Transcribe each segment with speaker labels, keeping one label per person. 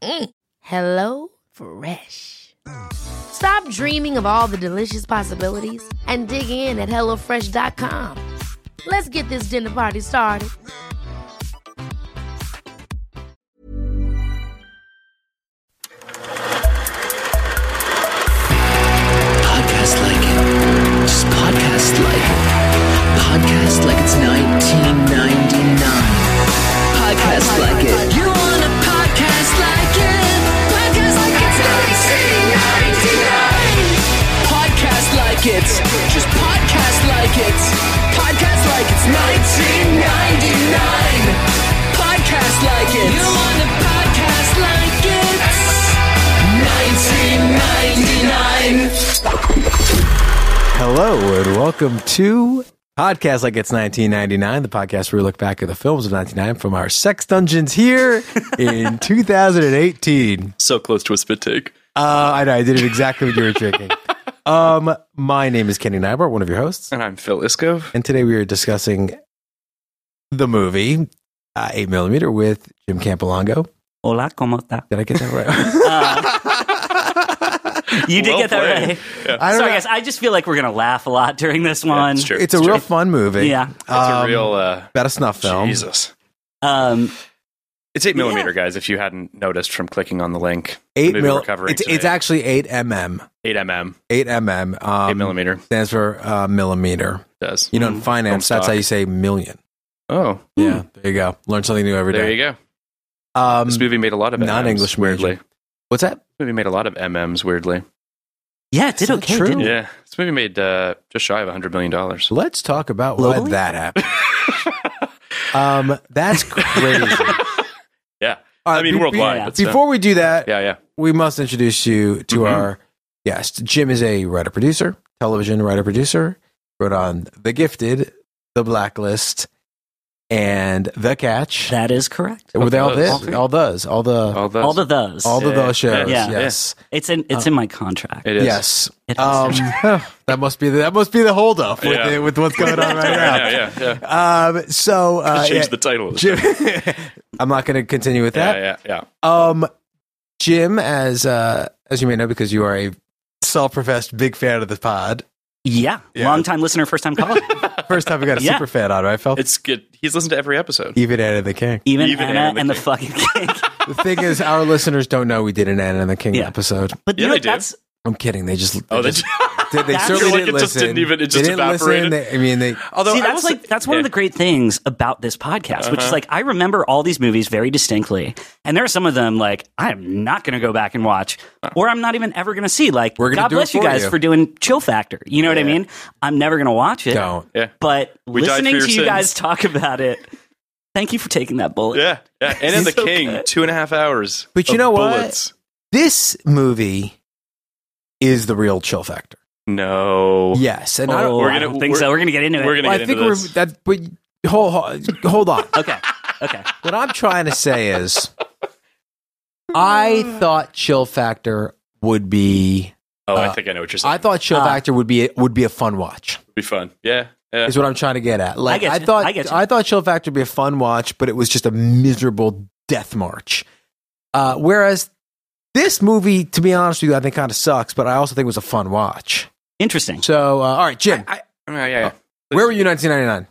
Speaker 1: Mm. Hello Fresh. Stop dreaming of all the delicious possibilities and dig in at HelloFresh.com. Let's get this dinner party started.
Speaker 2: Podcast like it. Just podcast like it. Podcast like it's 1999. Podcast like it. You want a podcast like it? Podcast like it's 1999. Podcast like it. Just podcast like it. Podcast like it's 1999. Podcast like it. You want a podcast like it? 1999.
Speaker 3: Hello and welcome to Podcast Like It's 1999, the podcast where we look back at the films of 1999 from our sex dungeons here in 2018.
Speaker 4: So close to a spit take.
Speaker 3: Uh, I know, I did it exactly what you were drinking. Um, my name is Kenny Nybart, one of your hosts,
Speaker 4: And I'm Phil Iskov.
Speaker 3: and today we are discussing the movie uh, 8mm with Jim Campolongo.
Speaker 5: Hola, ¿cómo está?
Speaker 3: Did I get that right?
Speaker 5: You did
Speaker 4: Well
Speaker 5: get that
Speaker 4: played.
Speaker 5: right.
Speaker 3: I don't
Speaker 5: Sorry,
Speaker 3: know.
Speaker 5: guys. I just feel like we're going to laugh a lot during this one.
Speaker 4: It's true.
Speaker 3: It's a
Speaker 4: true.
Speaker 3: real fun movie.
Speaker 5: Yeah.
Speaker 4: It's a real. Uh,
Speaker 3: About a snuff film.
Speaker 4: Jesus.
Speaker 5: Um,
Speaker 4: It's eight millimeter, guys. If you hadn't noticed from clicking on the link, The
Speaker 3: Eight
Speaker 4: movie
Speaker 3: mil.
Speaker 4: we're covering
Speaker 3: It's,
Speaker 4: today.
Speaker 3: it's actually 8mm.
Speaker 4: eight mm,
Speaker 3: 8mm. Um,
Speaker 4: eight millimeter.
Speaker 3: stands for uh, millimeter.
Speaker 4: Does
Speaker 3: You know, in finance, that's how
Speaker 4: Mm-hmm. stock.
Speaker 3: you say million.
Speaker 4: oh
Speaker 3: Yeah, there you go. Learn something new every day.
Speaker 4: there you go.
Speaker 3: Um,
Speaker 4: This movie made a lot of
Speaker 3: non-English
Speaker 4: MMs, weirdly.
Speaker 3: major. what's that?
Speaker 4: This movie made a lot of mms weirdly.
Speaker 5: yeah, it did
Speaker 3: Is that
Speaker 5: okay,
Speaker 3: true?
Speaker 5: didn't it?
Speaker 4: Yeah, this movie made uh, just shy of hundred million dollars.
Speaker 3: Let's talk about why
Speaker 5: Globally?
Speaker 3: that happened. um, that's crazy.
Speaker 4: Yeah,
Speaker 3: All right,
Speaker 4: I mean
Speaker 3: be- be-
Speaker 4: worldwide.
Speaker 5: yeah.
Speaker 4: but still.
Speaker 3: Before we do that,
Speaker 4: yeah, Mm-hmm. yeah,
Speaker 3: we must introduce you to our guest. Jim is a writer producer, television writer producer, wrote on The Gifted, The Blacklist, and The Catch.
Speaker 5: That is correct.
Speaker 3: Were they all
Speaker 4: those.
Speaker 3: this? All those. All the. All,
Speaker 4: all those.
Speaker 5: All the Uh, those.
Speaker 3: the
Speaker 4: Yeah,
Speaker 3: those shows.
Speaker 5: yeah, yeah.
Speaker 3: Yes.
Speaker 5: it's in it's in my contract.
Speaker 4: it is.
Speaker 3: Yes.
Speaker 5: It
Speaker 3: Um,
Speaker 5: is.
Speaker 3: that must be the, that must be the holdup with,
Speaker 4: Yeah.
Speaker 3: the, with what's going on right now.
Speaker 4: Yeah, yeah, yeah.
Speaker 3: Um, so uh,
Speaker 4: Change
Speaker 3: yeah,
Speaker 4: the title. Of this
Speaker 3: Jim, I'm not going to continue with
Speaker 4: yeah,
Speaker 3: that.
Speaker 4: yeah, yeah.
Speaker 3: Um, Jim, as uh, as you may know, because you are a self-professed big fan of the pod.
Speaker 5: yeah. long time listener, first time caller.
Speaker 3: First time we got a
Speaker 5: Yeah.
Speaker 3: super fan on, right, Phil?
Speaker 4: It's good. He's listened to every episode.
Speaker 3: Even Anna and the King.
Speaker 5: Even,
Speaker 4: Even
Speaker 5: Anna
Speaker 4: Anna and
Speaker 5: and
Speaker 4: the
Speaker 5: the fucking king.
Speaker 3: The thing is, our listeners don't know we did an Anna and the King
Speaker 5: Yeah.
Speaker 3: episode.
Speaker 5: But you
Speaker 4: Yeah,
Speaker 5: know
Speaker 4: they
Speaker 5: what?
Speaker 4: do.
Speaker 5: that's
Speaker 3: I'm kidding. They just
Speaker 4: Oh, they
Speaker 3: just-
Speaker 4: just-
Speaker 3: they, they
Speaker 5: I feel
Speaker 3: certainly
Speaker 4: like
Speaker 3: didn't
Speaker 4: it just
Speaker 3: listen.
Speaker 4: didn't even- it just
Speaker 3: they didn't listen.
Speaker 4: evaporated.
Speaker 3: They- I mean, they
Speaker 4: Although
Speaker 5: see
Speaker 4: I will
Speaker 5: that's
Speaker 4: say-
Speaker 5: like that's one of
Speaker 4: Yeah. Uh-huh.
Speaker 5: the great things about this podcast, which is like I remember all these movies very distinctly, and there are some of them like I am not going to go back and watch,
Speaker 4: Uh.
Speaker 5: or I'm not even ever going to see. Like
Speaker 3: We're gonna
Speaker 5: God
Speaker 3: do it
Speaker 5: bless you
Speaker 3: for
Speaker 5: guys
Speaker 3: you.
Speaker 5: for doing Chill Factor. You know what I mean? I'm never going to watch it.
Speaker 3: don't.
Speaker 4: Yeah.
Speaker 5: But
Speaker 4: We died
Speaker 5: listening
Speaker 4: for
Speaker 5: to
Speaker 4: your
Speaker 5: you guys
Speaker 4: sins.
Speaker 5: talk about it, thank you for taking that bullet.
Speaker 4: Yeah, yeah. And in the
Speaker 5: So
Speaker 4: King,
Speaker 5: good.
Speaker 4: two and a half hours.
Speaker 3: But you
Speaker 4: of
Speaker 3: know what?
Speaker 4: bullets.
Speaker 3: This movie is the real chill factor.
Speaker 4: No.
Speaker 3: Yes, and I
Speaker 5: Oh,
Speaker 3: don't,
Speaker 4: we're
Speaker 5: I
Speaker 4: gonna-
Speaker 5: don't think
Speaker 4: we're-
Speaker 5: so. We're going to get into it.
Speaker 4: we're gonna
Speaker 3: I
Speaker 4: get
Speaker 3: think
Speaker 4: into
Speaker 3: we're
Speaker 4: this.
Speaker 3: that. But hold, hold, hold on.
Speaker 5: okay. Okay.
Speaker 3: what I'm trying to say is, I thought chill factor would be.
Speaker 4: Oh, I
Speaker 3: Uh,
Speaker 4: think I know what you're saying.
Speaker 3: I thought chill
Speaker 5: Ah.
Speaker 3: factor would be would be a fun watch.
Speaker 4: It'd be fun. Yeah. yeah.
Speaker 3: Is what I'm trying to get at. Like
Speaker 5: get
Speaker 3: I,
Speaker 5: you.
Speaker 3: thought,
Speaker 5: I get you.
Speaker 3: thought chill factor would be a fun watch, but it was just a miserable Death March. Uh, whereas this movie, to be honest with you, I think kind of sucks, but I also think it was a fun watch.
Speaker 5: Interesting.
Speaker 3: So, uh, all right, Jim,
Speaker 4: I, I, Oh, yeah, yeah.
Speaker 3: where were you in 1999?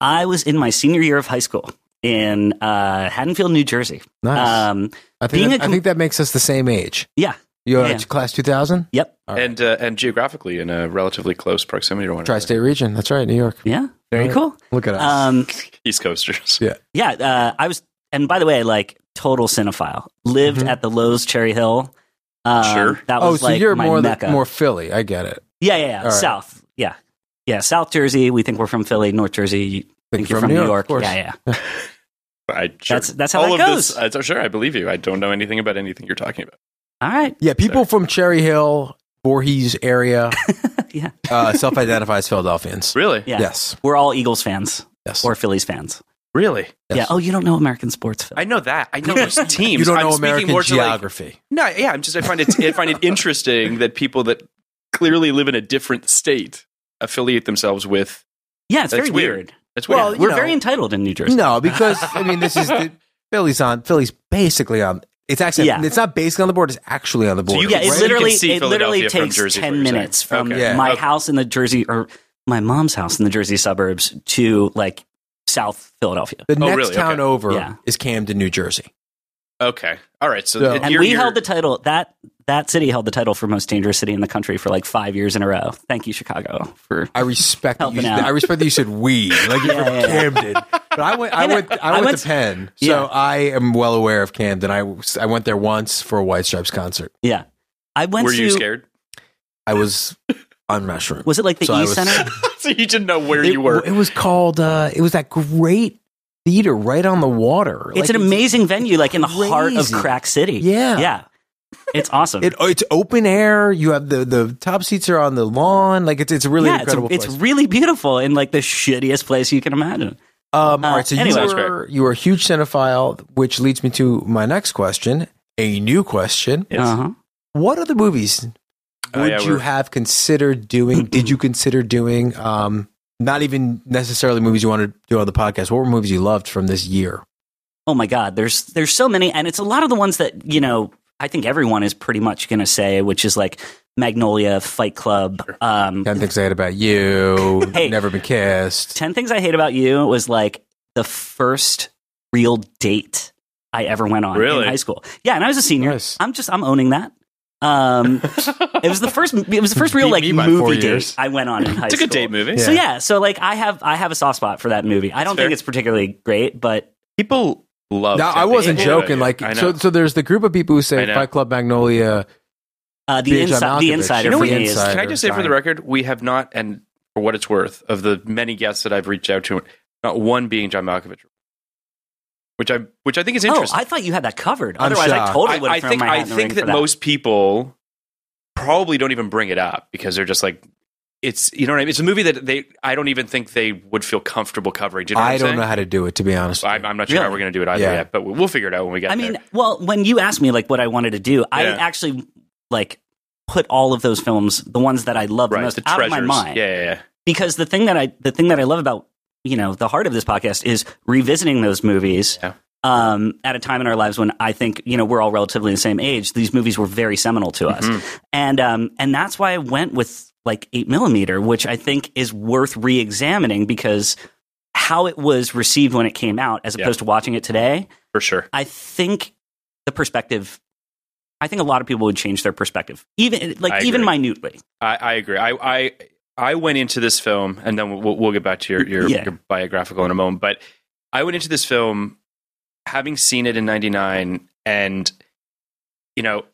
Speaker 5: I was in my senior year of high school in uh, Haddonfield, New Jersey.
Speaker 3: Nice.
Speaker 5: Um,
Speaker 3: I, think
Speaker 5: being
Speaker 3: that,
Speaker 5: a
Speaker 3: I
Speaker 5: com-
Speaker 3: think that makes us the same age.
Speaker 5: yeah.
Speaker 3: You're
Speaker 5: Yeah.
Speaker 3: class 2000?
Speaker 5: Yep.
Speaker 3: All right.
Speaker 4: And uh, and geographically in a relatively close proximity to one
Speaker 3: Tri state region. That's right, New York.
Speaker 5: Yeah. Very
Speaker 3: Right.
Speaker 5: cool.
Speaker 3: Look at us.
Speaker 5: Um,
Speaker 4: another. East Coasters.
Speaker 3: Yeah.
Speaker 5: yeah. Uh, I was, and by the way, like total cinephile. Lived
Speaker 3: Mhm.
Speaker 5: at the Lowe's Cherry Hill. Um,
Speaker 4: Mm-hmm. Sure.
Speaker 5: That
Speaker 3: oh,
Speaker 5: was
Speaker 3: so
Speaker 5: like
Speaker 3: you're
Speaker 5: my
Speaker 3: more, the-
Speaker 5: mecca.
Speaker 3: more Philly. I get it.
Speaker 5: Yeah, yeah, yeah.
Speaker 3: All right.
Speaker 5: South. Yeah. Yeah. South Jersey. We think we're from Philly. North Jersey. You think, you're from, New York.
Speaker 3: of course.
Speaker 5: yeah, yeah.
Speaker 4: I, sure.
Speaker 5: That's- that's how
Speaker 4: All
Speaker 5: that
Speaker 4: of
Speaker 5: goes.
Speaker 4: This, I, sure, I believe you. I don't know anything about anything you're talking about.
Speaker 5: All right.
Speaker 3: Yeah, people from Cherry Hill, Voorhees area,
Speaker 5: Yeah.
Speaker 3: uh, self-identify as Philadelphians.
Speaker 4: Really?
Speaker 5: Yeah.
Speaker 3: Yes,
Speaker 5: We're all Eagles fans
Speaker 3: yes.
Speaker 5: or Phillies fans.
Speaker 4: Really?
Speaker 3: Yes.
Speaker 5: Yeah. Oh, you don't know American sports, Phil.
Speaker 4: I know that. I know those teams.
Speaker 3: you don't
Speaker 4: I'm
Speaker 3: know
Speaker 4: speaking
Speaker 3: American
Speaker 4: more to, like-
Speaker 3: geography.
Speaker 4: no, yeah. I'm just. I find it. I find it interesting that people that clearly live in a different state affiliate themselves with.
Speaker 5: yeah, it's
Speaker 4: That's
Speaker 5: very
Speaker 4: weird.
Speaker 5: weird.
Speaker 4: That's weird.
Speaker 3: Well, you
Speaker 5: We're
Speaker 3: know-
Speaker 5: very entitled in New Jersey.
Speaker 3: No, because I mean, this is the, Philly's on. Philly's basically on. It's actually.
Speaker 5: Yeah.
Speaker 3: It's not basically on the board. It's actually on the
Speaker 4: So
Speaker 3: board.
Speaker 4: you
Speaker 5: yeah,
Speaker 4: can-
Speaker 5: it
Speaker 4: you
Speaker 5: literally
Speaker 4: can see
Speaker 5: it literally
Speaker 4: Philadelphia from
Speaker 5: takes
Speaker 4: Jersey, is what
Speaker 5: ten
Speaker 4: you're
Speaker 5: minutes
Speaker 4: saying.
Speaker 5: from
Speaker 4: Okay.
Speaker 3: Yeah.
Speaker 5: my
Speaker 4: Okay.
Speaker 5: house in the Jersey or my mom's house in the Jersey suburbs to like South Philadelphia.
Speaker 3: the next
Speaker 4: really? Okay.
Speaker 3: town over
Speaker 5: Yeah.
Speaker 3: is Camden, New Jersey.
Speaker 4: Okay. All right. So,
Speaker 3: So-
Speaker 4: it-
Speaker 5: And
Speaker 4: you're-
Speaker 5: we
Speaker 4: you're-
Speaker 5: held the title that that city held the title for most dangerous city in the country for like five years in a row. Thank you, Chicago, for
Speaker 3: I respect that you.
Speaker 5: Helping out.
Speaker 3: I respect that you said we like you're
Speaker 5: Yeah,
Speaker 3: from
Speaker 5: yeah, yeah.
Speaker 3: Camden. But I went. I
Speaker 5: And I-
Speaker 3: went. I
Speaker 5: I
Speaker 3: went,
Speaker 5: went
Speaker 3: to
Speaker 5: to-
Speaker 3: Penn, so
Speaker 5: Yeah.
Speaker 3: I am well aware of Camden. I was- I went there once for a White Stripes concert.
Speaker 5: yeah. I went
Speaker 4: were
Speaker 5: to
Speaker 4: you scared?
Speaker 3: I was on mushroom.
Speaker 5: was it like the
Speaker 3: So I
Speaker 5: East
Speaker 3: was-
Speaker 5: Center?
Speaker 4: so you didn't know where
Speaker 3: it,
Speaker 4: you were.
Speaker 3: It was called. Uh, it was that great theater right on the water.
Speaker 5: It's
Speaker 3: Like,
Speaker 5: an amazing venue, like in the heart of
Speaker 3: crazy.
Speaker 5: Crack City.
Speaker 3: Yeah.
Speaker 5: yeah, it's awesome.
Speaker 3: It, oh, it's open air. You have the the top seats are on the lawn. Like it's it's a really
Speaker 5: yeah, it's, a-
Speaker 3: incredible
Speaker 5: it's
Speaker 3: place.
Speaker 5: really beautiful in like the shittiest place you can imagine.
Speaker 3: um,
Speaker 4: Ah,
Speaker 5: uh,
Speaker 3: all right, so
Speaker 5: anyway.
Speaker 3: you were you were a huge cinephile, which leads me to my next question, a new question.
Speaker 4: Yes.
Speaker 5: Uh-huh.
Speaker 3: What other movies
Speaker 4: Oh,
Speaker 3: would
Speaker 4: yeah,
Speaker 3: you
Speaker 4: we're-
Speaker 3: have considered doing? did you consider doing? Um, not even necessarily movies you wanted to do on the podcast. What were movies you loved from this year?
Speaker 5: Oh my God, there's there's so many, and it's a lot of the ones that you know. I think everyone is pretty much going to say, which is like Magnolia, Fight Club, um,
Speaker 3: Ten things I hate about you.
Speaker 5: Hey.
Speaker 3: Never been kissed.
Speaker 5: 10 Things I Hate About You was like the first real date I ever went on
Speaker 4: Really?
Speaker 5: in high school. Yeah, and I was a senior.
Speaker 3: Nice.
Speaker 5: I'm just I'm owning that. Um, it was the first it was the first real
Speaker 3: Beat
Speaker 5: like
Speaker 3: me by four
Speaker 5: movie
Speaker 3: years.
Speaker 5: date I went on in high
Speaker 4: It's a
Speaker 5: school.
Speaker 4: good date movie.
Speaker 3: Yeah.
Speaker 5: So yeah, so like I have I have a soft spot for that movie. I don't
Speaker 4: fair.
Speaker 5: think it's particularly great, but
Speaker 4: People love.
Speaker 3: No,
Speaker 4: Ten
Speaker 3: I wasn't
Speaker 4: Things I Hate About
Speaker 3: joking.
Speaker 4: You.
Speaker 3: Like,
Speaker 4: I know.
Speaker 3: so, so there's the group of people who say
Speaker 4: I know.
Speaker 3: Fight Club, Magnolia.
Speaker 5: uh, the
Speaker 3: B.H.
Speaker 5: inside the
Speaker 3: Malkovich.
Speaker 5: insider
Speaker 3: You know
Speaker 5: for
Speaker 3: what-
Speaker 5: me is
Speaker 3: Inside-
Speaker 4: Can I just say for
Speaker 3: Sorry.
Speaker 4: the record, we have not, and for what it's worth, of the many guests that I've reached out to, not one being John Malkovich, which I which I think is
Speaker 5: Oh,
Speaker 4: interesting.
Speaker 5: I thought you had that covered.
Speaker 3: I'm
Speaker 5: Otherwise,
Speaker 3: shocked.
Speaker 5: I totally would
Speaker 4: I
Speaker 5: have thrown
Speaker 4: think
Speaker 5: my hat
Speaker 4: I
Speaker 5: in the
Speaker 4: think
Speaker 5: ring
Speaker 4: that,
Speaker 5: for
Speaker 4: most people probably don't even bring it up because they're just like it's you know what I mean. It's a movie that they I don't even think they would feel comfortable covering. Do you know what
Speaker 3: I
Speaker 4: I'm
Speaker 3: don't
Speaker 4: saying?
Speaker 3: know how to do it, to be honest. with you.
Speaker 4: I'm, I'm not sure how
Speaker 5: Really?
Speaker 4: we're going to do it either
Speaker 3: Yeah.
Speaker 4: yet, but we- we'll figure it out when we get
Speaker 5: I mean,
Speaker 4: there.
Speaker 5: well, when you asked me like what I wanted to do, I
Speaker 4: Yeah.
Speaker 5: actually like put all of those films, the ones that I love the
Speaker 4: Right,
Speaker 5: most,
Speaker 4: the
Speaker 5: out
Speaker 4: treasures.
Speaker 5: of my mind.
Speaker 4: Yeah, yeah, yeah.
Speaker 5: Because the thing that I the thing that I love about you know the heart of this podcast is revisiting those movies.
Speaker 4: Yeah.
Speaker 5: Um, at a time in our lives when I think you know we're all relatively the same age, these movies were very seminal to us,
Speaker 4: Mm-hmm.
Speaker 5: and um, and that's why I went with like eight millimeter, which I think is worth re-examining because how it was received when it came out, as
Speaker 4: Yeah.
Speaker 5: opposed to watching it today,
Speaker 4: for sure.
Speaker 5: I think the perspective. I think a lot of people would change their perspective, even
Speaker 4: I
Speaker 5: like even
Speaker 4: agree.
Speaker 5: minutely.
Speaker 4: I, I agree. I, I I went into this film, and then we'll, we'll get back to your your,
Speaker 5: Yeah.
Speaker 4: your biographical in a moment. But I went into this film having seen it in '99, and you know,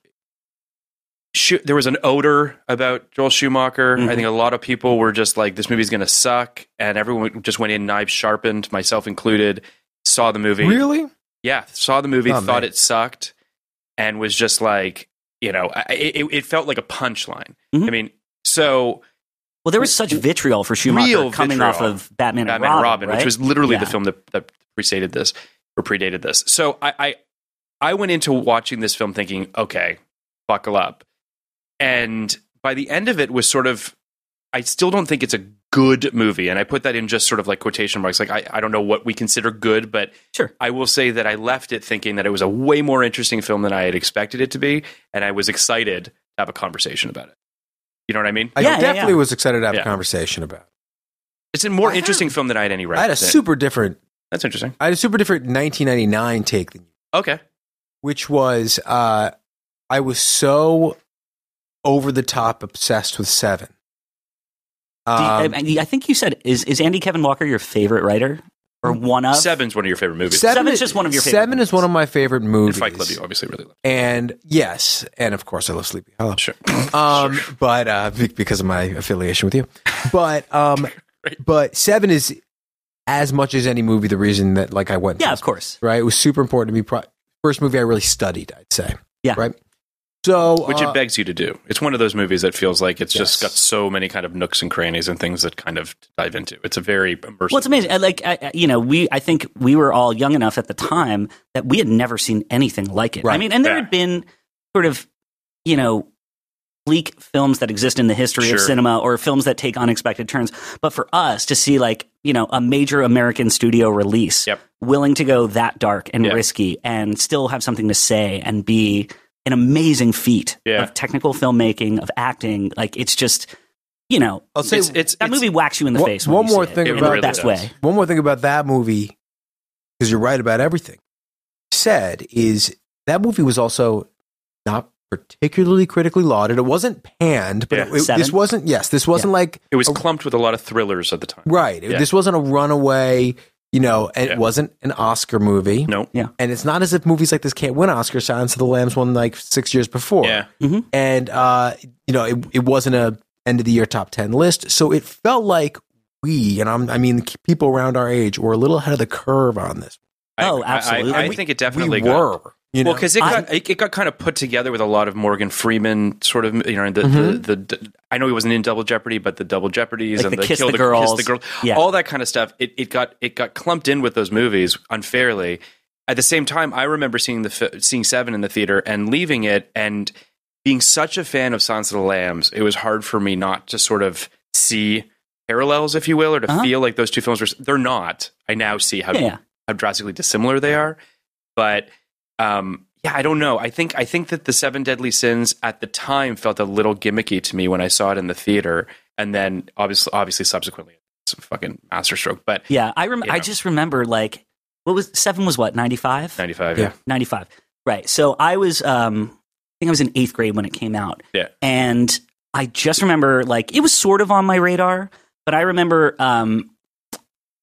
Speaker 4: Schu- there was an odor about Joel Schumacher. I
Speaker 5: Mhm.
Speaker 4: think a lot of people were just like, "This movie's going to suck," and everyone just went in knives sharpened, myself included. Saw the movie,
Speaker 3: really?
Speaker 4: yeah, saw the movie,
Speaker 3: Oh,
Speaker 4: thought
Speaker 3: man.
Speaker 4: it sucked, and was just like, you know, I, it, it felt like a punchline.
Speaker 5: Mhm.
Speaker 4: I mean, so
Speaker 5: Well, there was such vitriol for Schumacher
Speaker 4: Real
Speaker 5: coming
Speaker 4: vitriol.
Speaker 5: off of Batman,
Speaker 4: Batman and uh, Robin,
Speaker 5: right?
Speaker 4: which was literally the
Speaker 5: Yeah.
Speaker 4: film that, that preceded this or predated this. So I, I, I went into watching this film thinking, okay, buckle up, and by the end of it was sort of, I still don't think it's a good movie. And I put that in just sort of like quotation marks. Like, I, I don't know what we consider good, but
Speaker 5: Sure.
Speaker 4: I will say that I left it thinking that it was a way more interesting film than I had expected it to be. And I was excited to have a conversation about it. You know what I mean?
Speaker 3: I
Speaker 5: Yeah, yeah,
Speaker 3: definitely
Speaker 5: yeah.
Speaker 3: was excited to have
Speaker 4: Yeah.
Speaker 3: a conversation about. it.
Speaker 4: It's a more
Speaker 3: I had-
Speaker 4: interesting film than I had any right.
Speaker 3: I had a
Speaker 4: to think.
Speaker 3: super different.
Speaker 4: That's interesting.
Speaker 3: I had a super different 1999 take than you,
Speaker 4: Okay.
Speaker 3: which was uh, I was so over the top obsessed with Seven.
Speaker 5: Do you- I-
Speaker 3: Um,
Speaker 5: I, I think you said is is Andy Kevin Walker your favorite writer or one of?
Speaker 4: Seven's one of your favorite movies.
Speaker 5: Seven is just one of your favorite
Speaker 3: Seven is
Speaker 5: movies.
Speaker 3: one of my favorite
Speaker 4: and
Speaker 3: movies.
Speaker 4: Fight Club, you obviously really love.
Speaker 3: And yes, and of course I love Sleepy Hollow.
Speaker 4: Sure.
Speaker 3: Um, but uh, be- because of my affiliation with you, but um, but Seven is as much as any movie the reason that like I went. to
Speaker 5: Yeah,
Speaker 3: this
Speaker 5: of course.
Speaker 3: right? It was super important to me. Pro- first movie I really studied, I'd say.
Speaker 5: Yeah.
Speaker 3: Right. So
Speaker 4: Which
Speaker 3: uh,
Speaker 4: it begs you to do. It's one of those movies that feels like it's just
Speaker 3: Yes.
Speaker 4: got so many kind of nooks and crannies and things that kind of dive into. It's a very immersive.
Speaker 5: Well, it's amazing. I- Like I, I- you know, we I think we were all young enough at the time that we had never seen anything like it. I
Speaker 3: Right.
Speaker 5: mean, and there
Speaker 4: Yeah.
Speaker 5: had been sort of you know bleak films that exist in the history
Speaker 4: Sure.
Speaker 5: of cinema or films that take unexpected turns. But for us to see like you know a major American studio release
Speaker 4: Yep.
Speaker 5: willing to go that dark and
Speaker 4: Yeah.
Speaker 5: risky and still have something to say and be an amazing feat
Speaker 4: Yeah.
Speaker 5: of technical filmmaking of acting like it's just you know
Speaker 3: I'll say
Speaker 4: It's it's,
Speaker 5: that
Speaker 4: it's-
Speaker 5: movie whacks you in the
Speaker 3: One-
Speaker 5: face when
Speaker 3: one
Speaker 5: you
Speaker 3: more
Speaker 5: see it,
Speaker 3: thing
Speaker 5: in
Speaker 3: about
Speaker 5: the
Speaker 3: it.
Speaker 5: best
Speaker 4: It really does.
Speaker 5: way
Speaker 3: one more thing about that movie, because you're right about everything. Said is that movie was also not particularly critically lauded. It wasn't panned, but
Speaker 4: Yeah.
Speaker 3: it- it-
Speaker 5: Seven.
Speaker 3: this wasn't. Yes, this wasn't like
Speaker 4: It was clumped with a lot of thrillers at the time.
Speaker 3: right.
Speaker 4: Yeah.
Speaker 3: This wasn't a runaway. You know, and
Speaker 4: Yeah.
Speaker 3: it wasn't an Oscar movie.
Speaker 4: No.
Speaker 3: And it's not as if movies like this can't win Oscars. Silence of the Lambs won like six years before.
Speaker 4: Yeah.
Speaker 3: and uh, you know it, it wasn't a end of the year top 10 list so it felt like we and I'm, i mean people around our age were a little ahead of the curve on this
Speaker 4: I-
Speaker 5: Oh,
Speaker 4: I- I-
Speaker 5: absolutely.
Speaker 4: I,
Speaker 5: And we-
Speaker 4: think it
Speaker 3: we
Speaker 4: definitely got-
Speaker 3: were you know
Speaker 4: Well, because it
Speaker 5: I-
Speaker 4: got, it, it got kind of put together with a lot of Morgan Freeman sort of, you know, and the,
Speaker 3: Mhm.
Speaker 4: the, the, I know he wasn't in Double Jeopardy, but the Double Jeopardies
Speaker 5: Mm-hmm. Like
Speaker 4: and
Speaker 5: the
Speaker 4: the
Speaker 5: Kiss
Speaker 4: Kill
Speaker 5: the
Speaker 4: the,
Speaker 5: Girls.
Speaker 4: Kiss the Girl,
Speaker 5: Yeah.
Speaker 4: all that kind of stuff. It, it got it got clumped in with those movies unfairly. At the same time, I remember seeing the fi- seeing Seven in the theater and leaving it, and being such a fan of Silence of the Lambs, it was hard for me not to sort of see parallels, if you will, or to
Speaker 5: Uh-huh.
Speaker 4: feel like those two films were. s- They're not. I now see how
Speaker 5: Yeah, yeah.
Speaker 4: how drastically dissimilar they are, but um, yeah, I don't know. I think I think that the Seven Deadly Sins at the time felt a little gimmicky to me when I saw it in the theater, and then obviously, obviously, subsequently, it's a fucking masterstroke. But
Speaker 5: Yeah, I rem-
Speaker 4: You
Speaker 5: I
Speaker 4: know.
Speaker 5: just remember like what was seven was what ninety five.
Speaker 4: ninety five, yeah.
Speaker 3: Yeah.
Speaker 5: 95. Right. So I was, um, I think I was in eighth grade when it came out.
Speaker 4: Yeah.
Speaker 5: And I just remember, like, it was sort of on my radar, but I remember, um,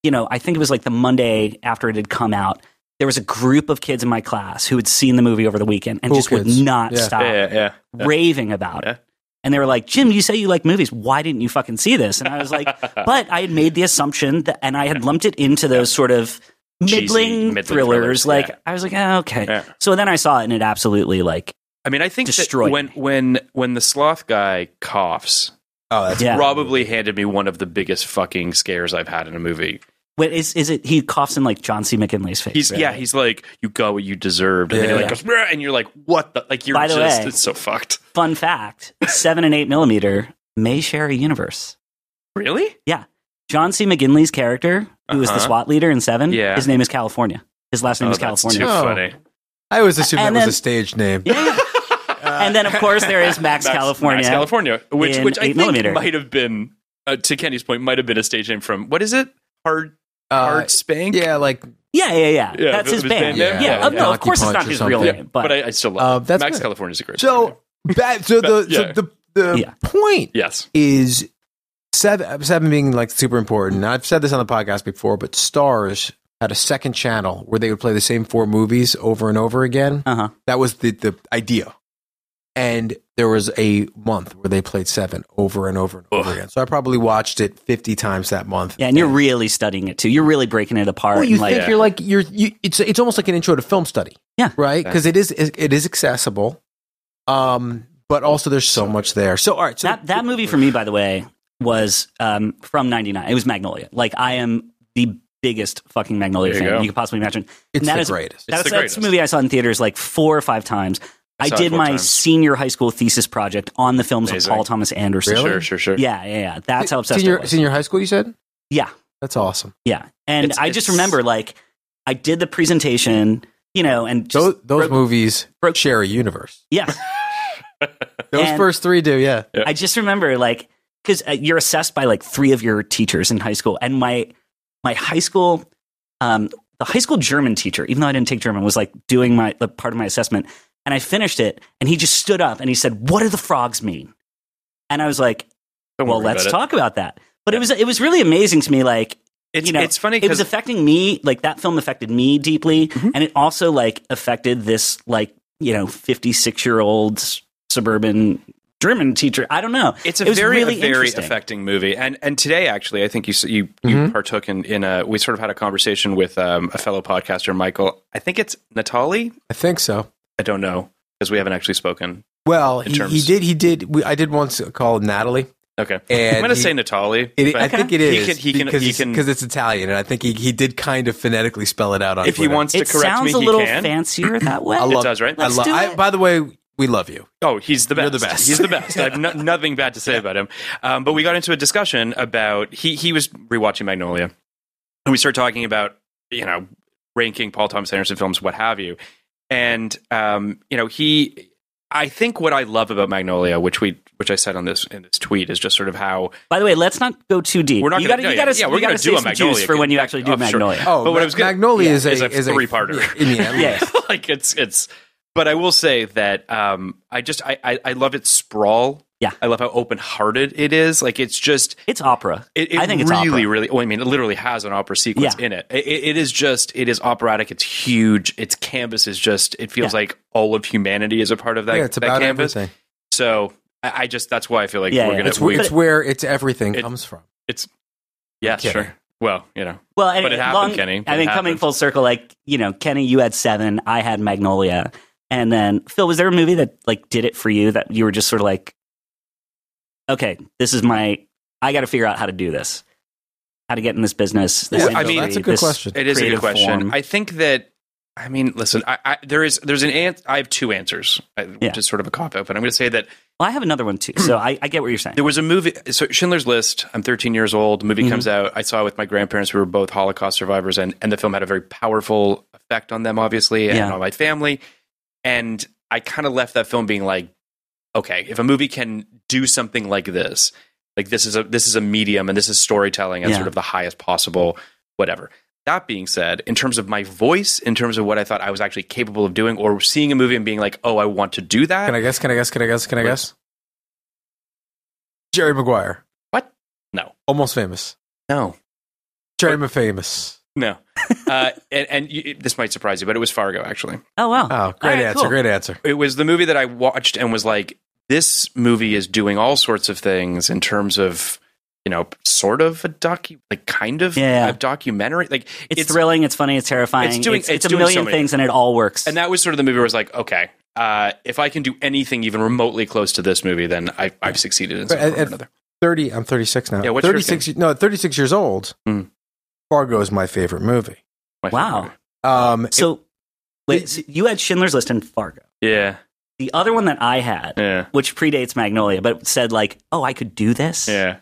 Speaker 5: you know, I think it was like the Monday after it had come out. There was a group of kids in my class who had seen the movie over the weekend and
Speaker 3: Cool
Speaker 5: just
Speaker 3: kids.
Speaker 5: would not
Speaker 3: Yeah.
Speaker 5: stop
Speaker 4: yeah, yeah, yeah.
Speaker 5: raving about
Speaker 4: Yeah.
Speaker 5: it. And they were like, Jim, you say you like movies. Why didn't you fucking see this? And I was like, but I had made the assumption that, and I had lumped it into those sort of
Speaker 4: Cheesy,
Speaker 5: middling,
Speaker 4: middling
Speaker 5: thrillers.
Speaker 4: thrillers,
Speaker 5: Like,
Speaker 4: yeah.
Speaker 5: I was like, oh, okay.
Speaker 4: Yeah.
Speaker 5: So then I saw it and it absolutely, like,
Speaker 4: I mean, I think that
Speaker 5: Destroyed
Speaker 4: when
Speaker 5: me.
Speaker 4: when when the sloth guy coughs,
Speaker 3: oh that's
Speaker 5: Yeah.
Speaker 4: probably handed me one of the biggest fucking scares I've had in a movie.
Speaker 5: wait, is, is it, he coughs in like John C. McKinley's face.
Speaker 4: He's
Speaker 5: right?
Speaker 4: yeah, he's like, you got what you deserved, and then he
Speaker 3: Yeah.
Speaker 4: like goes, "Bruh," and you're like, what the like you're
Speaker 5: By the
Speaker 4: just
Speaker 5: way-
Speaker 4: it's so fucked.
Speaker 5: Fun fact seven and eight millimeter may share a universe.
Speaker 4: Really?
Speaker 5: Yeah. John C. McGinley's character, who is
Speaker 4: Uh-huh.
Speaker 5: the SWAT leader in seven,
Speaker 4: Yeah.
Speaker 5: his name is California. His last name
Speaker 4: Oh,
Speaker 5: is
Speaker 4: that's
Speaker 5: California.
Speaker 4: too
Speaker 3: Oh.
Speaker 4: funny.
Speaker 3: i always assumed
Speaker 5: And
Speaker 3: that
Speaker 5: then-
Speaker 3: was a stage name
Speaker 5: Yeah. and then, of course, there is Max,
Speaker 4: Max-
Speaker 5: California.
Speaker 4: Max California, which
Speaker 5: in
Speaker 4: which I
Speaker 5: 8
Speaker 4: think
Speaker 5: millimeter.
Speaker 4: might have been uh, to Kenny's point, might have been a stage name from what is it? Hard
Speaker 3: Uh,
Speaker 4: Hard Spank.
Speaker 3: yeah like
Speaker 5: Yeah, yeah, yeah.
Speaker 4: Yeah,
Speaker 5: That's
Speaker 4: if it
Speaker 5: his
Speaker 4: was
Speaker 5: band.
Speaker 4: band name,
Speaker 5: Yeah,
Speaker 3: yeah,
Speaker 5: uh,
Speaker 3: yeah.
Speaker 5: no, of
Speaker 3: Rocky
Speaker 5: course it's
Speaker 3: Punch
Speaker 5: not
Speaker 3: or
Speaker 5: his
Speaker 3: something.
Speaker 5: real
Speaker 3: Yeah,
Speaker 5: name,
Speaker 4: but,
Speaker 5: but,
Speaker 4: I, I still love
Speaker 3: Uh,
Speaker 4: it.
Speaker 3: that's
Speaker 4: Max
Speaker 3: good.
Speaker 4: California is a great. name.
Speaker 3: so that so the
Speaker 4: But, yeah.
Speaker 3: so the the
Speaker 5: Yeah.
Speaker 3: point
Speaker 4: yes,
Speaker 3: is seven seven being like super important. Now, I've said this on the podcast before, but Stars had a second channel where they would play the same four movies over and over again.
Speaker 5: Uh-huh.
Speaker 3: That was the the idea. And there was a month where they played seven over and over and over again. So I probably watched it fifty times that month.
Speaker 5: yeah, and you're really studying it too. You're really breaking it apart.
Speaker 3: Well, you
Speaker 5: and like,
Speaker 3: think you're like you're you, it's it's almost like an intro to film study.
Speaker 5: Yeah.
Speaker 3: right. Because it is it is accessible, um, but also there's so much there. So all right, so
Speaker 5: that that movie for me, by the way, was um, from '99. It was Magnolia. Like I am the biggest fucking Magnolia
Speaker 4: There you
Speaker 5: fan
Speaker 4: go.
Speaker 5: you could possibly imagine.
Speaker 3: it's
Speaker 5: that
Speaker 3: the
Speaker 5: is-
Speaker 3: greatest.
Speaker 5: That's, that's a
Speaker 4: the greatest.
Speaker 5: movie I saw in theaters like four or five times. I
Speaker 4: saw it
Speaker 5: did
Speaker 4: four
Speaker 5: my
Speaker 4: times.
Speaker 5: senior high school thesis project on the films
Speaker 4: Amazing.
Speaker 5: of Paul Thomas Anderson.
Speaker 4: Sure, sure, sure.
Speaker 5: Yeah, yeah, yeah. That's how obsessed I
Speaker 3: senior
Speaker 5: was.
Speaker 3: senior high school. You said
Speaker 5: Yeah,
Speaker 3: that's awesome.
Speaker 5: yeah. And
Speaker 4: It's-
Speaker 5: I just
Speaker 4: it's-
Speaker 5: remember like I did the presentation, you know, and just,
Speaker 3: Those, those
Speaker 5: broke-
Speaker 3: movies
Speaker 5: broke-
Speaker 3: share a universe.
Speaker 5: yeah,
Speaker 3: Those
Speaker 5: And-
Speaker 3: first three do, yeah.
Speaker 5: I just remember like because uh, you're assessed by like three of your teachers in high school, and my my high school, um, the high school German teacher, even though I didn't take German, was like doing my the part of my assessment, and I finished it, and he just stood up and he said, "What do the frogs mean?" And I was like,
Speaker 4: Don't
Speaker 5: "Well,
Speaker 4: worry about
Speaker 5: let's
Speaker 4: it.
Speaker 5: talk about that." But it was it was really amazing to me, like.
Speaker 4: It's,
Speaker 5: you know,
Speaker 4: it's funny Mm-hmm.
Speaker 5: It was
Speaker 4: because
Speaker 5: affecting me, like that film affected me deeply, and it also like affected this like you know fifty six year old suburban German teacher. I don't know.
Speaker 4: It's
Speaker 5: It
Speaker 4: a
Speaker 5: was
Speaker 4: very,
Speaker 5: really
Speaker 4: very
Speaker 5: interesting. Mm-hmm.
Speaker 4: affecting movie. And and today, actually, I think you s- you, you partook in in a. We sort of had a conversation with um, a fellow podcaster, Michael. I think it's Natali.
Speaker 3: I think so.
Speaker 4: I don't know because we haven't actually spoken.
Speaker 3: Well,
Speaker 4: In
Speaker 3: he, he
Speaker 4: terms-
Speaker 3: did. He did. We, I did once call Natalie.
Speaker 4: Okay,
Speaker 3: And
Speaker 4: I'm going to
Speaker 3: he-
Speaker 4: say Natali.
Speaker 3: It,
Speaker 4: but
Speaker 3: I think it is
Speaker 4: He can. He can.
Speaker 3: because
Speaker 4: he
Speaker 3: it's-
Speaker 4: can-
Speaker 3: 'cause it's Italian, and I think he, he did kind of phonetically spell it out on.
Speaker 4: if he
Speaker 3: Twitter.
Speaker 4: wants to
Speaker 5: It
Speaker 4: correct
Speaker 5: sounds
Speaker 4: me,
Speaker 5: a
Speaker 4: he
Speaker 5: little
Speaker 4: can.
Speaker 5: fancier that way.
Speaker 3: I love,
Speaker 4: does, right?
Speaker 3: I
Speaker 4: Let's
Speaker 3: love.
Speaker 5: do
Speaker 3: I,
Speaker 5: it.
Speaker 3: by the way, we love you.
Speaker 4: Oh, he's the best.
Speaker 3: You're the best.
Speaker 4: He's the best. I have no, nothing bad to say about him. Um, but we got into a discussion about he he was rewatching Magnolia, and we started talking about you know ranking Paul Thomas Anderson films, what have you. And um, you know he, I think what I love about Magnolia, which we which I said on this in this tweet, is just sort of how
Speaker 5: By the way, let's not go too deep.
Speaker 4: We're not
Speaker 5: you
Speaker 4: gonna-
Speaker 5: gotta,
Speaker 4: no,
Speaker 5: you
Speaker 4: yeah,
Speaker 5: gotta,
Speaker 4: yeah,
Speaker 5: you
Speaker 4: we're gonna
Speaker 5: gotta
Speaker 4: do
Speaker 5: save
Speaker 4: a
Speaker 5: some
Speaker 4: Magnolia
Speaker 5: juice for when you actually do
Speaker 4: oh, sure.
Speaker 5: Magnolia.
Speaker 3: Oh,
Speaker 4: But what
Speaker 3: Ma-
Speaker 4: I was gonna-
Speaker 3: Magnolia
Speaker 4: yeah,
Speaker 3: is a
Speaker 4: is a
Speaker 3: is
Speaker 4: three-parter.
Speaker 3: in the end,
Speaker 5: Yeah.
Speaker 4: like it's it's but i will say that um i just i i, I love its sprawl
Speaker 5: Yeah.
Speaker 4: i love how open-hearted it is like it's just
Speaker 5: It's opera.
Speaker 4: it, it
Speaker 5: I think it's
Speaker 4: really,
Speaker 5: opera.
Speaker 4: really. Well, I mean, it literally has an opera sequence
Speaker 5: Yeah.
Speaker 4: in it. It- it- It is just, it is operatic. It's huge. Its canvas is just. It feels
Speaker 5: Yeah.
Speaker 4: like all of humanity is a part of that.
Speaker 3: yeah, it's
Speaker 4: that
Speaker 3: about
Speaker 4: canvas.
Speaker 3: everything.
Speaker 4: So I, I just that's why I feel like
Speaker 5: Yeah,
Speaker 4: we're
Speaker 5: yeah.
Speaker 4: gonna.
Speaker 3: It's,
Speaker 4: we,
Speaker 3: where- it's where it's everything
Speaker 4: It-
Speaker 3: comes from.
Speaker 4: yeah,
Speaker 3: okay.
Speaker 4: sure. Well, you know,
Speaker 5: Well, anyway,
Speaker 4: But it happened,
Speaker 5: long-
Speaker 4: Kenny. But
Speaker 5: I
Speaker 4: it
Speaker 5: mean, coming
Speaker 4: happened.
Speaker 5: full circle, like you know, Kenny, you had seven. I had Magnolia, and then Phil, was there a movie that like did it for you that you were just sort of like, okay, this is my. I got to figure out how to do this, how to get in this business. This
Speaker 4: Well, I
Speaker 5: industry,
Speaker 4: mean,
Speaker 3: that's a good
Speaker 5: this
Speaker 3: question.
Speaker 4: it is a
Speaker 5: creative
Speaker 4: good question.
Speaker 5: form.
Speaker 4: I think that. I mean, listen. I, I there is there's an answer. I have two answers, I- which
Speaker 5: Yeah.
Speaker 4: is sort of a cop out. But I'm going to say that
Speaker 5: Well, I have another one too, so I, I get what you're saying.
Speaker 4: There was a movie, so Schindler's List. I'm 13 years old. Movie comes out. I saw it with my grandparents. We were both Holocaust survivors, and, and the film had a very powerful effect on them, obviously, and
Speaker 5: Yeah.
Speaker 4: on my family. And I kind of left that film being like, okay, if a movie can do something like this, like this is a this is a medium, and this is storytelling at
Speaker 5: Yeah.
Speaker 4: sort of the highest possible whatever. That being said, in terms of my voice, in terms of what I thought I was actually capable of doing, or seeing a movie and being like, oh, I want to do that.
Speaker 3: Can I guess? Can I guess? Can I guess? Can I guess? Jerry Maguire,
Speaker 4: what? No,
Speaker 3: almost famous.
Speaker 4: no.
Speaker 3: Jerry famous.
Speaker 4: No. uh, and and you, this might surprise you, but it was Fargo, actually.
Speaker 5: Oh wow!
Speaker 3: Oh,
Speaker 5: All
Speaker 3: great
Speaker 5: right,
Speaker 3: answer.
Speaker 5: cool.
Speaker 3: Great answer.
Speaker 4: It was the movie that I watched and was like, this movie is doing all sorts of things in terms of, you know, sort of a docu, like kind of
Speaker 5: Yeah.
Speaker 4: a documentary. Like,
Speaker 5: It's, thrilling. It's funny. It's terrifying.
Speaker 4: it's
Speaker 5: It's,
Speaker 4: doing-
Speaker 5: it's,
Speaker 4: it's
Speaker 5: a
Speaker 4: doing so
Speaker 5: million
Speaker 4: many
Speaker 5: things, and it all works.
Speaker 4: And that was sort of the movie where I was like, okay, uh, if I can do anything even remotely close to this movie, then I, I've succeeded in some
Speaker 3: But at-
Speaker 4: form or
Speaker 3: at
Speaker 4: another.
Speaker 3: Thirty. I'm 36 now.
Speaker 4: Yeah, what's your
Speaker 3: 36. No, 36 years old.
Speaker 4: Mm.
Speaker 3: Fargo is my favorite movie.
Speaker 4: My favorite
Speaker 5: Wow.
Speaker 4: movie.
Speaker 3: Um,
Speaker 5: so, wait,
Speaker 3: it-
Speaker 5: so you had Schindler's List and Fargo.
Speaker 4: Yeah.
Speaker 5: The other one that I had,
Speaker 4: Yeah.
Speaker 5: which predates Magnolia, but said like, "Oh, I could do this."
Speaker 4: Yeah.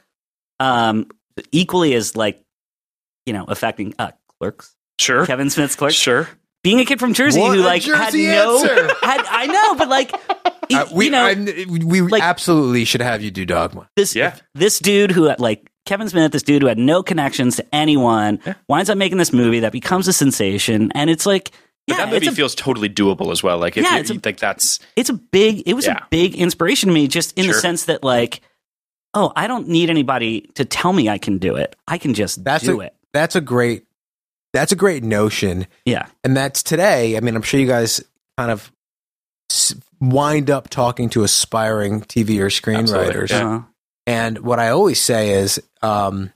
Speaker 5: Um, equally as like, you know, affecting uh, clerks.
Speaker 4: Sure.
Speaker 5: Kevin Smith's clerks.
Speaker 4: Sure.
Speaker 5: Being a kid from Jersey
Speaker 3: What
Speaker 5: who
Speaker 3: a
Speaker 5: like
Speaker 3: Jersey
Speaker 5: had no,
Speaker 3: answer!
Speaker 5: had, I know, but like, e-
Speaker 3: Uh, we
Speaker 5: you know,
Speaker 3: I'm- we
Speaker 5: like-
Speaker 3: absolutely should have you do Dogma.
Speaker 5: this
Speaker 4: Yeah.
Speaker 5: this dude who had, like Kevin Smith, this dude who had no connections to anyone, winds up making this movie that becomes a sensation, and it's like, yeah,
Speaker 4: But that movie
Speaker 5: it's a
Speaker 4: feels totally doable as well. Like, if
Speaker 5: Yeah,
Speaker 4: you-
Speaker 5: it's a-
Speaker 4: you think that's.
Speaker 5: it's a big it was
Speaker 4: Yeah.
Speaker 5: a big inspiration to me just in the
Speaker 4: Sure.
Speaker 5: sense that like oh i don't need anybody to tell me i can do it i can just
Speaker 3: That's
Speaker 5: do
Speaker 3: a,
Speaker 5: it
Speaker 3: That's a great. That's a great notion,
Speaker 5: yeah
Speaker 3: and that's today. I mean, I'm sure you guys kind of s- wind up talking to aspiring TV or
Speaker 4: Absolutely,
Speaker 3: screenwriters,
Speaker 4: Yeah.
Speaker 5: Uh,
Speaker 3: and what I always say is, um,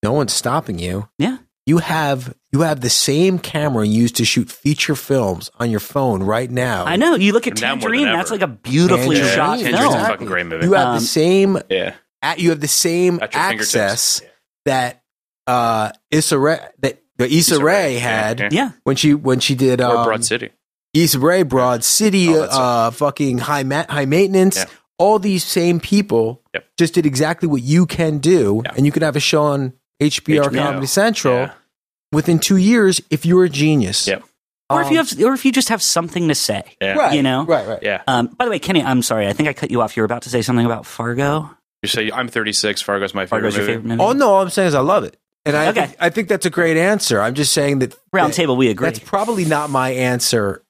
Speaker 3: no one's stopping you.
Speaker 5: Yeah.
Speaker 3: You have you have the same camera used to shoot feature films on your phone right now.
Speaker 5: i know you look at
Speaker 4: Oh, Now more than
Speaker 5: tangerine that's
Speaker 4: ever.
Speaker 5: like a beautifully
Speaker 3: Tangerine.
Speaker 5: shot
Speaker 3: Tangerine's
Speaker 4: Tangerine's a
Speaker 5: film
Speaker 4: fucking great movie.
Speaker 3: You have
Speaker 5: Um,
Speaker 3: the same
Speaker 4: yeah.
Speaker 3: at, you have the same
Speaker 4: At your fingertips.
Speaker 3: access that uh Issa Rae, that the Issa,
Speaker 4: Issa Rae,
Speaker 3: Rae
Speaker 4: yeah,
Speaker 3: had
Speaker 4: yeah.
Speaker 5: yeah
Speaker 3: when she when she did
Speaker 4: Or
Speaker 3: um,
Speaker 4: Broad City.
Speaker 3: East Ray, Broad City,
Speaker 4: All that stuff.
Speaker 3: uh, fucking high ma- high maintenance.
Speaker 4: Yeah.
Speaker 3: All these same people
Speaker 4: Yep.
Speaker 3: just did exactly what you can do,
Speaker 4: Yeah.
Speaker 3: and you could have a show on HBO, or
Speaker 4: HBO.
Speaker 3: Comedy Central
Speaker 4: Yeah.
Speaker 3: within two years if you're a genius.
Speaker 4: Yep.
Speaker 5: or if you
Speaker 3: Um,
Speaker 5: have, or if you just have something to say.
Speaker 4: Yeah.
Speaker 3: right,
Speaker 5: you know?
Speaker 3: right, right.
Speaker 4: Yeah.
Speaker 5: Um, by the way, Kenny, I'm sorry. I think I cut you off. You were about to say something about Fargo.
Speaker 4: You say I'm 36. Fargo's my favorite
Speaker 5: Fargo's your
Speaker 4: movie.
Speaker 5: favorite movie.
Speaker 3: Oh no, all I'm saying is I love it, and I
Speaker 5: Okay.
Speaker 3: think- I think that's a great answer. I'm just saying that
Speaker 5: Round
Speaker 3: that-
Speaker 5: table, we agree.
Speaker 3: That's probably not my answer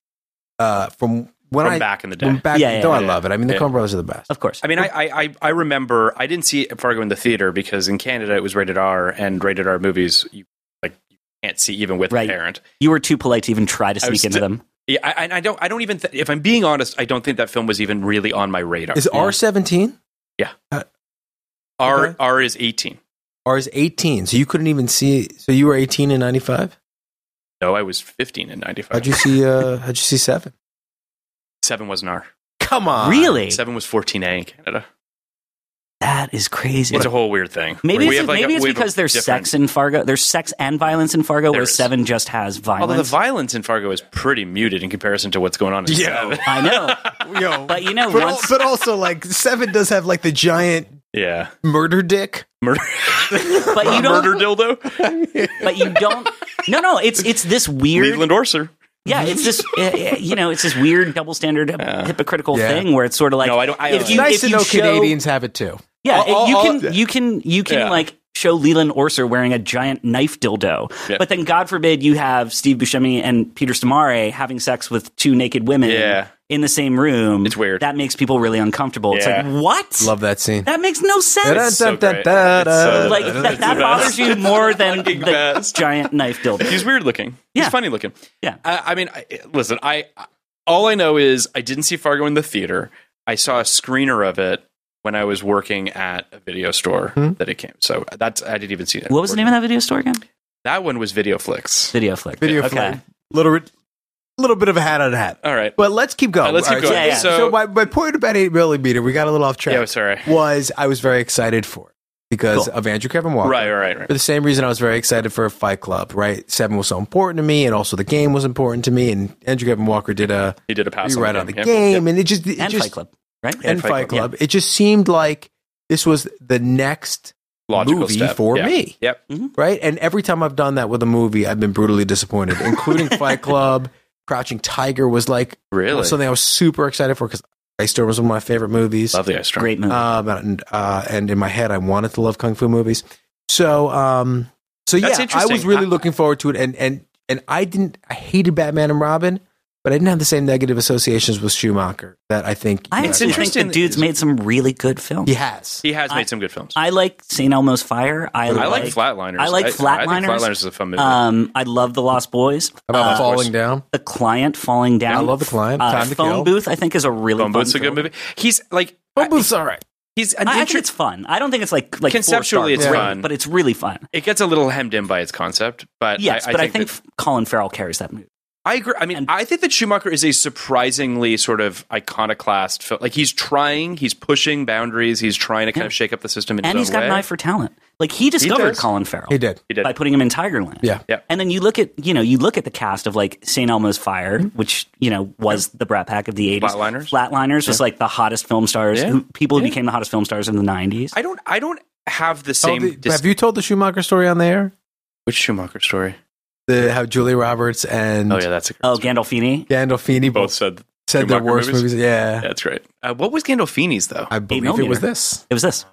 Speaker 3: uh, from when
Speaker 4: From
Speaker 3: I
Speaker 4: back in the day.
Speaker 3: From back,
Speaker 5: Yeah, yeah,
Speaker 3: though I
Speaker 4: yeah.
Speaker 3: love it. I mean, the
Speaker 4: Yeah.
Speaker 3: Coen Brothers are the best.
Speaker 5: of course.
Speaker 4: I mean, I, I I- I remember I didn't see Fargo in the theater because in Canada it was rated R, and rated R movies you like you can't see even with
Speaker 5: Right.
Speaker 4: a parent.
Speaker 5: you were too polite to even try to
Speaker 4: I was
Speaker 5: sneak into
Speaker 4: sti-
Speaker 5: them.
Speaker 4: Yeah, I, and I don't I don't even th- if I'm being honest, I don't think that film was even really on my radar.
Speaker 3: Is R seventeen
Speaker 4: R
Speaker 3: okay.
Speaker 4: R is 18.
Speaker 3: or is eighteen? So you couldn't even see. So you were eighteen in ninety five.
Speaker 4: No, I was 15 in 95.
Speaker 3: How'd you see? Uh, how'd you see seven?
Speaker 4: Seven was an R.
Speaker 3: Come on,
Speaker 5: Really?
Speaker 4: Uh, Seven was 14A in Canada.
Speaker 5: That is crazy.
Speaker 4: It's a whole weird thing.
Speaker 5: Maybe
Speaker 4: We
Speaker 5: it's,
Speaker 4: have, like,
Speaker 5: maybe
Speaker 4: a-
Speaker 5: it's
Speaker 4: we have a
Speaker 5: because there's
Speaker 4: different-
Speaker 5: sex in Fargo. There's sex and violence in Fargo,
Speaker 4: There
Speaker 5: where
Speaker 4: is.
Speaker 5: Seven just has
Speaker 4: Although the
Speaker 5: violence.
Speaker 4: violence in Fargo is pretty muted in comparison to what's going on in
Speaker 3: Yeah.
Speaker 4: Seven.
Speaker 5: I know,
Speaker 3: yo.
Speaker 5: but you know,
Speaker 3: but, al-
Speaker 5: once
Speaker 3: but also like seven does have like the giant
Speaker 4: yeah.
Speaker 3: murder dick.
Speaker 4: Murder,
Speaker 5: but you don't,
Speaker 4: murder dildo.
Speaker 5: but you don't. No, no, it's it's this weird.
Speaker 4: Leland Orser.
Speaker 5: Yeah, it's this uh, uh, you know, it's this weird double standard, hypocritical
Speaker 3: Yeah.
Speaker 5: thing where it's sort of like
Speaker 4: Uh, No, I don't- I
Speaker 5: if
Speaker 4: don't
Speaker 5: you,
Speaker 4: know.
Speaker 3: nice
Speaker 5: if
Speaker 3: to
Speaker 5: you
Speaker 3: know
Speaker 5: show-
Speaker 3: Canadians have it too.
Speaker 5: Yeah,
Speaker 3: All- all-
Speaker 5: you
Speaker 3: all-
Speaker 5: can
Speaker 3: yeah.
Speaker 5: you can you can
Speaker 4: Yeah.
Speaker 5: like show Leland Orser wearing a giant knife dildo,
Speaker 4: Yeah.
Speaker 5: but then God forbid you have Steve Buscemi and Peter Stamare having sex with two naked women
Speaker 4: Yeah.
Speaker 5: in the same room.
Speaker 4: It's weird.
Speaker 5: That makes people really uncomfortable. It's
Speaker 4: Yeah.
Speaker 5: like what?
Speaker 3: Love that scene.
Speaker 5: that makes no sense.
Speaker 4: so great. It's so-
Speaker 5: like that, that
Speaker 4: the
Speaker 5: bothers
Speaker 4: best.
Speaker 5: you more than the
Speaker 4: Fucking best.
Speaker 5: giant knife dildo.
Speaker 4: He's weird looking.
Speaker 5: Yeah.
Speaker 4: He's funny looking.
Speaker 5: Yeah.
Speaker 4: I, I mean, I, listen. I I- all I know is I didn't see Fargo in the theater. I saw a screener of it when I was working at a video store
Speaker 3: Hmm?
Speaker 4: that it came. So that's I didn't even see that.
Speaker 5: What was the name of that video store again?
Speaker 4: That one was Videoflix.
Speaker 5: Video flick.
Speaker 3: Video
Speaker 5: okay.
Speaker 3: flame. Little, ri- little bit of a hat on hat.
Speaker 4: All right.
Speaker 3: But let's keep going.
Speaker 4: All right, let's keep
Speaker 3: All right,
Speaker 5: going.
Speaker 3: So,
Speaker 4: Yeah, yeah.
Speaker 3: so my, my point about 8 millimeter, we got a little off track,
Speaker 4: Yeah, sorry.
Speaker 3: was I was very excited for it because
Speaker 5: Cool.
Speaker 3: of Andrew Kevin Walker.
Speaker 4: Right, right, right.
Speaker 3: For the same reason I was very excited for Fight Club, right? Seven was so important to me, and also the game was important to me, and Andrew Kevin Walker did a
Speaker 4: He did a pass
Speaker 3: rewrite on
Speaker 4: on
Speaker 3: the
Speaker 4: Yep.
Speaker 3: game, and it just. It
Speaker 5: And
Speaker 3: just,
Speaker 5: Fight Club, right?
Speaker 3: And, Fight, Club. It just seemed like this was the next
Speaker 4: Logical
Speaker 3: movie
Speaker 4: step.
Speaker 3: for
Speaker 4: Yeah.
Speaker 3: me.
Speaker 4: Yep.
Speaker 3: right? And every time I've done that with a movie, I've been brutally disappointed, including Fight Club. Crouching Tiger was like
Speaker 4: Really?
Speaker 3: something I was super excited for because Ice Storm was one of my favorite movies.
Speaker 4: Love the ice storm.
Speaker 5: Great movie.
Speaker 3: Um, and uh, and in my head, I wanted to love kung fu movies. So um, so
Speaker 4: That's
Speaker 3: yeah, I
Speaker 4: interesting.
Speaker 3: was really
Speaker 4: I-
Speaker 3: looking forward to it, and and and I didn't. I hated Batman and Robin, but I didn't have the same negative associations with Schumacher that I think
Speaker 5: I
Speaker 3: you
Speaker 4: It's
Speaker 3: know,
Speaker 5: actually think
Speaker 4: interesting
Speaker 5: the
Speaker 4: that-
Speaker 5: dude's made some really good films.
Speaker 3: he has.
Speaker 4: He has made
Speaker 5: I-
Speaker 4: some good films. I,
Speaker 5: I like St. Elmo's Fire. I,
Speaker 4: like Flatliners.
Speaker 5: I like Flatliners.
Speaker 4: think Flatliners is a fun movie.
Speaker 5: Um, I love The Lost Boys.
Speaker 3: About
Speaker 5: Uh,
Speaker 3: falling down.
Speaker 5: The Client falling down.
Speaker 3: I love The Client.
Speaker 5: Uh,
Speaker 3: Time to
Speaker 5: Phone
Speaker 3: Kill.
Speaker 5: Booth. I think is a really
Speaker 4: Phone
Speaker 5: fun
Speaker 4: Booth's a good
Speaker 5: film.
Speaker 4: movie. He's like
Speaker 3: Oh, Booth's all right.
Speaker 4: he's an
Speaker 5: I, I think
Speaker 4: inter-
Speaker 5: it's fun. I don't think it's like like four
Speaker 4: Conceptually,
Speaker 5: star
Speaker 4: it's
Speaker 5: great,
Speaker 4: fun.
Speaker 5: but it's really fun.
Speaker 4: it gets a little hemmed in by its concept, but
Speaker 5: Yes,
Speaker 4: I, I
Speaker 5: but
Speaker 4: think,
Speaker 5: I think
Speaker 4: that-
Speaker 5: Colin Farrell carries that movie.
Speaker 4: I agree. I mean,
Speaker 5: and-
Speaker 4: I think that Schumacher is a surprisingly sort of iconoclast. Film. Like he's trying, he's pushing boundaries, he's trying to kind of shake up the system in
Speaker 5: And
Speaker 4: his
Speaker 5: he's got
Speaker 4: own way.
Speaker 5: an eye for talent. Like he discovered
Speaker 4: does.
Speaker 5: Colin Farrell.
Speaker 3: He did.
Speaker 4: He did.
Speaker 5: by putting him in Tigerland.
Speaker 3: Yeah.
Speaker 4: Yeah.
Speaker 5: And then you look at you know you look at the cast of like St. Elmo's Fire,
Speaker 3: Mm-hmm.
Speaker 5: which you know was the Brat Pack of the eighties.
Speaker 4: Flatliners.
Speaker 5: Flatliners was like the hottest film stars.
Speaker 4: Yeah.
Speaker 5: Who, people who became the hottest film stars in the nineties.
Speaker 4: I don't. I don't have the
Speaker 3: Oh,
Speaker 4: same.
Speaker 3: the-
Speaker 4: dis-
Speaker 3: have you told the Schumacher story on the air?
Speaker 4: which Schumacher story?
Speaker 3: The how Julia Roberts and
Speaker 4: Oh yeah, that's a good
Speaker 5: Oh,
Speaker 4: story.
Speaker 5: Gandolfini.
Speaker 3: Gandolfini
Speaker 4: both
Speaker 3: both
Speaker 4: said
Speaker 3: said their
Speaker 4: Schumacher
Speaker 3: worst
Speaker 4: movies?
Speaker 3: movies. Yeah.
Speaker 4: that's right. Uh, what was Gandolfini's though?
Speaker 3: I believe it
Speaker 5: millimeter.
Speaker 3: was this.
Speaker 5: It was this,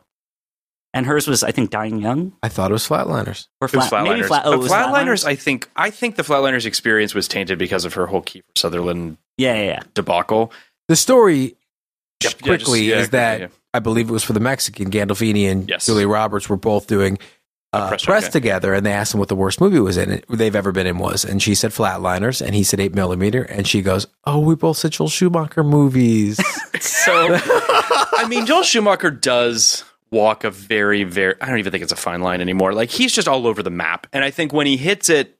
Speaker 5: and hers was I think Dying Young
Speaker 3: I thought it was Flatliners.
Speaker 5: or
Speaker 4: It was
Speaker 5: Flat, maybe
Speaker 4: Flatliners.
Speaker 5: Flat. Oh,
Speaker 4: But
Speaker 5: it was
Speaker 4: Flatliners, I think. I think the Flatliners experience was tainted because of her whole Keith Sutherland
Speaker 5: yeah, yeah, yeah.
Speaker 4: debacle.
Speaker 3: The story
Speaker 4: Yep, yeah,
Speaker 3: quickly
Speaker 4: just- yeah,
Speaker 3: is that
Speaker 4: yeah.
Speaker 3: I believe it was for the Mexican Gandolfini and
Speaker 4: Yes.
Speaker 3: Julia Roberts were both doing uh,
Speaker 4: press
Speaker 3: press,
Speaker 4: check, yeah.
Speaker 3: together, and they asked him what the worst movie was in it, they've ever been in was, and she said Flatliners, and he said Eight Millimeter, and she goes, "Oh, we both said Joel Schumacher movies."
Speaker 4: So, I mean, Joel Schumacher does walk a very, very, I don't even think it's a fine line anymore. Like, he's just all over the map. And I think when he hits it,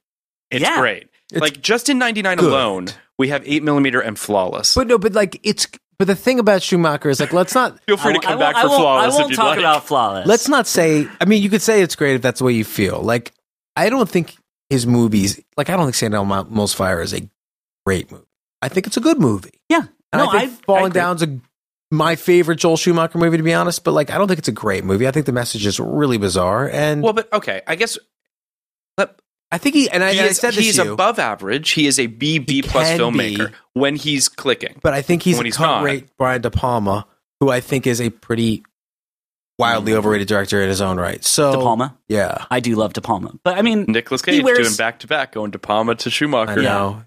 Speaker 4: it's
Speaker 5: Yeah.
Speaker 4: great.
Speaker 3: It's
Speaker 4: like, just in 99
Speaker 3: good.
Speaker 4: alone, we have 8 millimeter and Flawless.
Speaker 3: but no, but like it's but the thing about Schumacher is like let's not
Speaker 4: Feel free
Speaker 5: I
Speaker 4: to
Speaker 5: won't-
Speaker 4: come
Speaker 5: I won't-
Speaker 4: back for
Speaker 5: I won't-
Speaker 4: Flawless
Speaker 5: I
Speaker 4: if
Speaker 5: won't
Speaker 4: you'd
Speaker 5: talk
Speaker 4: like.
Speaker 5: about Flawless.
Speaker 3: let's not say i mean you could say it's great if that's the way you feel like i don't think his movies like i don't think sand Elmo's fire is a great movie I think it's a good movie.
Speaker 5: Yeah.
Speaker 3: And
Speaker 5: No,
Speaker 3: I think
Speaker 5: I- I
Speaker 3: Falling
Speaker 5: agree.
Speaker 3: Down's a my favorite Joel Schumacher movie, to be honest. But like, I don't think it's a great movie. I think the message is really bizarre. And
Speaker 4: Well, but okay, I guess. But
Speaker 3: I think he and I,
Speaker 4: he
Speaker 3: and I
Speaker 4: is-
Speaker 3: said this
Speaker 4: he's
Speaker 3: to you,
Speaker 4: above average. He is a B B plus
Speaker 3: can
Speaker 4: filmmaker
Speaker 3: be.
Speaker 4: when he's clicking.
Speaker 3: but I think he's
Speaker 4: when
Speaker 3: a
Speaker 4: he's
Speaker 3: cut
Speaker 4: not.
Speaker 3: rate Brian De Palma, who I think is a pretty wildly overrated director in his own right. So
Speaker 5: De Palma.
Speaker 3: yeah,
Speaker 5: I do love De Palma, but I mean,
Speaker 4: Nicholas
Speaker 5: He
Speaker 4: Cage
Speaker 5: wears-
Speaker 4: doing back to back, going to Palma to
Speaker 3: I
Speaker 4: Schumacher.
Speaker 3: know.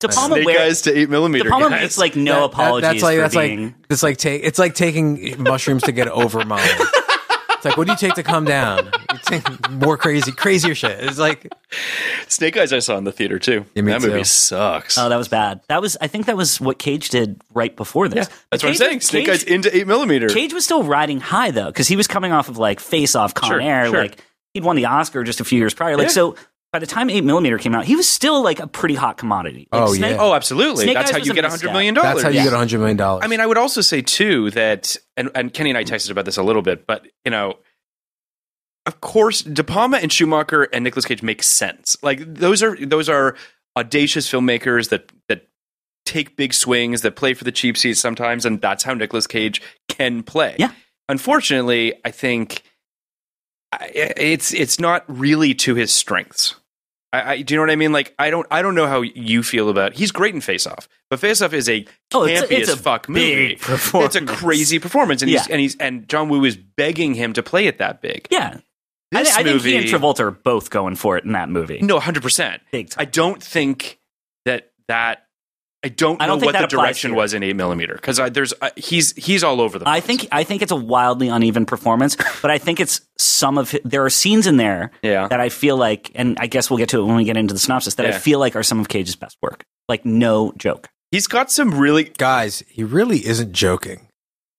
Speaker 5: De Palma
Speaker 4: Snake
Speaker 5: wears
Speaker 4: eyes to eight millimeter.
Speaker 5: De Palma
Speaker 4: guys.
Speaker 5: makes like no
Speaker 3: That- that-
Speaker 5: apologies
Speaker 3: that's like
Speaker 5: for
Speaker 3: that's
Speaker 5: being.
Speaker 3: like it's like take it's like taking mushrooms to get over mine. It's like what do you take to come down? You take more crazy, crazier shit. It's like
Speaker 4: Snake Eyes I saw in the theater too.
Speaker 3: Yeah, me
Speaker 4: that
Speaker 3: too.
Speaker 4: movie sucks.
Speaker 5: Oh, that was bad. That was. I think that was what Cage did right before
Speaker 4: yeah,
Speaker 5: this.
Speaker 4: that's what I'm
Speaker 5: Cage-
Speaker 4: saying. Snake
Speaker 5: Cage-
Speaker 4: Eyes into eight millimeter.
Speaker 5: Cage was still riding high though, because he was coming off of like Face Off, Con
Speaker 4: Sure,
Speaker 5: Air,
Speaker 4: sure.
Speaker 5: like he'd won the Oscar just a few years prior. Like
Speaker 4: Yeah.
Speaker 5: so, by the time Eight Millimeter came out, he was still like a pretty hot commodity. Like,
Speaker 3: Oh, yeah.
Speaker 4: Oh, absolutely.
Speaker 5: Snake
Speaker 4: that's
Speaker 5: Eyes
Speaker 4: how
Speaker 5: was
Speaker 4: you
Speaker 5: a
Speaker 4: get
Speaker 5: misstep.
Speaker 4: hundred million
Speaker 3: that's
Speaker 4: dollars.
Speaker 3: how you get a hundred million dollars.
Speaker 4: I mean, I would also say too that, and, and Kenny and I texted about this a little bit, but you know, of course, De Palma and Schumacher and Nicolas Cage make sense. Like those are those are audacious filmmakers that that take big swings, that play for the cheap seats sometimes, and that's how Nicolas Cage can play.
Speaker 5: Yeah.
Speaker 4: Unfortunately, I think I- it's it's not really to his strengths. I, I, do you know what I mean? Like I don't I don't know how you feel about. He's great in Face Off, but Face Off is a
Speaker 5: Oh,
Speaker 4: campy
Speaker 5: it's a- it's
Speaker 4: as
Speaker 5: a
Speaker 4: fuck
Speaker 5: big
Speaker 4: movie.
Speaker 5: performance.
Speaker 4: It's a crazy performance, and he's
Speaker 5: Yeah.
Speaker 4: and he's and John Woo is begging him to play it that big.
Speaker 5: yeah. I,
Speaker 4: This
Speaker 5: I think he and
Speaker 4: movie-
Speaker 5: Travolta are both going for it in that movie.
Speaker 4: No, hundred percent.
Speaker 5: Big time.
Speaker 4: I don't think that that I don't
Speaker 5: I don't
Speaker 4: know
Speaker 5: think
Speaker 4: what the
Speaker 5: that applies
Speaker 4: direction
Speaker 5: here.
Speaker 4: was in eight millimeter because there's uh, he's he's all over the.
Speaker 5: I
Speaker 4: place.
Speaker 5: think I think it's a wildly uneven performance, but I think it's some of hi- there are scenes in there
Speaker 4: Yeah.
Speaker 5: that I feel like, and I guess we'll get to it when we get into the synopsis that I
Speaker 4: Yeah.
Speaker 5: feel like are some of Cage's best work. Like no joke.
Speaker 4: he's got some really.
Speaker 3: guys, he really isn't joking.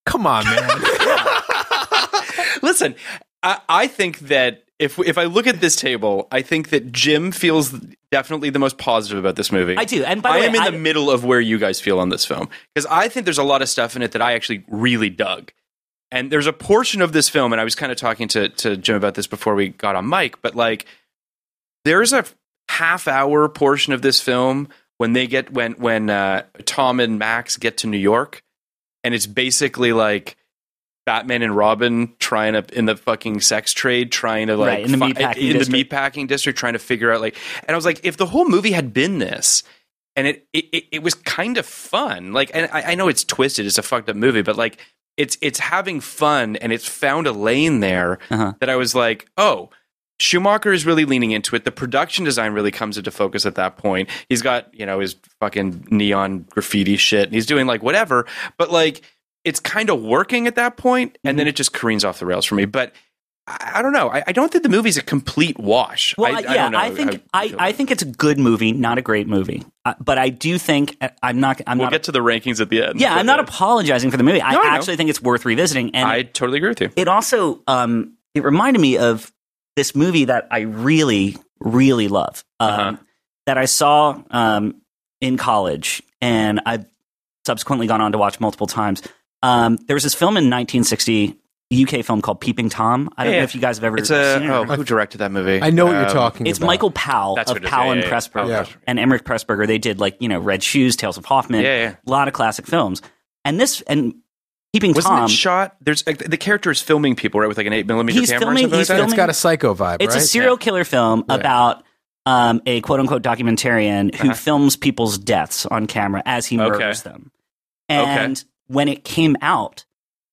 Speaker 3: Come on, man.
Speaker 4: Listen, I, I think that. If, if I look at this table, I think that Jim feels definitely the most positive about this movie.
Speaker 5: I do, and by the
Speaker 4: I
Speaker 5: way,
Speaker 4: am in
Speaker 5: I-
Speaker 4: the middle of where you guys feel on this film because I think there's a lot of stuff in it that I actually really dug. And there's a portion of this film, and I was kind of talking to, to Jim about this before we got on mic, but like there's a half hour portion of this film when they get when when uh, Tom and Max get to New York, and it's basically like Batman and Robin trying to in the fucking sex trade, trying to like
Speaker 5: Right, in the
Speaker 4: fi-
Speaker 5: meatpacking
Speaker 4: in the
Speaker 5: district.
Speaker 4: meatpacking district, trying to figure out like. And I was like, if the whole movie had been this, and it it, it, it was kind of fun. Like, and I, I know it's twisted, it's a fucked up movie, but like it's it's having fun, and it's found a lane there
Speaker 5: Uh-huh.
Speaker 4: that I was like, oh. Schumacher is really leaning into it. The production design really comes into focus at that point. He's got, you know, his fucking neon graffiti shit and he's doing like whatever, but like it's kind of working at that point, and
Speaker 5: Mm-hmm.
Speaker 4: then it just careens off the rails for me. But I, I don't know. I, I don't think the movie's a complete wash.
Speaker 5: Well, I, yeah, I,
Speaker 4: don't know how you
Speaker 5: think I,
Speaker 4: feel about
Speaker 5: I
Speaker 4: it.
Speaker 5: think it's a good movie, not a great movie. Uh, but I do think uh, I'm not I'm
Speaker 4: we'll
Speaker 5: not
Speaker 4: get to the rankings at the end.
Speaker 5: yeah I'm
Speaker 4: But,
Speaker 5: not
Speaker 4: uh,
Speaker 5: apologizing for the movie. I
Speaker 4: No, I know.
Speaker 5: actually think it's worth revisiting, and
Speaker 4: I totally agree with you.
Speaker 5: it also um, it reminded me of this movie that I really really love um,
Speaker 4: Uh-huh.
Speaker 5: that I saw um, in college, and I've subsequently gone on to watch multiple times. Um, there was this film in 1960 UK film called Peeping Tom. I don't
Speaker 4: Yeah,
Speaker 5: know if you guys have ever
Speaker 4: It's
Speaker 5: seen it
Speaker 4: a
Speaker 5: or
Speaker 4: oh,
Speaker 5: not.
Speaker 4: who directed that movie?
Speaker 3: I know what you're
Speaker 4: Um,
Speaker 3: talking
Speaker 5: It's
Speaker 3: about.
Speaker 5: Michael Powell
Speaker 4: That's
Speaker 5: of
Speaker 4: what it is.
Speaker 5: Powell
Speaker 4: Yeah,
Speaker 5: and
Speaker 4: yeah, yeah.
Speaker 5: Pressburger
Speaker 3: Yeah.
Speaker 5: and Emmerich Pressburger. They did like you know Red Shoes, Tales of Hoffman,
Speaker 4: Yeah, yeah.
Speaker 5: a lot of classic films. And this and Peeping
Speaker 4: Wasn't
Speaker 5: Tom,
Speaker 4: it shot? There's like, the character is filming people right with like an eight millimeter
Speaker 5: He's
Speaker 4: camera.
Speaker 5: filming-
Speaker 4: or something
Speaker 5: he's
Speaker 4: like that?
Speaker 3: it's got a psycho vibe,
Speaker 5: it's
Speaker 3: right?
Speaker 5: a serial killer film about um, a quote unquote documentarian who films people's deaths on camera as he
Speaker 4: Uh-huh. Okay.
Speaker 5: murders them. And when it came out.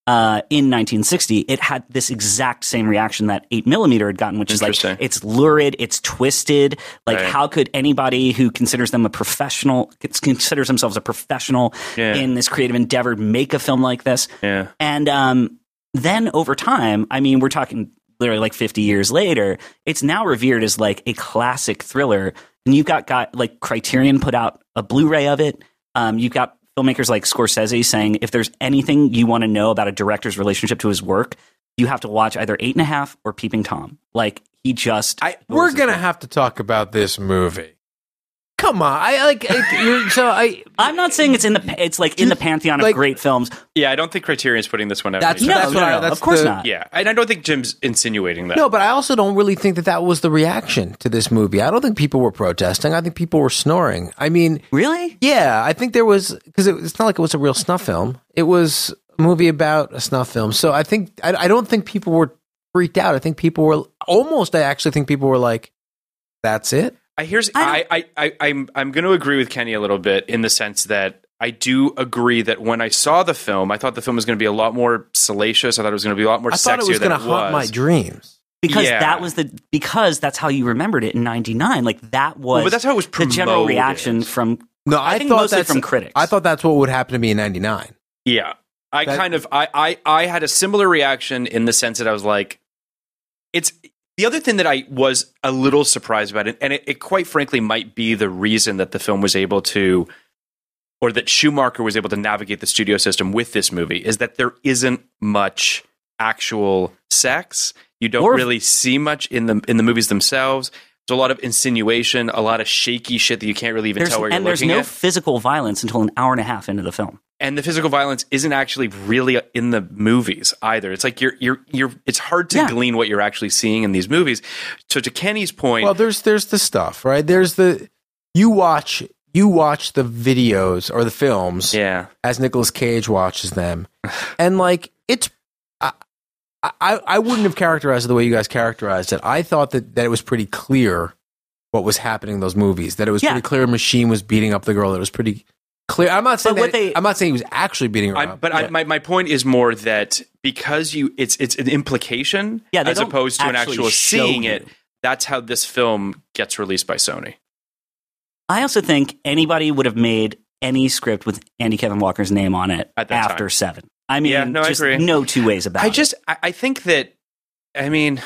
Speaker 5: Uh, in 1960, it had this exact same reaction that 8 millimeter had gotten, which is like
Speaker 4: Interesting.
Speaker 5: it's lurid, it's twisted. Like,
Speaker 4: Right.
Speaker 5: how could anybody who considers them a professional considers themselves a professional
Speaker 4: Yeah.
Speaker 5: in this creative endeavor make a film like this?
Speaker 4: Yeah.
Speaker 5: And um, then over time, I mean, we're talking literally like 50 years later, it's now revered as like a classic thriller. And you've got, got like Criterion put out a Blu ray of it. Um, you've got filmmakers like Scorsese saying if there's anything you want to know about a director's relationship to his work, you have to watch either Eight and a Half or Peeping Tom. Like, he just.
Speaker 3: I, we're gonna have to talk about this movie. come on. I like I, you're, so I.
Speaker 5: I'm not saying it's in the it's like in the pantheon of
Speaker 3: like-
Speaker 5: great films.
Speaker 4: Yeah, I don't think Criterion's putting this one out.
Speaker 3: That's-
Speaker 4: either.
Speaker 5: No,
Speaker 3: that's what
Speaker 5: no,
Speaker 3: I-
Speaker 5: no,
Speaker 3: that's
Speaker 5: of course
Speaker 3: the-
Speaker 5: not.
Speaker 4: yeah, and I don't think Jim's insinuating that.
Speaker 3: No, but I also don't really think that that was the reaction to this movie. I don't think people were protesting. I think people were snoring. I mean,
Speaker 5: Really?
Speaker 3: yeah, I think there was because it, it's not like it was a real snuff film. It was a movie about a snuff film. So I think I, I don't think people were freaked out. I think people were almost. I actually think people were like, "That's it."
Speaker 4: I here's
Speaker 5: I
Speaker 4: I, I, I, I'm I'm going to agree with Kenny a little bit in the sense that I do agree that when I saw the film, I thought the film was going to be a lot more salacious. I thought it was going to be a lot more
Speaker 3: I
Speaker 4: sexier
Speaker 3: thought it was
Speaker 4: than
Speaker 3: going to
Speaker 4: it was.
Speaker 3: haunt my dreams.
Speaker 5: Because
Speaker 4: Yeah.
Speaker 5: that was the because that's how you remembered it in '99. Like that was.
Speaker 4: but that's how it was
Speaker 5: The general
Speaker 4: promoted.
Speaker 5: reaction from
Speaker 3: No,
Speaker 5: I
Speaker 3: I,
Speaker 5: think
Speaker 3: thought
Speaker 5: mostly
Speaker 3: that's-
Speaker 5: from critics.
Speaker 3: I thought that's what would happen to me in '99.
Speaker 4: yeah, I
Speaker 3: That-
Speaker 4: kind of I, I I had a similar reaction in the sense that I was like, it's the other thing that I was a little surprised about, and, and it, it quite frankly might be the reason that the film was able to, or that Schumacher was able to navigate the studio system with this movie, is that there isn't much actual sex. You don't
Speaker 5: Or-
Speaker 4: really see much in the in the movies themselves. There's a lot of insinuation, a lot of shaky shit that you can't really even
Speaker 5: there's,
Speaker 4: tell where you're
Speaker 5: and there's
Speaker 4: looking
Speaker 5: no
Speaker 4: at.
Speaker 5: physical violence until an hour and a half into the film.
Speaker 4: and the physical violence isn't actually really in the movies either. It's like you're you're you're. It's hard to
Speaker 5: Yeah.
Speaker 4: glean what you're actually seeing in these movies. So to Kenny's point,
Speaker 3: Well, there's there's the stuff, right? There's the you watch you watch the videos or the films
Speaker 4: yeah,
Speaker 3: as Nicolas Cage watches them, and like it's. I, I, I wouldn't have characterized it the way you guys characterized it. I thought that, that it was pretty clear what was happening in those movies. That it was
Speaker 5: Yeah.
Speaker 3: pretty clear Machine was beating up the girl. That it was pretty clear. I'm not saying
Speaker 5: But what
Speaker 3: that-
Speaker 5: they-
Speaker 3: I'm not saying he was actually beating her
Speaker 4: I,
Speaker 3: up.
Speaker 4: but I, my my point is more that because you it's it's an implication
Speaker 5: Yeah, they
Speaker 4: as
Speaker 5: don't
Speaker 4: opposed to an
Speaker 5: actually
Speaker 4: actual
Speaker 5: show
Speaker 4: seeing
Speaker 5: you.
Speaker 4: it. That's how this film gets released by Sony.
Speaker 5: I also think anybody would have made any script with Andy Kevin Walker's name on it
Speaker 4: At that
Speaker 5: after
Speaker 4: time.
Speaker 5: seven. I mean,
Speaker 4: Yeah, no, I
Speaker 5: just
Speaker 4: agree.
Speaker 5: no two ways about
Speaker 4: I
Speaker 5: it.
Speaker 4: just I, I think that I mean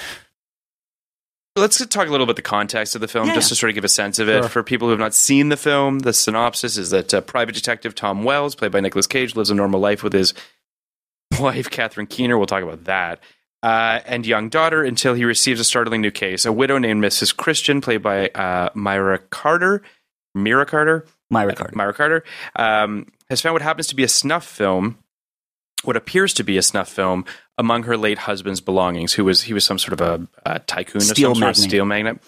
Speaker 4: let's talk a little about the context of the film
Speaker 5: Yeah,
Speaker 4: just
Speaker 5: yeah.
Speaker 4: to sort of give a sense of it
Speaker 3: Sure.
Speaker 4: for people who have not seen the film the synopsis is that uh, private detective Tom Wells played by Nicolas Cage lives a normal life with his wife Catherine Keener we'll talk about that uh, and young daughter until he receives a startling new case a widow named Mrs. Christian played by uh, Myra Carter Mira Carter
Speaker 5: my regard.
Speaker 4: Myra Carter um, has found what happens to be a snuff film, what appears to be a snuff film, among her late husband's belongings. Who was he was some sort of a, a tycoon,
Speaker 5: Steel
Speaker 4: of some
Speaker 5: magnate.
Speaker 4: sort of steel magnate.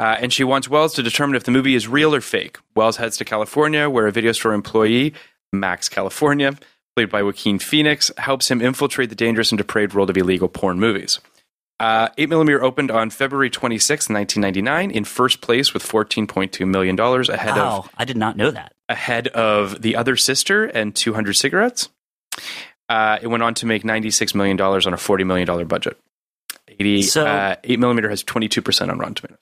Speaker 4: Uh, and she wants Wells to determine if the movie is real or fake. Wells heads to California, where a video store employee, Max California, played by Joaquin Phoenix, helps him infiltrate the dangerous and depraved world of illegal porn movies. Uh, 8mm opened on February 26, 1999, in first place with $14.2 million, ahead of
Speaker 5: wow, I did not know that.
Speaker 4: ahead of The Other Sister and 200 Cigarettes. Uh, it went on to make $96 million on a $40 million budget. 80,
Speaker 5: So-
Speaker 4: uh, 8mm has 22% on Rotten Tomatoes.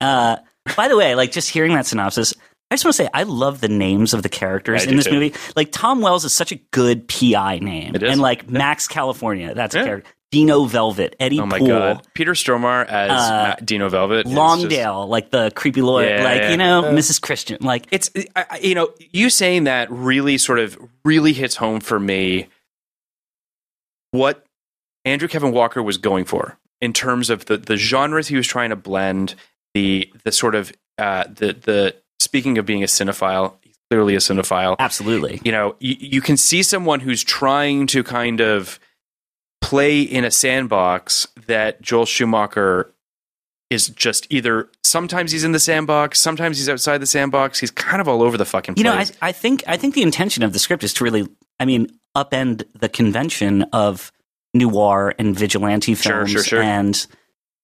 Speaker 5: Uh, by the way, like just hearing that synopsis, I just want to say I love the names of the characters
Speaker 4: I
Speaker 5: in
Speaker 4: do
Speaker 5: this
Speaker 4: too.
Speaker 5: movie. Like Tom Wells is such a good PI name,
Speaker 4: It is.
Speaker 5: and like Max California, that's
Speaker 4: Yeah.
Speaker 5: a character. Dino Velvet, Eddie
Speaker 4: oh my
Speaker 5: Poole,
Speaker 4: God. Peter Stormare as
Speaker 5: Uh,
Speaker 4: Ma- Dino Velvet. is just-
Speaker 5: Longdale, like the creepy lawyer,
Speaker 4: Yeah,
Speaker 5: like
Speaker 4: yeah.
Speaker 5: you know Mrs. Christian, like
Speaker 4: it's I, I- you know you saying that really sort of really hits home for me what Andrew Kevin Walker was going for in terms of the the genres he was trying to blend the the sort of uh, the the speaking of being a cinephile he's clearly a cinephile
Speaker 5: absolutely.
Speaker 4: you know you, you can see someone who's trying to kind of play in a sandbox that Joel Schumacher is just either sometimes he's in the sandbox, sometimes he's outside the sandbox. He's kind of all over the fucking
Speaker 5: You
Speaker 4: place.
Speaker 5: know, I, I think I think the intention of the script is to really, I mean, upend the convention of noir and vigilante
Speaker 4: Sure,
Speaker 5: films,
Speaker 4: sure, sure.
Speaker 5: and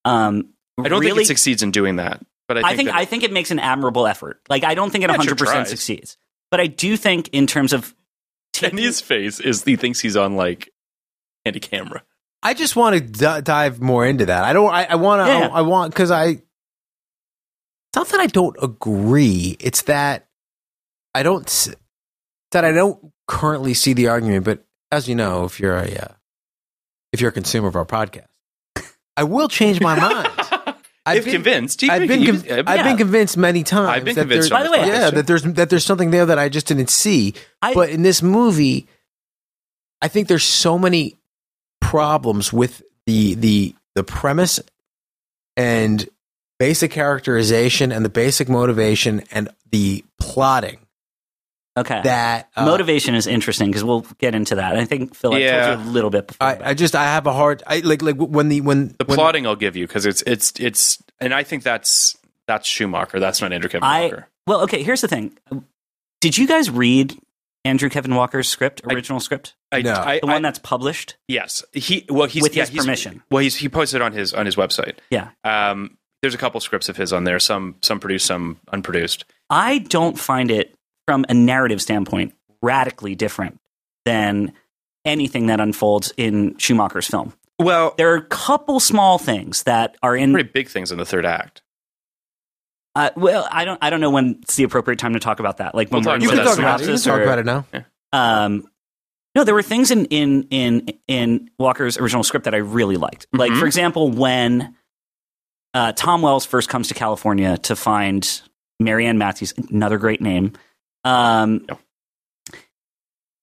Speaker 5: um,
Speaker 4: I don't
Speaker 5: really,
Speaker 4: think it succeeds in doing that. But I think,
Speaker 5: I think
Speaker 4: that-
Speaker 5: I think it makes an admirable effort. Like I don't think it
Speaker 4: Yeah, it
Speaker 5: one
Speaker 4: sure
Speaker 5: hundred percent
Speaker 4: tries.
Speaker 5: succeeds, but I do think in terms of taking-
Speaker 4: Kenny's face is he thinks he's on like any camera.
Speaker 3: I just want to d- dive more into that. I don't. I, I want to.
Speaker 5: Yeah.
Speaker 3: I, I want because I. It's not that I don't agree. It's that I don't. s- That I don't currently see the argument. But as you know, if you're a uh, if you're a consumer of our podcast, I will change my mind.
Speaker 4: I've
Speaker 3: been-
Speaker 4: convinced. You
Speaker 3: I've
Speaker 4: think
Speaker 3: been,
Speaker 4: you- uh,
Speaker 3: con- I've been convinced many times.
Speaker 4: I've been
Speaker 3: that
Speaker 4: convinced
Speaker 3: there-
Speaker 4: on
Speaker 5: By the this way-
Speaker 3: yeah,
Speaker 4: podcast,
Speaker 3: that there's that there's something there that I just didn't see.
Speaker 5: I-
Speaker 3: but in this movie, I think there's so many problems with the the the premise and basic characterization and the basic motivation and the plotting
Speaker 5: Okay.
Speaker 3: that uh,
Speaker 5: Motivation is interesting because we'll get into that. I think Phil, I
Speaker 4: Yeah.
Speaker 5: told you a little bit before.
Speaker 3: I, I just I have a hard I like like when the when
Speaker 4: The
Speaker 3: when,
Speaker 4: plotting I'll give you because it's it's it's and I think that's that's Schumacher. That's not Andrew Kevin
Speaker 5: I-
Speaker 4: Walker.
Speaker 5: well, okay, here's the thing. Did you guys read Andrew Kevin Walker's script,
Speaker 4: I-
Speaker 5: original script?
Speaker 4: I,
Speaker 3: No.
Speaker 4: I,
Speaker 5: The one
Speaker 4: I-
Speaker 5: that's published?
Speaker 4: yes, he well he's
Speaker 5: With
Speaker 4: yeah,
Speaker 5: his
Speaker 4: he's-
Speaker 5: permission.
Speaker 4: Well, he's he posted on his on his website.
Speaker 5: Yeah.
Speaker 4: Um, there's a couple scripts of his on there. Some some produced, some unproduced.
Speaker 5: I don't find it, from a narrative standpoint, radically different than anything that unfolds in Schumacher's film.
Speaker 4: Well, there
Speaker 5: There are a couple small things that are
Speaker 4: are
Speaker 5: in
Speaker 4: pretty big things in the third act.
Speaker 5: Uh, well, I don't. I don't know when it's the appropriate time to talk about that. Like when
Speaker 4: We'll
Speaker 5: we're
Speaker 4: talk
Speaker 3: you can
Speaker 5: into
Speaker 4: about
Speaker 5: the
Speaker 3: talk about it you can
Speaker 5: synopsis
Speaker 3: talk
Speaker 5: or-
Speaker 3: about it now
Speaker 5: Um, no, there were things in in in in Walker's original script that I really liked. Like
Speaker 4: Mhm.
Speaker 5: for example, when uh, Tom Wells first comes to California to find Marianne Matthews, another great name. Um,
Speaker 4: Yeah.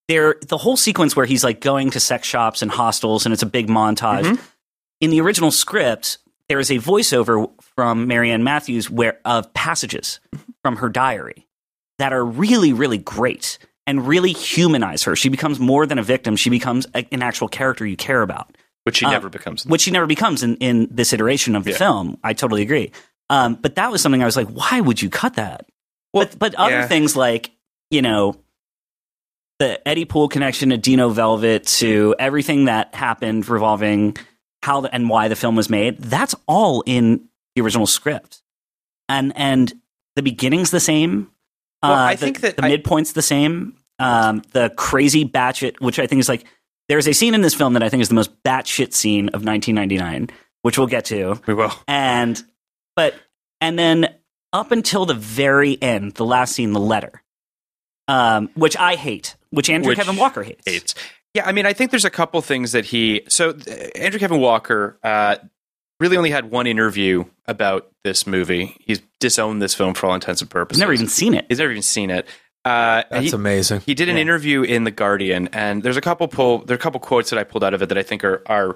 Speaker 5: There, the whole sequence where he's like going to sex shops and hostels, and it's a big montage.
Speaker 4: Mhm.
Speaker 5: In the original script, there is a voiceover from Marianne Matthews where of passages from her diary that are really, really great and really humanize her. She becomes more than a victim. She becomes a, an actual character you care about,
Speaker 4: Which he
Speaker 5: Uh,
Speaker 4: never becomes.
Speaker 5: which she never becomes in, in this iteration of the
Speaker 4: Yeah.
Speaker 5: film. I totally agree. Um, but that was something I was like, why would you cut that? but, but other
Speaker 4: yeah.
Speaker 5: things like, you know, the Eddie Pool connection to Dino Velvet to everything that happened revolving how the, and why the film was made, that's all in the original script. And, and the beginning's the same. Uh,
Speaker 4: Well, I
Speaker 5: the-
Speaker 4: think that
Speaker 5: the
Speaker 4: I-
Speaker 5: midpoint's the same. Um, the crazy batshit, which I think is like there's a scene in this film that I think is the most batshit scene of 1999, which we'll get to.
Speaker 4: we will.
Speaker 5: And but and then up until the very end, the last scene, the letter, um, which I hate, which Andrew
Speaker 4: Which
Speaker 5: Kevin Walker hates.
Speaker 4: It's Yeah, I mean, I think there's a couple things that he. So uh, Andrew Kevin Walker uh, really only had one interview about this movie. He's disowned this film for all intents and
Speaker 5: He's
Speaker 4: purposes.
Speaker 5: never even seen it.
Speaker 4: He's never even seen it. Uh, and
Speaker 3: that's
Speaker 4: he,
Speaker 3: amazing
Speaker 4: he did an
Speaker 5: Yeah.
Speaker 4: interview in the Guardian, and there's a couple pull. There are a couple quotes that I pulled out of it that I think are are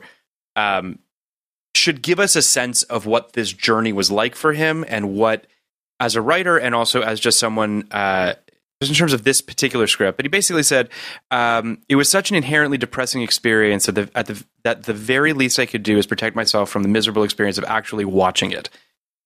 Speaker 4: um, should give us a sense of what this journey was like for him and what as a writer and also as just someone uh, just in terms of this particular script. But he basically said um, it was such an inherently depressing experience that the, at the that the very least I could do is protect myself from the miserable experience of actually watching it.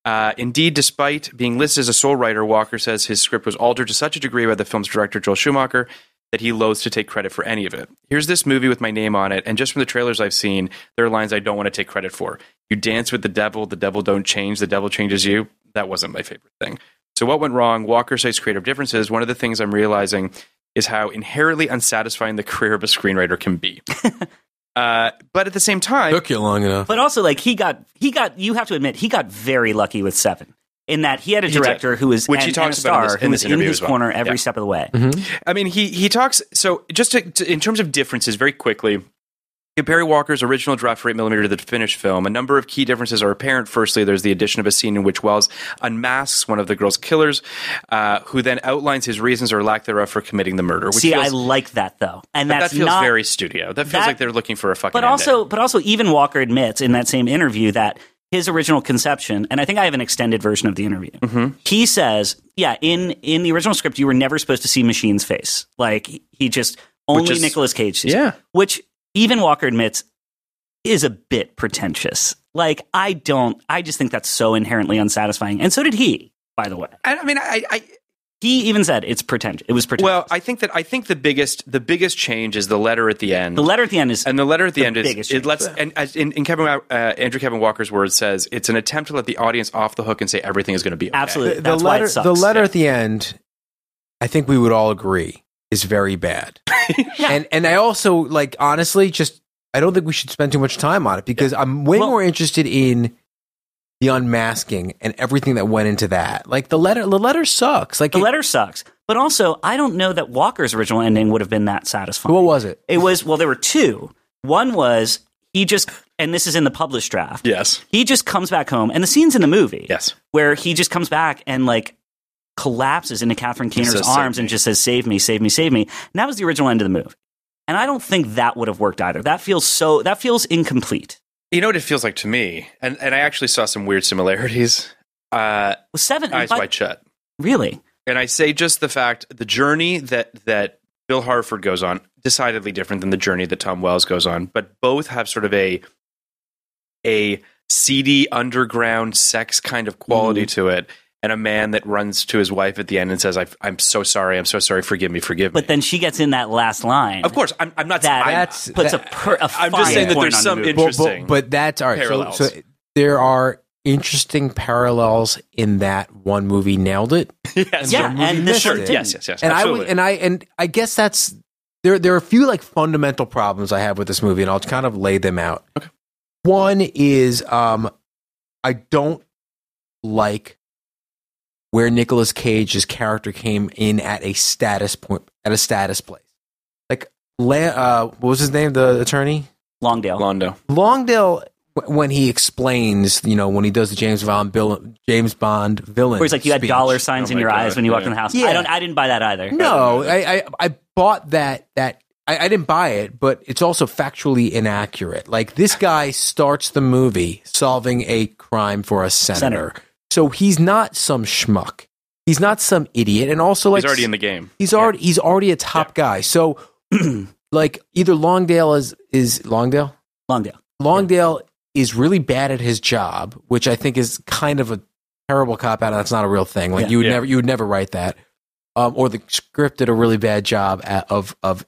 Speaker 4: Uh, indeed, despite being listed as a sole writer, Walker says his script was altered to such a degree by the film's director, Joel Schumacher, that he loathes to take credit for any of it. Here's this movie with my name on it, and just from the trailers I've seen, there are lines I don't want to take credit for. You dance with the devil, the devil don't change, the devil changes you. That wasn't my favorite thing. So, what went wrong? Walker cites creative differences. One of the things I'm realizing is how inherently unsatisfying the career of a screenwriter can be. uh, but at the same time,
Speaker 3: took you long enough
Speaker 5: But also, like he got, he got. You have to admit, he got very lucky with Seven, in that he had a
Speaker 4: He did.
Speaker 5: director who was,
Speaker 4: Which
Speaker 5: and,
Speaker 4: he talks
Speaker 5: and a
Speaker 4: about in
Speaker 5: star
Speaker 4: this- in
Speaker 5: who
Speaker 4: this
Speaker 5: was in
Speaker 4: interview
Speaker 5: his
Speaker 4: as well.
Speaker 5: corner every
Speaker 4: Yeah. Mm-hmm.
Speaker 5: step of the way.
Speaker 4: I mean, he he talks. So just to, to in terms of differences, very quickly. Compare Walker's original draft for 8mm to the finished film. A number of key differences are apparent. Firstly, there's the addition of a scene in which Wells unmasks one of the girl's killers, uh, who then outlines his reasons or lack thereof for committing the murder. Which
Speaker 5: See,
Speaker 4: feels,
Speaker 5: I like that though, and
Speaker 4: that
Speaker 5: that's
Speaker 4: feels
Speaker 5: not,
Speaker 4: very studio. That feels
Speaker 5: that-
Speaker 4: like they're looking for a fucking.
Speaker 3: uh,
Speaker 5: but
Speaker 4: end
Speaker 5: also
Speaker 4: date.
Speaker 5: but also even walker admits in that same interview that his original conception and i think i have an extended version of the interview
Speaker 3: Mm-hmm.
Speaker 5: he says yeah in in the original script you were never supposed to see machine's face like he- he just only
Speaker 4: is-
Speaker 5: Nicolas cage sees it.
Speaker 4: Yeah.
Speaker 5: which even walker admits is a bit pretentious like i don't i just think that's so inherently unsatisfying and so did he by the way
Speaker 4: I, I mean, I, I
Speaker 5: he even said it's pretentious it was pretentious
Speaker 4: well, I think that I think the biggest the biggest change is the letter at the end.
Speaker 5: the letter at the end is
Speaker 4: And the letter at the,
Speaker 5: The
Speaker 4: end is
Speaker 5: biggest
Speaker 4: it lets
Speaker 5: change.
Speaker 4: and as in, in Kevin Wa- uh, Andrew Kevin Walker's words says it's an attempt to let the audience off the hook and say everything is going to be okay.
Speaker 5: absolutely
Speaker 3: the, the
Speaker 5: that's
Speaker 3: letter
Speaker 5: why it sucks
Speaker 3: the letter at the end i think we would all agree is very bad and and i also like honestly just i don't think we should spend too much time on it because i'm way
Speaker 5: Well-
Speaker 3: more interested in the unmasking and everything that went into that like the letter the letter sucks like
Speaker 5: The
Speaker 3: it-
Speaker 5: letter sucks. But also, I don't know that Walker's original ending would have been that satisfying.
Speaker 3: what was it
Speaker 5: It was, well, there were two. One was he just, and this is in the published draft,
Speaker 4: Yes.
Speaker 5: he just comes back home, and the scene's in the movie
Speaker 4: Yes.
Speaker 5: where he just comes back and like collapses into Catherine Keener's
Speaker 4: says, "Save
Speaker 5: arms and
Speaker 4: me."
Speaker 5: just says, Save me, save me, save me. And that was the original end of the movie. And I don't think that would have worked either. That feels so, that feels incomplete.
Speaker 4: You know what it feels like to me, and and I actually saw some weird similarities. uh,
Speaker 5: Was seven and
Speaker 4: Eyes
Speaker 5: five-
Speaker 4: Wide Shut.
Speaker 5: Really?
Speaker 4: And I say just the fact the journey that that Bill Harford goes on decidedly different than the journey that Tom Wells goes on, but both have sort of a a seedy underground sex kind of quality
Speaker 3: Mm-hmm.
Speaker 4: to it. And a man that runs to his wife at the end and says, I, "I'm so sorry. I'm so sorry. Forgive me. Forgive me."
Speaker 5: But then she gets in that last line.
Speaker 4: of course, I'm, I'm not.
Speaker 5: that
Speaker 4: I'm-
Speaker 3: That's-
Speaker 5: puts
Speaker 3: that-
Speaker 5: a, per, a fine
Speaker 4: I'm just saying that
Speaker 5: point
Speaker 4: there's
Speaker 5: on
Speaker 4: some
Speaker 5: the movie.
Speaker 3: But- but-
Speaker 4: interesting
Speaker 3: But, that's all right. So,
Speaker 4: parallels.
Speaker 3: so there are interesting parallels in that one movie nailed it.
Speaker 4: yes,
Speaker 5: Yeah,
Speaker 3: movie
Speaker 5: and this
Speaker 3: missed
Speaker 5: one
Speaker 3: it.
Speaker 5: didn't.
Speaker 4: yes, yes, yes.
Speaker 3: and I
Speaker 4: absolutely.
Speaker 3: would, and I and I guess that's there. There are a few like fundamental problems I have with this movie, and I'll kind of lay them out. Okay. One is um, I don't like where Nicolas Cage's character came in at a status point at a status place. Like, La- uh, what was his name? The attorney
Speaker 5: Longdale.
Speaker 4: Londo.
Speaker 3: Longdale. wh- When he explains, you know, when he does the James Bond, villain, James Bond villain,
Speaker 5: Where he's like, you had
Speaker 3: speech.
Speaker 5: dollar signs
Speaker 4: Oh
Speaker 5: in
Speaker 4: my
Speaker 5: your
Speaker 4: God,
Speaker 5: eyes when you walked
Speaker 4: yeah.
Speaker 5: in the house.
Speaker 3: Yeah.
Speaker 5: I don't. I didn't buy that either.
Speaker 3: No, I, I I bought that that I, I didn't buy it, but it's also factually inaccurate. Like this guy starts the movie solving a crime for a senator,
Speaker 5: Senator.
Speaker 3: so he's not some schmuck. He's not some idiot, and also like
Speaker 4: He's already in the game.
Speaker 3: he's already he's already a top guy. So like either Longdale is is Longdale
Speaker 5: Longdale.
Speaker 3: Longdale is really bad at his job, which I think is kind of a terrible cop out. and That's not a real thing. Like
Speaker 5: Yeah.
Speaker 3: you would
Speaker 4: Yeah.
Speaker 3: never, you would never write that. Um, or the script did a really bad job at, of of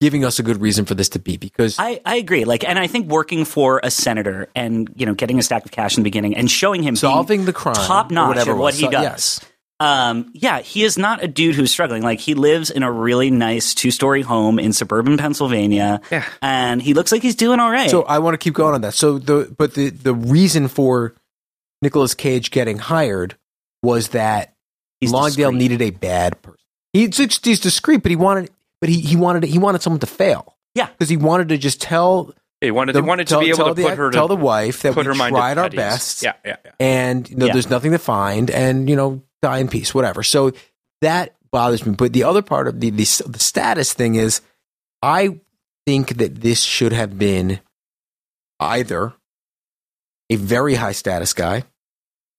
Speaker 3: giving us a good reason for this to be because
Speaker 5: I, I agree. Like, and I think working for a senator and you know getting a stack of cash in the beginning and showing him being-
Speaker 3: solving the crime,
Speaker 5: top
Speaker 3: or
Speaker 5: notch
Speaker 3: whatever
Speaker 5: at
Speaker 3: it
Speaker 5: what
Speaker 3: was,
Speaker 5: he
Speaker 3: so-
Speaker 5: does.
Speaker 3: yes.
Speaker 5: Um, yeah, he is not a dude who's struggling. Like he lives in a really nice two story home in suburban Pennsylvania.
Speaker 4: Yeah.
Speaker 5: And he looks like he's doing all right.
Speaker 3: So I want to keep going on that. So the but the the reason for Nicolas Cage getting hired was that
Speaker 5: he's
Speaker 3: Longdale
Speaker 5: discreet.
Speaker 3: needed a bad person. He's, he's discreet, but he wanted but he, he wanted he wanted someone to fail.
Speaker 5: Yeah.
Speaker 3: because he wanted to just tell
Speaker 4: They wanted, they wanted to
Speaker 3: tell-
Speaker 4: be able
Speaker 3: tell
Speaker 4: to
Speaker 3: the, e,
Speaker 4: put her to
Speaker 3: tell the wife that
Speaker 4: put
Speaker 3: we
Speaker 4: her mind
Speaker 3: tried
Speaker 4: at
Speaker 3: our
Speaker 4: ease.
Speaker 3: best,
Speaker 4: Yeah, yeah, yeah.
Speaker 3: and you know,
Speaker 5: Yeah.
Speaker 3: there's nothing to find, and you know, die in peace, whatever. So that bothers me. But the other part of the the, the status thing is, I think that this should have been either a very high status guy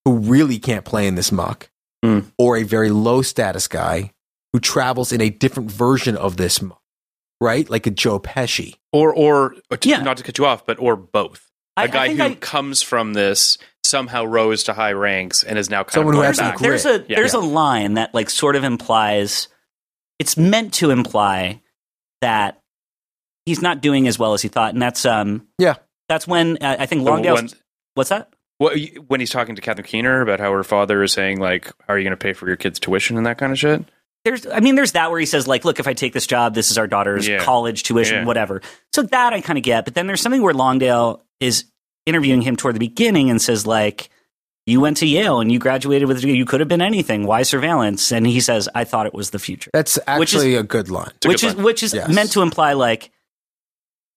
Speaker 3: who really can't play in this muck,
Speaker 4: Hmm.
Speaker 3: or a very low status guy who travels in a different version of this muck, right? Like a Joe Pesci.
Speaker 4: or or, or to,
Speaker 5: Yeah.
Speaker 4: not to cut you off, but or both. A
Speaker 5: I- I
Speaker 4: guy
Speaker 5: think
Speaker 4: who
Speaker 5: I-
Speaker 4: comes from this somehow rose to high ranks and is now kind
Speaker 3: Someone
Speaker 4: of
Speaker 3: who
Speaker 4: going
Speaker 3: has some
Speaker 4: back.
Speaker 5: there's, there's a
Speaker 4: Yeah.
Speaker 5: there's
Speaker 4: Yeah.
Speaker 5: a line that like sort of implies it's meant to imply that he's not doing as well as he thought, and that's um
Speaker 3: Yeah.
Speaker 5: that's when uh, I think
Speaker 4: But
Speaker 5: Longdale.
Speaker 4: when-
Speaker 5: what's that?
Speaker 4: Well, you- when he's talking to Catherine Keener about how her father is saying like, "How are you going to pay for your kid's tuition and that kind of shit?"
Speaker 5: There's I mean there's that where he says like look if I take this job this is our daughter's
Speaker 4: Yeah.
Speaker 5: college tuition
Speaker 4: Yeah.
Speaker 5: whatever so that I kind of get but then there's something where Longdale is interviewing him toward the beginning and says like you went to Yale and you graduated with a degree. you could have been anything why surveillance and he says I thought it was the future
Speaker 3: That's
Speaker 5: Which is-
Speaker 3: actually a good line.
Speaker 4: a
Speaker 5: which
Speaker 4: good
Speaker 5: is
Speaker 4: line.
Speaker 5: which is
Speaker 3: Yes.
Speaker 5: meant to imply like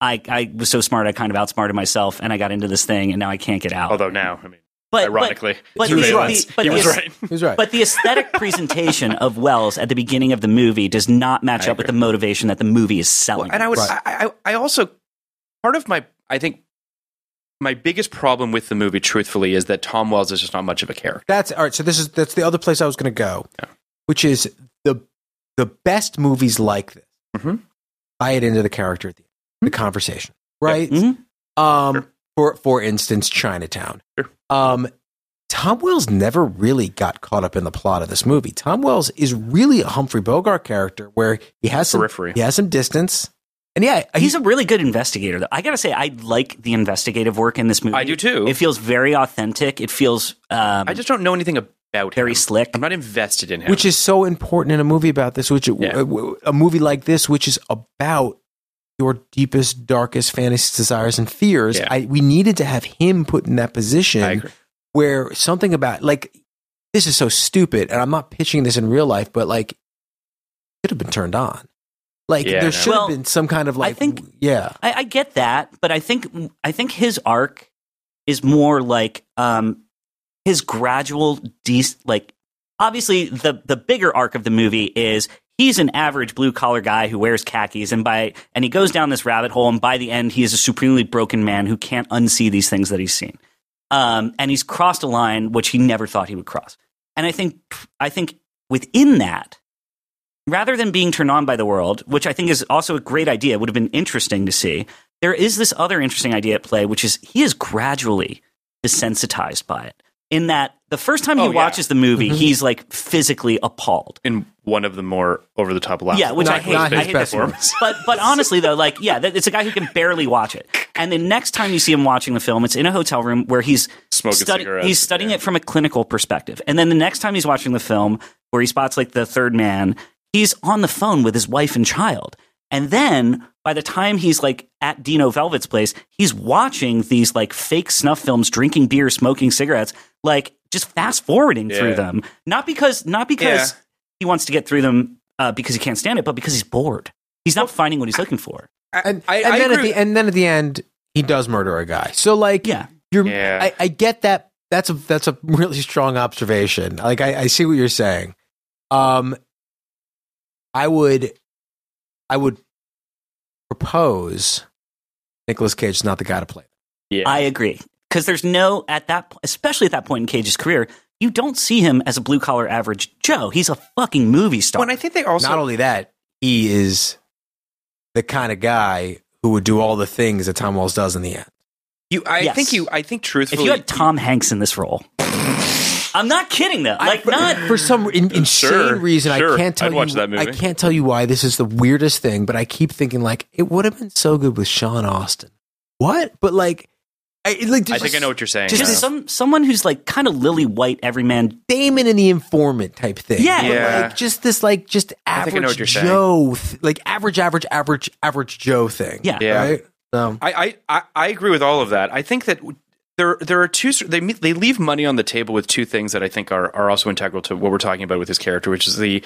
Speaker 5: I I was so smart I kind of outsmarted myself and I got into this thing and now I can't get out.
Speaker 4: Although now, I mean,
Speaker 5: but
Speaker 4: ironically,
Speaker 5: but, but,
Speaker 4: he
Speaker 5: the,
Speaker 3: was right.
Speaker 5: the, but,
Speaker 4: he
Speaker 5: the,
Speaker 4: was right.
Speaker 3: He was right.
Speaker 5: but the aesthetic presentation of Wells at the beginning of the movie does not match
Speaker 4: I
Speaker 5: up with the
Speaker 4: agree.
Speaker 5: motivation that the movie is selling.
Speaker 4: And I would,
Speaker 3: Right.
Speaker 4: I, I, I also part of my, I think my biggest problem with the movie, truthfully, is that Tom Wells is just not much of a character.
Speaker 3: That's all right. So this is that's the other place I was going to go, which is the the best movies like this.
Speaker 4: Mhm.
Speaker 3: Buy it into the character, at the, end, the conversation, right?
Speaker 5: Mhm.
Speaker 3: Um,
Speaker 4: Mm-hmm. Sure.
Speaker 3: for for instance, Chinatown.
Speaker 4: Sure.
Speaker 3: Um, Tom Wells never really got caught up in the plot of this movie. Tom Wells is really a Humphrey Bogart character where he has some
Speaker 4: Periphery.
Speaker 3: he has some distance, and yeah,
Speaker 5: He's a really good investigator, though. I gotta say, I like the investigative work in this movie.
Speaker 4: I do too.
Speaker 5: It feels very authentic. It feels um,
Speaker 4: I just don't know anything about
Speaker 5: very
Speaker 4: him.
Speaker 5: slick.
Speaker 4: I'm not invested in him.
Speaker 3: which is so important in a movie about this which
Speaker 4: Yeah.
Speaker 3: a, a movie like this which is about your deepest darkest fantasy desires and fears
Speaker 4: Yeah.
Speaker 3: I, we needed to have him put in that
Speaker 4: I
Speaker 3: position
Speaker 4: agree.
Speaker 3: where something about like this is so stupid and i'm not pitching this in real life but like it could have been turned on like
Speaker 4: Yeah, I know.
Speaker 3: there should have
Speaker 5: Well,
Speaker 3: been some kind of like
Speaker 5: think-
Speaker 3: yeah
Speaker 5: I, I get that, but I think I think his arc is more like um, his gradual de- like obviously the the bigger arc of the movie is he's an average blue collar guy who wears khakis and by and he goes down this rabbit hole and by the end he is a supremely broken man who can't unsee these things that he's seen. um, and he's crossed a line which he never thought he would cross. And I think I think within that, rather than being turned on by the world, which I think is also a great idea, would have been interesting to see. There is this other interesting idea at play, which is he is gradually desensitized by it. In that the first time he
Speaker 4: Oh, yeah.
Speaker 5: watches the movie, he's like physically appalled.
Speaker 4: in one of the more over the top laughs.
Speaker 5: Yeah, which I
Speaker 3: Not-
Speaker 5: hate.
Speaker 3: not
Speaker 5: I
Speaker 3: his
Speaker 5: hate that
Speaker 3: best
Speaker 5: form.
Speaker 3: ones.
Speaker 5: But but honestly though, like yeah, that, it's a guy who can barely watch it. And the next time you see him watching the film, it's in a hotel room where he's
Speaker 4: Smoking
Speaker 5: study-
Speaker 4: cigarettes,
Speaker 5: He's studying
Speaker 4: yeah.
Speaker 5: it from a clinical perspective. And then the next time he's watching the film, where he spots like the third man, he's on the phone with his wife and child. And then by the time he's like at Dino Velvet's place, he's watching these like fake snuff films, drinking beer, smoking cigarettes, like just fast forwarding through
Speaker 4: Yeah.
Speaker 5: them. Not because not because
Speaker 4: Yeah.
Speaker 5: he wants to get through them uh, because he can't stand it, but because he's bored. He's not finding what he's looking for.
Speaker 3: and, and then at the and then at the end he does murder a guy. So like
Speaker 5: Yeah.
Speaker 3: you're
Speaker 4: Yeah.
Speaker 3: I, I get that that's a that's a really strong observation. Like I, I see what you're saying. Um I would I would propose Nicolas Cage is not the guy to play.
Speaker 4: yeah.
Speaker 5: I agree. Because there's no, at that, po- especially at that point in Cage's career, you don't see him as a blue collar average Joe. He's a fucking movie star.
Speaker 6: When I think they also
Speaker 3: not only that, he is the kind of guy who would do all the things that Tom Wells does in the end.
Speaker 4: you, I
Speaker 5: Yes.
Speaker 4: think you. I think
Speaker 5: if
Speaker 4: truthfully,
Speaker 5: you had Tom Hanks in this role, I'm not kidding though. Like,
Speaker 3: for,
Speaker 5: not.
Speaker 3: for some in, insane
Speaker 4: Sure,
Speaker 3: reason. I
Speaker 4: sure.
Speaker 3: can't tell
Speaker 4: I'd
Speaker 3: you.
Speaker 4: watch that movie.
Speaker 3: I can't tell you why this is the weirdest thing, but I keep thinking like it would have been so good with Sean Austin. What? But like, I it, like
Speaker 4: I
Speaker 3: just
Speaker 4: think I know what you're saying.
Speaker 5: Just
Speaker 4: now.
Speaker 5: some someone who's like kind of lily white everyman.
Speaker 3: Damon and the informant type thing.
Speaker 5: Yeah.
Speaker 3: But,
Speaker 4: Yeah.
Speaker 3: like just this like just
Speaker 4: I
Speaker 3: average
Speaker 4: think I know what you're saying.
Speaker 3: Joe, th- like average, average, average, average Joe thing.
Speaker 5: Yeah.
Speaker 4: Yeah.
Speaker 3: Right? So,
Speaker 4: I, I- I, I agree with all of that. I think that there there are two they me- they leave money on the table with two things that I think are are also integral to what we're talking about with his character, which is the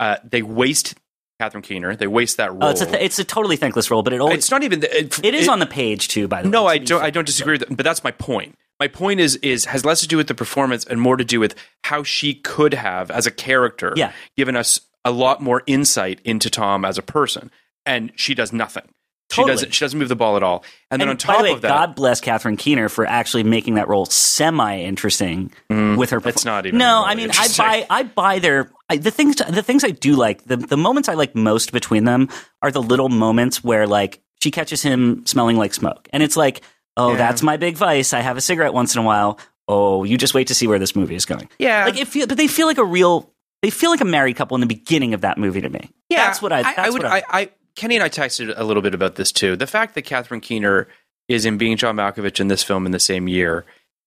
Speaker 4: uh, they waste Catherine Keener, they waste that role.
Speaker 5: Oh, it's a th- it's a totally thankless role, but it always
Speaker 4: it's not even the, it,
Speaker 5: it is
Speaker 4: it-
Speaker 5: on the page too. By the
Speaker 4: no,
Speaker 5: way,
Speaker 4: I
Speaker 5: to be
Speaker 4: don't.
Speaker 5: fair.
Speaker 4: I don't disagree with that. But that's my point. My point is is has less to do with the performance and more to do with how she could have, as a character,
Speaker 5: Yeah.
Speaker 4: given us a lot more insight into Tom as a person, and she does nothing.
Speaker 5: Totally.
Speaker 4: She doesn't. She doesn't move the ball at all. And then on top
Speaker 5: by the way,
Speaker 4: of that,
Speaker 5: God bless Catherine Keener for actually making that role semi interesting with her.
Speaker 4: Mm-hmm. it's
Speaker 5: perform-
Speaker 4: not even
Speaker 5: No,
Speaker 4: really
Speaker 5: I mean, I
Speaker 4: interesting.
Speaker 5: buy, I buy their I, the things. The things I do like, the the moments I like most between them are the little moments where like she catches him smelling like smoke, and it's like, oh, that's my big vice. I have a cigarette once in a while. Oh, you just wait to see where this movie is going.
Speaker 4: Yeah.
Speaker 5: like it feel, but they feel like a real. They feel like a married couple in the beginning of that movie to me.
Speaker 4: Yeah,
Speaker 5: that's what I. That's
Speaker 4: I would.
Speaker 5: what
Speaker 4: I, I, Kenny and I texted a little bit about this too. The fact that Catherine Keener is in Being John Malkovich in this film in the same year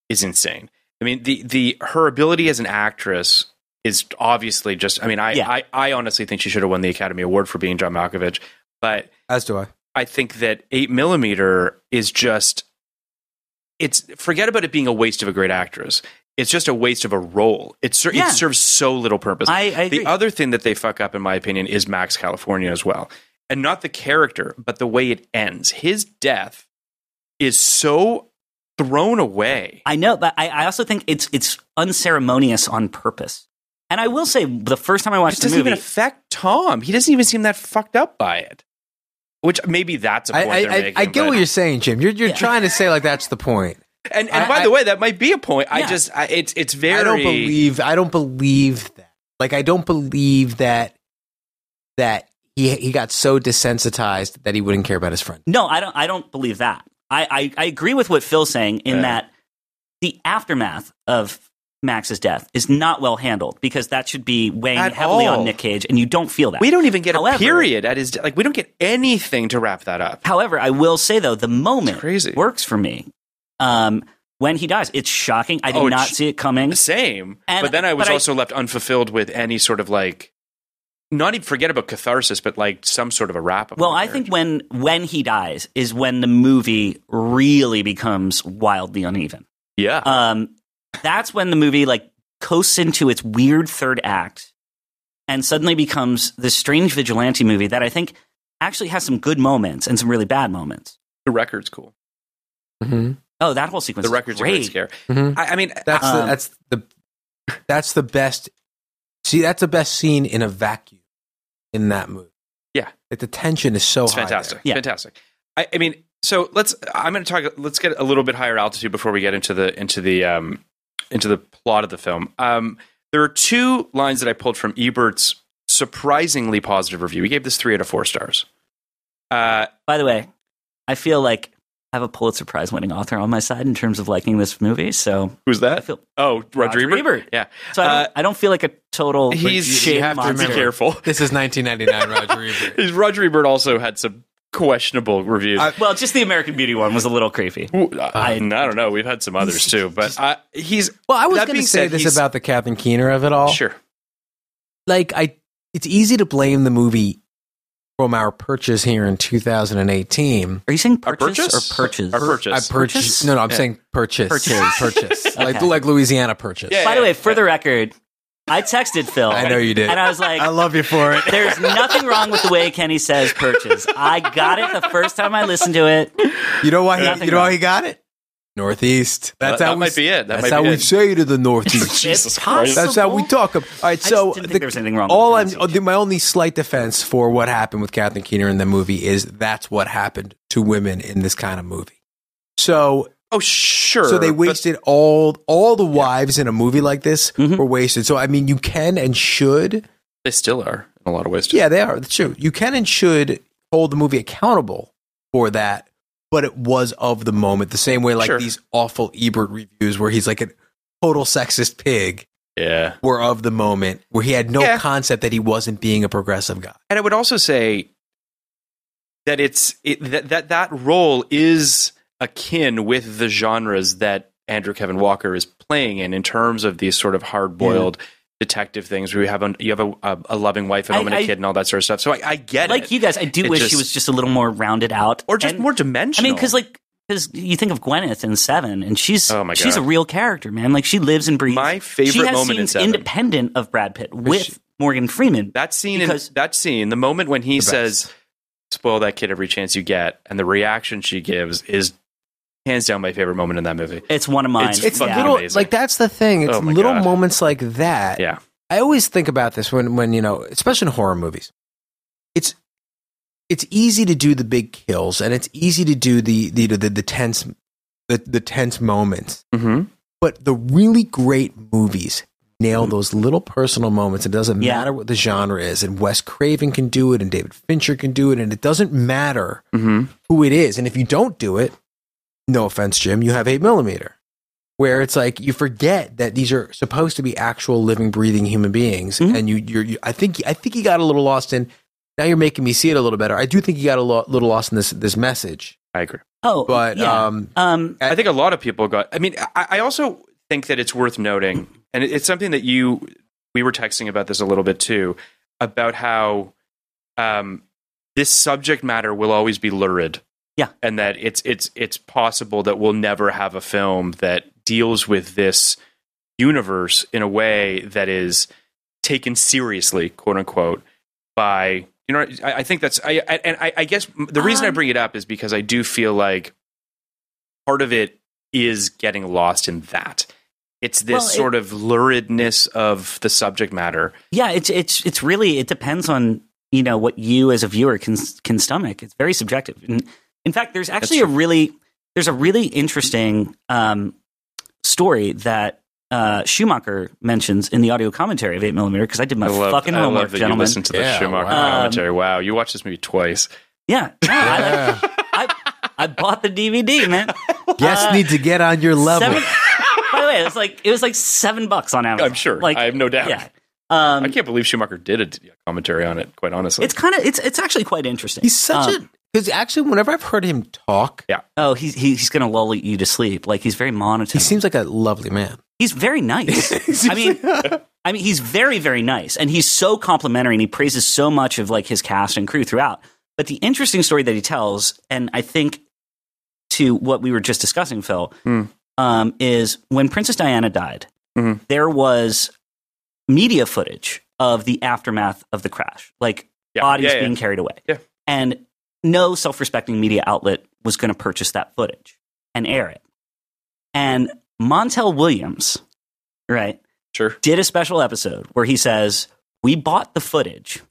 Speaker 4: is insane. I mean, the the her ability as an actress is obviously just. I mean, I
Speaker 5: Yeah.
Speaker 4: I, I honestly think she should have won the Academy Award for Being John Malkovich, but
Speaker 3: as do I.
Speaker 4: I think that eight millimeter is just it's forget about it being a waste of a great actress. It's just a waste of a role. It, ser-
Speaker 5: Yeah.
Speaker 4: it serves so little purpose.
Speaker 5: I- I agree.
Speaker 4: the other thing that they fuck up, in my opinion, is Max California as well, and not the character, but the way it ends. His death is so thrown away.
Speaker 5: I know, but I, I also think it's it's unceremonious on purpose. And I will say, the first time I
Speaker 4: It
Speaker 5: watched the
Speaker 4: doesn't
Speaker 5: movie,
Speaker 4: even affect Tom. He doesn't even seem that fucked up by it. Which maybe that's a
Speaker 3: I,
Speaker 4: point
Speaker 3: I,
Speaker 4: they're
Speaker 3: I,
Speaker 4: making.
Speaker 3: I get
Speaker 4: but-
Speaker 3: what you're saying, Jim. You're you're
Speaker 5: Yeah.
Speaker 3: trying to say like that's the point.
Speaker 4: And, and
Speaker 3: I-
Speaker 4: by
Speaker 3: I-
Speaker 4: the way, that might be a point. I
Speaker 5: Yeah.
Speaker 4: just I, it's it's very.
Speaker 3: I don't believe I don't believe that. Like I don't believe that that he he got so desensitized that he wouldn't care about his friend.
Speaker 5: no, I don't. I don't believe that. I I, I agree with what Phil's saying in
Speaker 4: Yeah.
Speaker 5: that the aftermath of Max's death is not well handled because that should be weighing
Speaker 4: At
Speaker 5: heavily
Speaker 4: all.
Speaker 5: on Nick Cage, and you don't feel that.
Speaker 4: We don't even get
Speaker 5: However-
Speaker 4: a period at his de- like we don't get anything to wrap that up.
Speaker 5: However, I will say though, the moment
Speaker 4: It's crazy.
Speaker 5: works for me. Um, when he dies, it's shocking. I did
Speaker 4: Oh,
Speaker 5: not
Speaker 4: it's-
Speaker 5: see it coming.
Speaker 4: Same,
Speaker 5: And-
Speaker 4: but then I was
Speaker 5: but I-
Speaker 4: also left unfulfilled with any sort of like, not even forget about catharsis, but like some sort of a wrap up.
Speaker 5: Well, I think when when he dies is when the movie really becomes wildly uneven.
Speaker 4: yeah,
Speaker 5: Um, that's when the movie like coasts into its weird third act and suddenly becomes this strange vigilante movie that I think actually has some good moments and some really bad moments.
Speaker 4: the record's cool. Mm-hmm.
Speaker 5: Oh, that whole sequence.
Speaker 4: The record's
Speaker 5: is
Speaker 4: a great
Speaker 5: great.
Speaker 4: scare.
Speaker 3: Mhm.
Speaker 4: I, I mean,
Speaker 3: That's the,
Speaker 5: Um,
Speaker 3: that's the that's the best. See, that's the best scene in a vacuum in that movie.
Speaker 4: Yeah.
Speaker 3: like, the tension is so
Speaker 4: it's
Speaker 3: Oh, high
Speaker 4: fantastic,
Speaker 5: Yeah.
Speaker 4: fantastic. I, I mean, so let's i'm going to talk let's get a little bit higher altitude before we get into the into the um into the plot of the film um there are two lines that i pulled from ebert's surprisingly positive review he gave this three out of four stars uh
Speaker 5: By the way, I feel like I have a Pulitzer Prize winning author on my side in terms of liking this movie. So,
Speaker 4: who's
Speaker 5: I
Speaker 4: that
Speaker 5: feel-
Speaker 4: oh
Speaker 5: Roger
Speaker 4: roger, ebert?
Speaker 5: Ebert.
Speaker 4: yeah
Speaker 5: so I, don't,
Speaker 4: Uh,
Speaker 5: I don't feel like a total
Speaker 4: he's-
Speaker 5: shit
Speaker 4: you
Speaker 3: have to
Speaker 5: monster.
Speaker 4: be
Speaker 3: remember-
Speaker 4: careful
Speaker 3: This is 1999, Roger Ebert.
Speaker 4: roger ebert also had some questionable reviews
Speaker 3: I-
Speaker 5: Well, just the American Beauty one was a little creepy.
Speaker 4: Ooh, uh, I, I don't know. We've had some others too, but I, he's.
Speaker 3: Well, I was
Speaker 4: that
Speaker 3: going to
Speaker 4: being
Speaker 3: say
Speaker 4: said,
Speaker 3: this
Speaker 4: he's-
Speaker 3: about the Catherine Keener of it all.
Speaker 4: Sure.
Speaker 3: Like, I, it's easy to blame the movie from our purchase here in 2018.
Speaker 5: Are you saying
Speaker 4: Our
Speaker 5: purchase,
Speaker 4: purchase?
Speaker 5: or purchase?
Speaker 4: Our purchase.
Speaker 3: I purchase. No, no, I'm
Speaker 4: Yeah.
Speaker 3: saying purchase.
Speaker 5: Purchase.
Speaker 3: Purchase. Like,
Speaker 5: Okay.
Speaker 3: like Louisiana purchase.
Speaker 4: Yeah.
Speaker 5: By the way, for the record, I texted Phil.
Speaker 3: I know you did.
Speaker 5: And I was like,
Speaker 3: I love you for it.
Speaker 5: there's nothing wrong with the way Kenny says purchase. I got it the first time I listened to it.
Speaker 3: You know why? He,
Speaker 5: Nothing
Speaker 3: you know
Speaker 5: wrong.
Speaker 3: why he got it? Northeast. That's
Speaker 4: That-
Speaker 3: how
Speaker 4: that
Speaker 3: we,
Speaker 4: might be it. That
Speaker 3: that's
Speaker 4: might
Speaker 3: how
Speaker 4: be
Speaker 3: we
Speaker 4: it.
Speaker 3: say to the Northeast.
Speaker 4: Jesus
Speaker 5: it's
Speaker 4: Christ.
Speaker 3: That's how we
Speaker 5: possible.
Speaker 3: talk. About. All right.
Speaker 5: I
Speaker 3: so
Speaker 5: just didn't think there was anything wrong with
Speaker 3: All
Speaker 5: the
Speaker 3: I'm uh,
Speaker 5: pronunciation.
Speaker 3: my only slight defense for what happened with Kathleen Keener in the movie is that's what happened to women in this kind of movie. So
Speaker 4: Oh, sure.
Speaker 3: so they
Speaker 4: but-
Speaker 3: wasted all all the wives in a movie like this
Speaker 4: Mm-hmm.
Speaker 3: were wasted. So I mean, you can and should.
Speaker 4: They still are in a lot of ways. too.
Speaker 3: Yeah, they are. That's true. You can and should hold the movie accountable for that, but it was of the moment. The same way, like
Speaker 4: Sure.
Speaker 3: these awful Ebert reviews where he's like a total sexist pig,
Speaker 4: Yeah.
Speaker 3: were of the moment, where he had no
Speaker 4: Yeah.
Speaker 3: concept that he wasn't being a progressive guy.
Speaker 4: And I would also say that it's it, that that that role is akin with the genres that Andrew Kevin Walker is playing in, in terms of these sort of hard boiled. Detective things where you have a you have a, a, a loving wife
Speaker 5: Mm-hmm.
Speaker 4: at
Speaker 5: I-
Speaker 4: home and a
Speaker 5: I-
Speaker 4: kid and all that sort of stuff. So I, I get
Speaker 5: Like
Speaker 4: it,
Speaker 5: you guys, I do
Speaker 4: It
Speaker 5: wish she
Speaker 4: just-
Speaker 5: was just a little more rounded out,
Speaker 4: or just
Speaker 5: And-
Speaker 4: more
Speaker 5: I
Speaker 4: dimensional.
Speaker 5: mean, because like, because you think of Gwyneth in Seven, and she's
Speaker 4: Oh my
Speaker 5: she's a
Speaker 4: God.
Speaker 5: real character, man. Like she lives and breathes.
Speaker 4: My
Speaker 5: she
Speaker 4: favorite
Speaker 5: has
Speaker 4: moment in
Speaker 5: scenes
Speaker 4: Seven.
Speaker 5: independent of Brad Pitt with Morgan Freeman.
Speaker 4: That scene,
Speaker 5: Because-
Speaker 4: in, that scene, the moment when he
Speaker 3: best.
Speaker 4: says, "Spoil that kid every chance you get," and the reaction she gives is hands down my favorite moment in that movie.
Speaker 5: it's one of mine.
Speaker 4: It's-
Speaker 3: It's
Speaker 4: Yeah.
Speaker 3: little
Speaker 4: Amazing.
Speaker 3: like that's the thing. It's
Speaker 4: Oh my
Speaker 3: little
Speaker 4: God.
Speaker 3: moments like that.
Speaker 4: Yeah,
Speaker 3: I always think about this when when you know, especially in horror movies. It's it's easy to do the big kills and it's easy to do the the the, the tense the, the tense moments.
Speaker 4: mm-hmm.
Speaker 3: But the really great movies nail those little personal moments. It doesn't
Speaker 5: Yeah.
Speaker 3: matter what the genre is, and Wes Craven can do it, and David Fincher can do it, and it doesn't matter
Speaker 4: Mm-hmm.
Speaker 3: who it is. And if you don't do it, no offense, Jim, you have eight millimeter, where it's like you forget that these are supposed to be actual living, breathing human beings,
Speaker 5: Mhm.
Speaker 3: and you, you're. You, I think I think you got a little lost in. Now you're making me see it a little better. I do think you got a lo- little lost in this this message,
Speaker 4: I agree.
Speaker 5: oh,
Speaker 3: but
Speaker 5: yeah.
Speaker 3: um,
Speaker 5: um,
Speaker 4: I think a lot of people got. I mean, I, I also think that it's worth noting, and it, it's something that you we were texting about this a little bit too, about how um, this subject matter will always be lurid.
Speaker 5: Yeah.
Speaker 4: and that it's it's it's possible that we'll never have a film that deals with this universe in a way that is taken seriously, quote unquote, by you know. I, I think that's I, I and I, I guess the reason I
Speaker 5: Um,
Speaker 4: bring it up is because I do feel like part of it is getting lost in that. It's this
Speaker 5: Well, it-
Speaker 4: sort of luridness of the subject matter.
Speaker 5: yeah, it's it's it's really it depends on you know what you as a viewer can can stomach. It's very subjective. And in fact, there's actually a
Speaker 4: true.
Speaker 5: really there's a really interesting um, story that uh, Schumacher mentions in the audio commentary of Eight Millimeter because I did my
Speaker 4: I love,
Speaker 5: fucking
Speaker 4: I love
Speaker 5: homework,
Speaker 4: that you
Speaker 5: gentlemen.
Speaker 4: listen to the
Speaker 3: Yeah,
Speaker 4: Schumacher
Speaker 5: wow.
Speaker 4: commentary. Wow, you watched this movie twice.
Speaker 5: yeah, no, I, like-
Speaker 3: yeah.
Speaker 5: I, I bought the DVD, man.
Speaker 3: guests
Speaker 5: Uh,
Speaker 3: need to get on your level.
Speaker 5: Seven, by the way, it was like it was like seven bucks on Amazon.
Speaker 4: I'm sure.
Speaker 5: Like,
Speaker 4: I have no doubt.
Speaker 5: yeah. Um,
Speaker 4: I can't believe Schumacher did a d- commentary on it. Quite honestly,
Speaker 5: it's kind of it's it's actually quite interesting. Um,
Speaker 3: He's such a because actually, whenever I've heard him talk,
Speaker 5: oh he's he, he's gonna lull you to sleep. Like he's very
Speaker 3: he
Speaker 5: monotone.
Speaker 3: seems like a lovely man.
Speaker 5: He's very nice. I mean, I mean, he's very very nice, and he's so complimentary, and he praises so much of like his cast and crew throughout. But the interesting story that he tells, and I think to what we were just discussing, Phil,
Speaker 4: Hmm.
Speaker 5: um, is when Princess Diana died,
Speaker 4: Mhm.
Speaker 3: Mm-hmm.
Speaker 5: there was media footage of the aftermath of the crash, like
Speaker 4: Yeah.
Speaker 5: bodies
Speaker 4: Yeah, yeah.
Speaker 5: being carried away,
Speaker 4: Yeah.
Speaker 5: and no self-respecting media outlet was going to purchase that footage and air it. And Montel Williams, right,
Speaker 4: sure.
Speaker 5: did a special episode where he says, We bought the footage,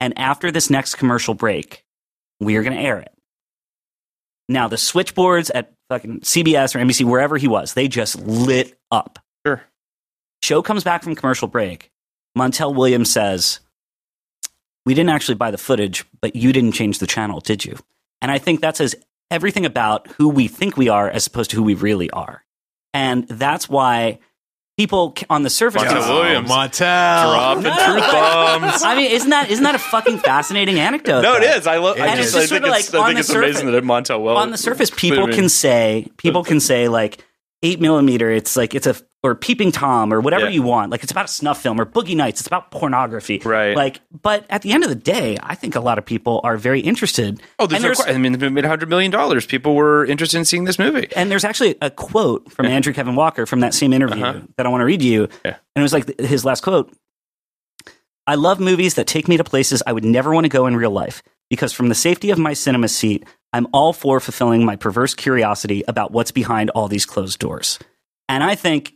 Speaker 5: and after this next commercial break, we are going to air it. Now the switchboards at fucking CBS or NBC, wherever he was, they just lit up.
Speaker 4: Sure.
Speaker 5: Show comes back from commercial break. Montel Williams says, "We didn't actually buy the footage, but you didn't change the channel, did you?" And I think that says everything about who we think we are as opposed to who we really are. And that's why people c- on the surface
Speaker 4: Montel Williams.
Speaker 6: Montel.
Speaker 4: Dropping truth bombs.
Speaker 5: I mean, isn't that isn't that a fucking fascinating anecdote?
Speaker 4: No, it
Speaker 5: though?
Speaker 4: is. I love. I
Speaker 5: And
Speaker 4: just,
Speaker 5: it's
Speaker 4: I
Speaker 5: just
Speaker 4: think
Speaker 5: sorta
Speaker 4: it's,
Speaker 5: like
Speaker 4: I
Speaker 5: on
Speaker 4: think
Speaker 5: the
Speaker 4: it's amazing that Montel Well
Speaker 5: on the surface, people can say people can say like eight millimeter. It's like it's a or peeping tom or whatever
Speaker 4: Yeah.
Speaker 5: you want. Like it's about a snuff film or Boogie Nights. It's about pornography,
Speaker 4: Right.
Speaker 5: Like, but at the end of the day, I think a lot of people are very interested.
Speaker 4: Oh, there's,
Speaker 5: and there's,
Speaker 4: no, que- I mean, they made hundred million dollars. People were interested in seeing this movie.
Speaker 5: and there's actually a quote from Andrew Kevin Walker from that same interview that I want to read you.
Speaker 4: Uh-huh. Yeah.
Speaker 5: And it was like th- his last quote I love movies that take me to places I would never want to go in real life because from the safety of my cinema seat, I'm all for fulfilling my perverse curiosity about what's behind all these closed doors. And I think.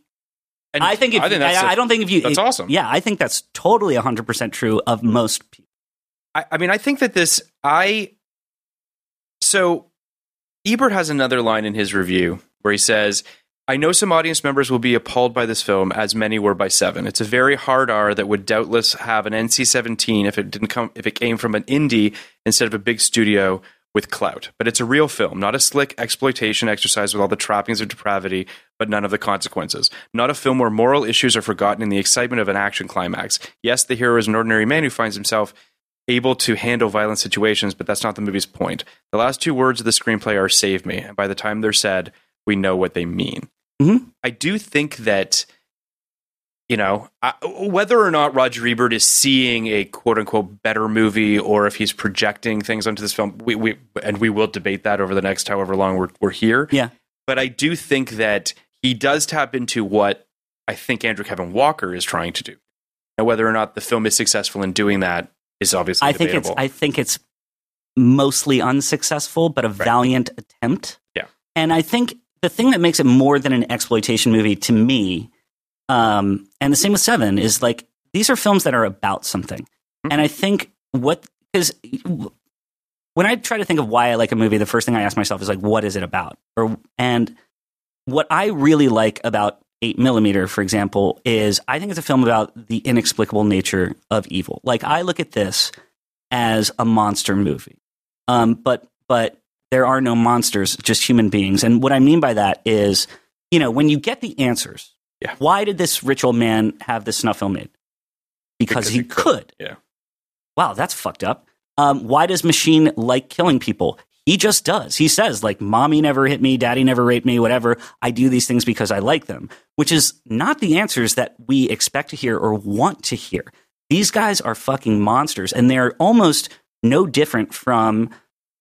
Speaker 4: And
Speaker 5: I think, if, I,
Speaker 4: that's
Speaker 5: I
Speaker 4: a-
Speaker 5: I don't think if you.
Speaker 4: that's
Speaker 5: it-
Speaker 4: awesome.
Speaker 5: Yeah, I think that's totally 100% true of most people.
Speaker 4: I, I mean, I think that this, I, so Ebert has another line in his review where he says, I know some audience members will be appalled by this film, as many were by Seven. It's a very hard R that would doubtless have an NC-17 if it didn't come if it came from an indie instead of a big studio with clout. But it's a real film, not a slick exploitation exercise with all the trappings of depravity, but none of the consequences. Not a film where moral issues are forgotten in the excitement of an action climax. Yes, the hero is an ordinary man who finds himself able to handle violent situations, but that's not the movie's point. The last two words of the screenplay are save me, and by the time they're said, we know what they mean.
Speaker 5: Mhm.
Speaker 4: I do think that, you know, I, whether or not Roger Ebert is seeing a quote unquote better movie or if he's projecting things onto this film, we, we and we will debate that over the next however long we're, we're here.
Speaker 5: Yeah.
Speaker 4: But I do think that he does tap into what I think Andrew Kevin Walker is trying to do. Now, whether or not the film is successful in doing that is obviously
Speaker 5: I think it's
Speaker 4: debatable.
Speaker 5: I think it's mostly unsuccessful, but a valiant attempt.
Speaker 4: Yeah.
Speaker 5: And I think the thing that makes it more than an exploitation movie to me, um, and the same with Seven, is like these are films that are about something. And I think what because when I try to think of why I like a movie, the first thing I ask myself is like, what is it about? Or and what I really like about Eight Millimeter, for example, is I think it's a film about the inexplicable nature of evil. Like I look at this as a monster movie. Um, but but there are no monsters, just human beings. And what I mean by that is, you know, when you get the answers,
Speaker 4: Yeah.
Speaker 5: why did this rich old man have this snuff film made? Because, he could.
Speaker 4: Yeah.
Speaker 5: Wow, that's fucked up. Um, why does machine like killing people? He just does. He says like, "Mommy never hit me, Daddy never raped me, whatever. I do these things because I like them," which is not the answers that we expect to hear or want to hear. These guys are fucking monsters, and they're almost no different from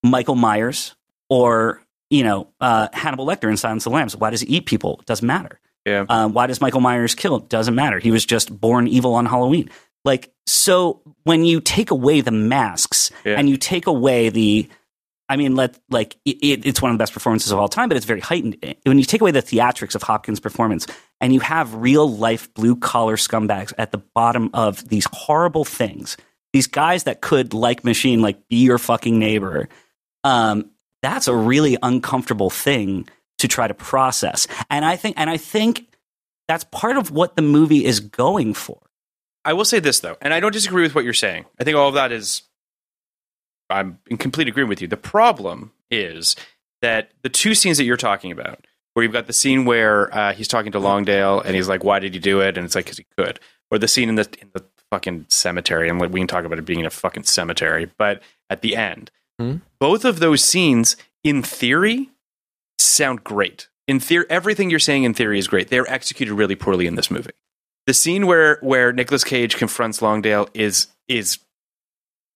Speaker 5: Michael Myers or you know uh, Hannibal Lecter in Silence of the Lambs. Why does he eat people? Doesn't matter.
Speaker 4: Yeah.
Speaker 5: Uh, why does Michael Myers kill? Doesn't matter. He was just born evil on Halloween. Like so, when you take away the masks
Speaker 4: Yeah.
Speaker 5: and you take away the, I mean, let like it, it, it's one of the best performances of all time, but it's very heightened. When you take away the theatrics of Hopkins' performance and you have real life blue collar scumbags at the bottom of these horrible things, these guys that could like machine, like be your fucking neighbor, um, that's a really uncomfortable thing to try to process. And I think, and I think that's part of what the movie is going for.
Speaker 4: I will say this though, and I don't disagree with what you're saying. I think all of that is I'm in complete agreement with you. The problem is that the two scenes that you're talking about, where you've got the scene where uh, he's talking to Longdale and he's like, "Why did he do it?" and it's like, "Cause he could," or the scene in the in the fucking cemetery, and like, we can talk about it being in a fucking cemetery, but at the end, both of those scenes, in theory, sound great. In theory, everything you're saying in theory is great. They're executed really poorly in this movie. The scene where where Nicolas Cage confronts Longdale is is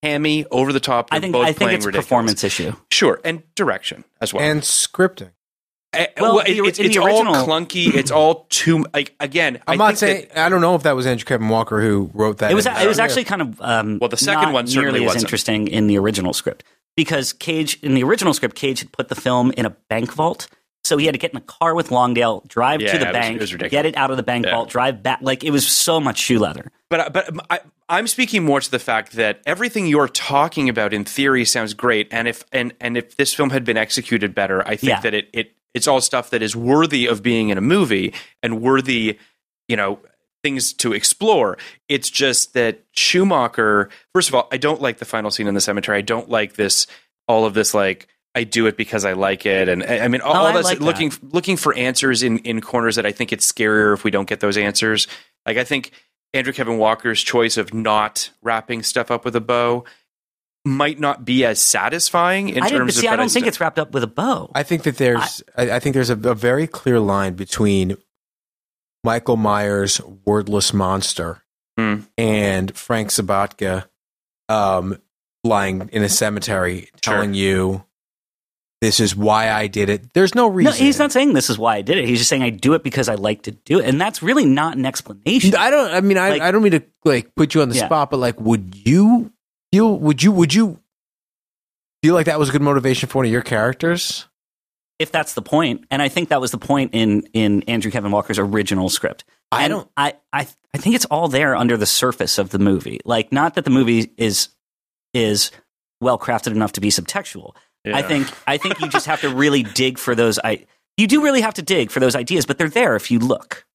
Speaker 4: hammy, over the top.
Speaker 5: I
Speaker 4: They're
Speaker 5: think,
Speaker 4: both
Speaker 5: I think
Speaker 4: playing
Speaker 5: it's a
Speaker 4: ridiculous.
Speaker 5: performance issue.
Speaker 4: Sure, and direction as well.
Speaker 3: and scripting.
Speaker 4: Uh,
Speaker 5: Well,
Speaker 4: well,
Speaker 5: the-
Speaker 4: it- it's,
Speaker 5: in the
Speaker 4: it's all
Speaker 5: original-
Speaker 4: clunky. It's all too. Like, again, I
Speaker 3: I'm not
Speaker 4: think that-
Speaker 3: saying I don't know if that was Andrew Kevin Walker who wrote that.
Speaker 5: It was,
Speaker 3: in.
Speaker 5: it was actually kind of um,
Speaker 4: Well, the second
Speaker 5: not
Speaker 4: one certainly
Speaker 5: nearly as
Speaker 4: wasn't.
Speaker 5: interesting in the original script because Cage in the original script Cage had put the film in a bank vault So he had to get in the car with Longdale, drive
Speaker 4: Yeah,
Speaker 5: to
Speaker 4: it
Speaker 5: the
Speaker 4: was-
Speaker 5: bank,
Speaker 4: it was ridiculous.
Speaker 5: get it out of the bank
Speaker 4: Yeah.
Speaker 5: vault, drive back. Like it was so much shoe leather.
Speaker 4: But but I, I'm speaking more to the fact that everything you're talking about in theory sounds great, and if and and if this film had been executed better, I think
Speaker 5: Yeah.
Speaker 4: that it it it's all stuff that is worthy of being in a movie and worthy, you know, things to explore. It's just that Schumacher. First of all, I don't like the final scene in the cemetery. I don't like this. All of this like. I do it because I like it, and I I mean all,
Speaker 5: Oh,
Speaker 4: all
Speaker 5: I
Speaker 4: this
Speaker 5: like that.
Speaker 4: looking looking for answers in in corners that I think it's scarier if we don't get those answers. Like I think Andrew Kevin Walker's choice of not wrapping stuff up with a bow might not be as satisfying in
Speaker 5: I didn't
Speaker 4: terms of.
Speaker 5: see. I
Speaker 4: but
Speaker 5: don't think
Speaker 4: still-
Speaker 5: it's wrapped up with a bow.
Speaker 3: I think that there's I, I think there's a, a very clear line between Michael Myers' wordless monster
Speaker 4: Hmm.
Speaker 3: and Frank Sabatka um, lying in a cemetery telling you this is why I did it. There's no
Speaker 5: no,
Speaker 3: reason.
Speaker 5: he's not saying this is why I did it. He's just saying I do it because I like to do it, and that's really not an explanation.
Speaker 3: I don't. I mean, I,
Speaker 5: Like-
Speaker 3: I don't mean to like put you on the
Speaker 5: Yeah.
Speaker 3: spot, but like, would you feel? Would you? Would you feel like that was a good motivation for one of your characters?
Speaker 5: if that's the point, and I think that was the point in in Andrew Kevin Walker's original script.
Speaker 3: I
Speaker 5: And
Speaker 3: don't-
Speaker 5: I I I think it's all there under the surface of the movie. Like, not that the movie is is well crafted enough to be subtextual. I
Speaker 4: Yeah.
Speaker 5: think I think you just have to really dig for those. I you do really have to dig for those ideas, but they're there if you look.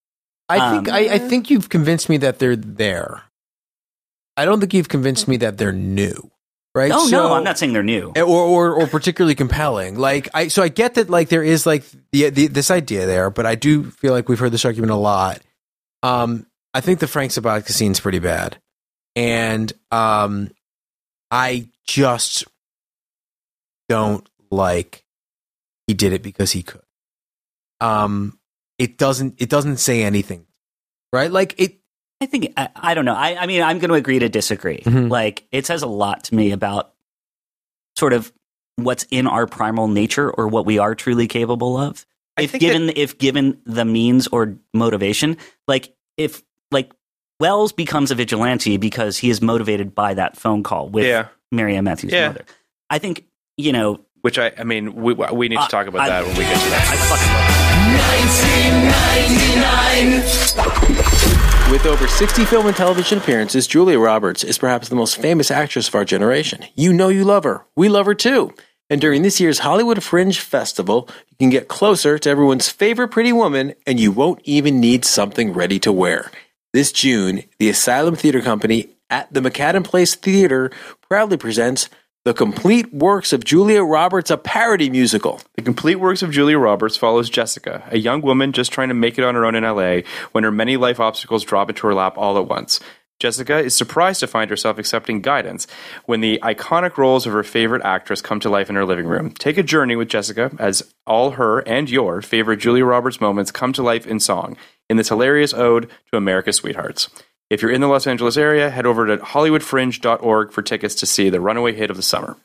Speaker 3: I think
Speaker 5: Um,
Speaker 3: I, I think you've convinced me that they're there. I don't think you've convinced me that they're new, right?
Speaker 5: oh
Speaker 3: So-
Speaker 5: no, I'm not saying they're new.
Speaker 3: or, or or particularly compelling. Like I, so I get that like there is like the, the this idea there, but I do feel like we've heard this argument a lot. Um, I think the Frank Sabatka scene's pretty bad, and um, I just don't like he did it because he could. Um, it doesn't it doesn't say anything, right? Like it
Speaker 5: I think I, I don't know. I, I mean, I'm going to agree to disagree.
Speaker 3: Mhm.
Speaker 5: Like, it says a lot to me about sort of what's in our primal nature or what we are truly capable of.
Speaker 4: I
Speaker 5: If
Speaker 4: think
Speaker 5: given, if given the means or motivation, like if like Wells becomes a vigilante because he is motivated by that phone call with
Speaker 4: Yeah.
Speaker 5: Marianne Matthews'
Speaker 4: Yeah.
Speaker 5: mother. I think you know.
Speaker 4: Which I, I mean, we, we need
Speaker 5: I-
Speaker 4: to talk about
Speaker 5: Uh, I-
Speaker 4: that when we get to that.
Speaker 5: I fucking love it.
Speaker 2: 1999.
Speaker 6: With over 60 film and television appearances, Julia Roberts is perhaps the most famous actress of our generation. You know you love her. We love her too. And during this year's Hollywood Fringe Festival, you can get closer to everyone's favorite pretty woman, and you won't even need something ready to wear. This June, the Asylum Theater Company at the McAdam Place Theater proudly presents The Complete Works of Julia Roberts, a parody musical.
Speaker 4: The complete works of Julia Roberts follows Jessica, a young woman just trying to make it on her own in LA when her many life obstacles drop into her lap all at once. Jessica is surprised to find herself accepting guidance when the iconic roles of her favorite actress come to life in her living room. Take a journey with Jessica as all her and your favorite Julia Roberts moments come to life in song in this hilarious ode to America's sweethearts. If you're in the Los Angeles area, head over to hollywoodfringe.org for tickets to see the runaway hit of the summer.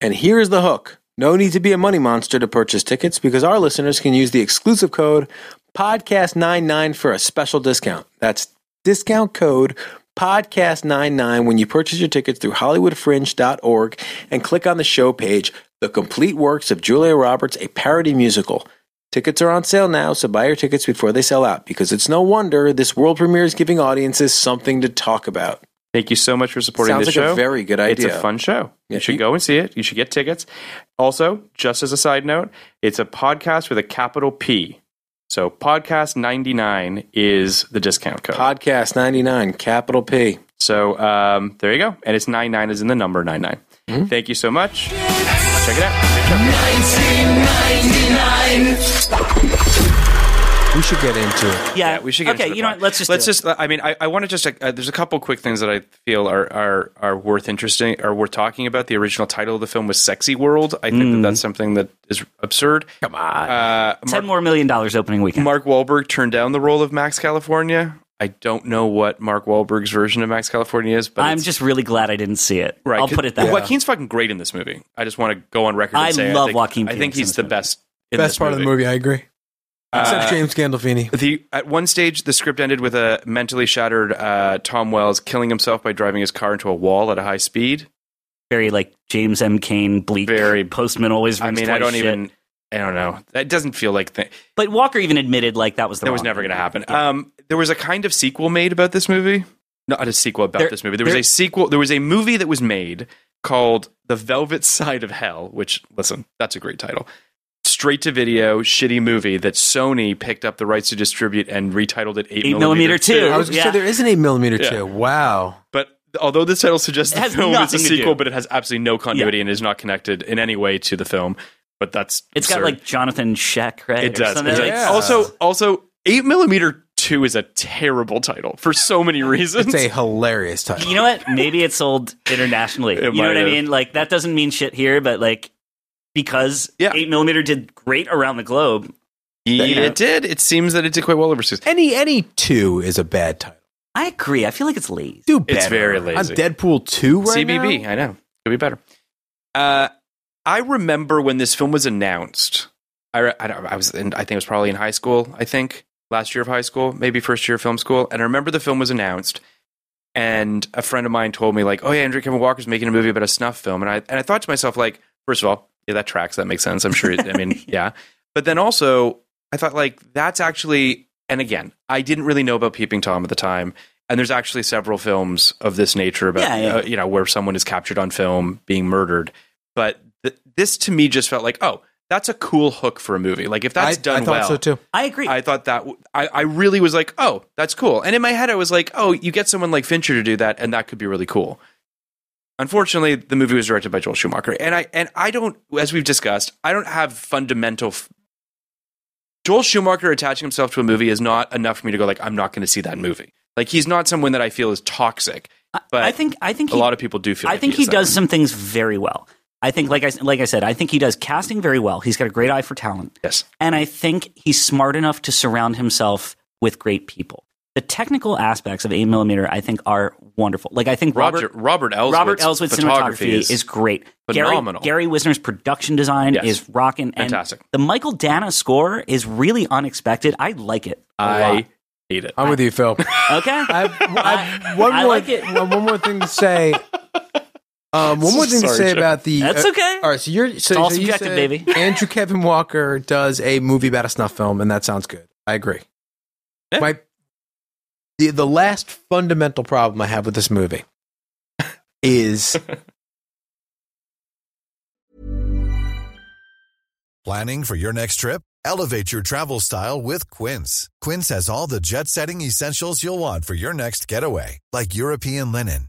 Speaker 6: And here is the hook. No need to be a money monster to purchase tickets because our listeners can use the exclusive code podcast99 for a special discount. That's discount code podcast99 when you purchase your tickets through hollywoodfringe.org and click on the show page, The Complete Works of Julia Roberts, a parody musical. Tickets are on sale now, so buy your tickets before they sell out because it's no wonder this world premiere is giving audiences something to talk about.
Speaker 4: Thank you so much for supporting
Speaker 6: Sounds
Speaker 4: this
Speaker 6: like a
Speaker 4: show.
Speaker 6: very good
Speaker 4: It's
Speaker 6: idea.
Speaker 4: a fun show.
Speaker 6: Yeah,
Speaker 4: You should
Speaker 6: you-
Speaker 4: go and see it. You should get tickets. Also, just as a side note, it's a podcast with a capital P. So podcast 99 is the discount code.
Speaker 6: Podcast99, capital P.
Speaker 4: so um, there you go. And it's 99 is in the number 99. Thank you so much. Check it out.
Speaker 3: we should get into it.
Speaker 5: Yeah,
Speaker 4: Yeah, we should get
Speaker 5: okay.
Speaker 4: into the
Speaker 5: you know,
Speaker 4: plot.
Speaker 5: what? let's just
Speaker 4: let's
Speaker 5: do it.
Speaker 4: just. I mean, I, I want to just. Uh, there's a couple quick things that I feel are are are worth interesting are worth talking about. The original title of the film was "Sexy World." I think that that's something that is absurd. Come on, uh,
Speaker 5: ten more million dollars opening weekend.
Speaker 4: Mark Wahlberg turned down the role of Max California. I don't know what Mark Wahlberg's version of Max California is, but
Speaker 5: I'm
Speaker 4: it's-
Speaker 5: just really glad I didn't see it.
Speaker 4: right.
Speaker 5: I'll
Speaker 4: 'cause
Speaker 5: put it that way.
Speaker 4: Joaquin's fucking great in this movie. I just want to go on record. And
Speaker 5: I
Speaker 4: say,
Speaker 5: love
Speaker 4: think,
Speaker 5: Joaquin
Speaker 4: I think
Speaker 5: Phoenix in
Speaker 4: he's
Speaker 5: this
Speaker 4: the
Speaker 5: movie.
Speaker 4: best. In
Speaker 3: Best
Speaker 4: this
Speaker 3: part of the movie, I agree. Except
Speaker 4: Uh,
Speaker 3: James Gandolfini.
Speaker 4: The at one stage, the script ended with a mentally shattered uh, Tom Wells killing himself by driving his car into a wall at a high speed.
Speaker 5: very like James M. Cain bleak.
Speaker 4: Very-
Speaker 5: postman always.
Speaker 4: I
Speaker 5: rings
Speaker 4: mean, I
Speaker 5: twice
Speaker 4: don't
Speaker 5: shit.
Speaker 4: even. I don't know. It doesn't feel like th-
Speaker 5: But Walker even admitted like that was the
Speaker 4: that was
Speaker 5: wrong
Speaker 4: never going to
Speaker 5: thing.
Speaker 4: happen.
Speaker 5: Yeah.
Speaker 4: Um, there was a kind of sequel made about this movie. Not a sequel about
Speaker 5: There-
Speaker 4: this movie. There was
Speaker 5: there-
Speaker 4: a sequel. There was a movie that was made called The Velvet Side of Hell, which, listen, that's a great title. Straight to video, shitty movie that Sony picked up the rights to distribute and retitled it 8,
Speaker 5: 8 millimeter
Speaker 4: millimeter
Speaker 5: too.
Speaker 3: I was gonna
Speaker 5: Yeah.
Speaker 3: say there is an eight millimeter
Speaker 4: Yeah.
Speaker 3: too. Wow.
Speaker 4: But although this title suggests
Speaker 5: It
Speaker 4: the
Speaker 5: has
Speaker 4: film is a
Speaker 5: nothing to
Speaker 4: sequel,
Speaker 5: do.
Speaker 4: but it has absolutely no continuity and is not connected in any way to the film. But that's
Speaker 5: It's got
Speaker 4: absurd.
Speaker 5: like Jonathan Sheck, right?
Speaker 4: it
Speaker 5: or
Speaker 4: does.
Speaker 5: something
Speaker 4: It does.
Speaker 5: like-
Speaker 3: Yeah.
Speaker 4: Also, also eight millimeter two is a terrible title for so many reasons.
Speaker 3: It's a hilarious title.
Speaker 5: oh, You know what? Maybe it's sold internationally.
Speaker 4: It
Speaker 5: you know
Speaker 4: might
Speaker 5: what I
Speaker 4: have.
Speaker 5: mean? Like that doesn't mean shit here, but like because
Speaker 4: Yeah.
Speaker 5: eight millimeter did great around the globe.
Speaker 4: Yeah,
Speaker 5: you know.
Speaker 4: It did. It seems that it did quite well overseas.
Speaker 3: Any any two is a bad title.
Speaker 5: I agree. I feel like it's lazy.
Speaker 3: Do better.
Speaker 4: very
Speaker 3: On
Speaker 4: lazy.
Speaker 3: Deadpool two right
Speaker 4: CBB.
Speaker 3: now?
Speaker 4: I know. Could be better. Uh, I remember when this film was announced. I, re- I, don't, I was in, I think it was probably in high school. I think last year of high school, maybe first year of film school. And I remember the film was announced, and a friend of mine told me like, "Oh yeah, Andrew Kevin Walker's making a movie about a snuff film." And I and I thought to myself like, first of all, yeah, that tracks. That makes sense. I'm sure. It, I mean, yeah. But then also, I thought like that's actually. And again, I didn't really know about Peeping Tom at the time. And there's actually several films of this nature about
Speaker 5: Yeah, yeah.
Speaker 4: uh, you know where someone is captured on film being murdered. But th- this to me just felt like, oh, that's a cool hook for a movie. Like if that's
Speaker 3: I,
Speaker 4: done
Speaker 3: I thought
Speaker 4: well,
Speaker 3: so too.
Speaker 5: I agree.
Speaker 4: I thought that w- I, I really was like, oh, that's cool. And in my head, I was like, oh, you get someone like Fincher to do that, and that could be really cool. Unfortunately, the movie was directed by Joel Schumacher, and I and I don't, as we've discussed, I don't have fundamental. F- Joel Schumacher attaching himself to a movie is not enough for me to go like, I'm not going to see that movie. Like he's not someone that I feel is toxic,
Speaker 5: I-
Speaker 4: but
Speaker 5: I think I think
Speaker 4: a
Speaker 5: he-
Speaker 4: lot of people do feel.
Speaker 5: I
Speaker 4: like
Speaker 5: think
Speaker 4: he,
Speaker 5: he
Speaker 4: is that
Speaker 5: does
Speaker 4: way.
Speaker 5: some things very well. I think, like I like I said, I think he does casting very well. He's got a great eye for talent,
Speaker 4: Yes.
Speaker 5: and I think he's smart enough to surround himself with great people. The technical aspects of eight millimeter, I think, are wonderful. Like I think Robert
Speaker 4: Robert Robert Ellswood's,
Speaker 5: Robert Ellswood's cinematography is, great.
Speaker 4: phenomenal.
Speaker 5: Gary, Gary Wisner's production design
Speaker 4: Yes.
Speaker 5: is rocking. And
Speaker 4: Fantastic.
Speaker 5: The Michael Dana score is really unexpected. I like it. a Um,
Speaker 4: I hate it.
Speaker 3: I'm with you, Phil.
Speaker 5: lot. okay.
Speaker 3: I, I, one
Speaker 5: I
Speaker 3: more,
Speaker 5: like it.
Speaker 3: One, one more thing to say. Um, one more thing to
Speaker 4: Sorry,
Speaker 3: say
Speaker 4: Jeff.
Speaker 3: about the. uh,
Speaker 5: That's okay.
Speaker 3: all right, so you're so,
Speaker 5: all
Speaker 3: so you
Speaker 5: subjective,
Speaker 3: said
Speaker 5: baby.
Speaker 3: Andrew Kevin Walker does a movie about a snuff film, and that sounds good. I agree.
Speaker 4: Yeah.
Speaker 3: My the the last fundamental problem I have with this movie is
Speaker 7: Planning for your next trip? Elevate your travel style with Quince. Quince has all the jet setting essentials you'll want for your next getaway, like European linen,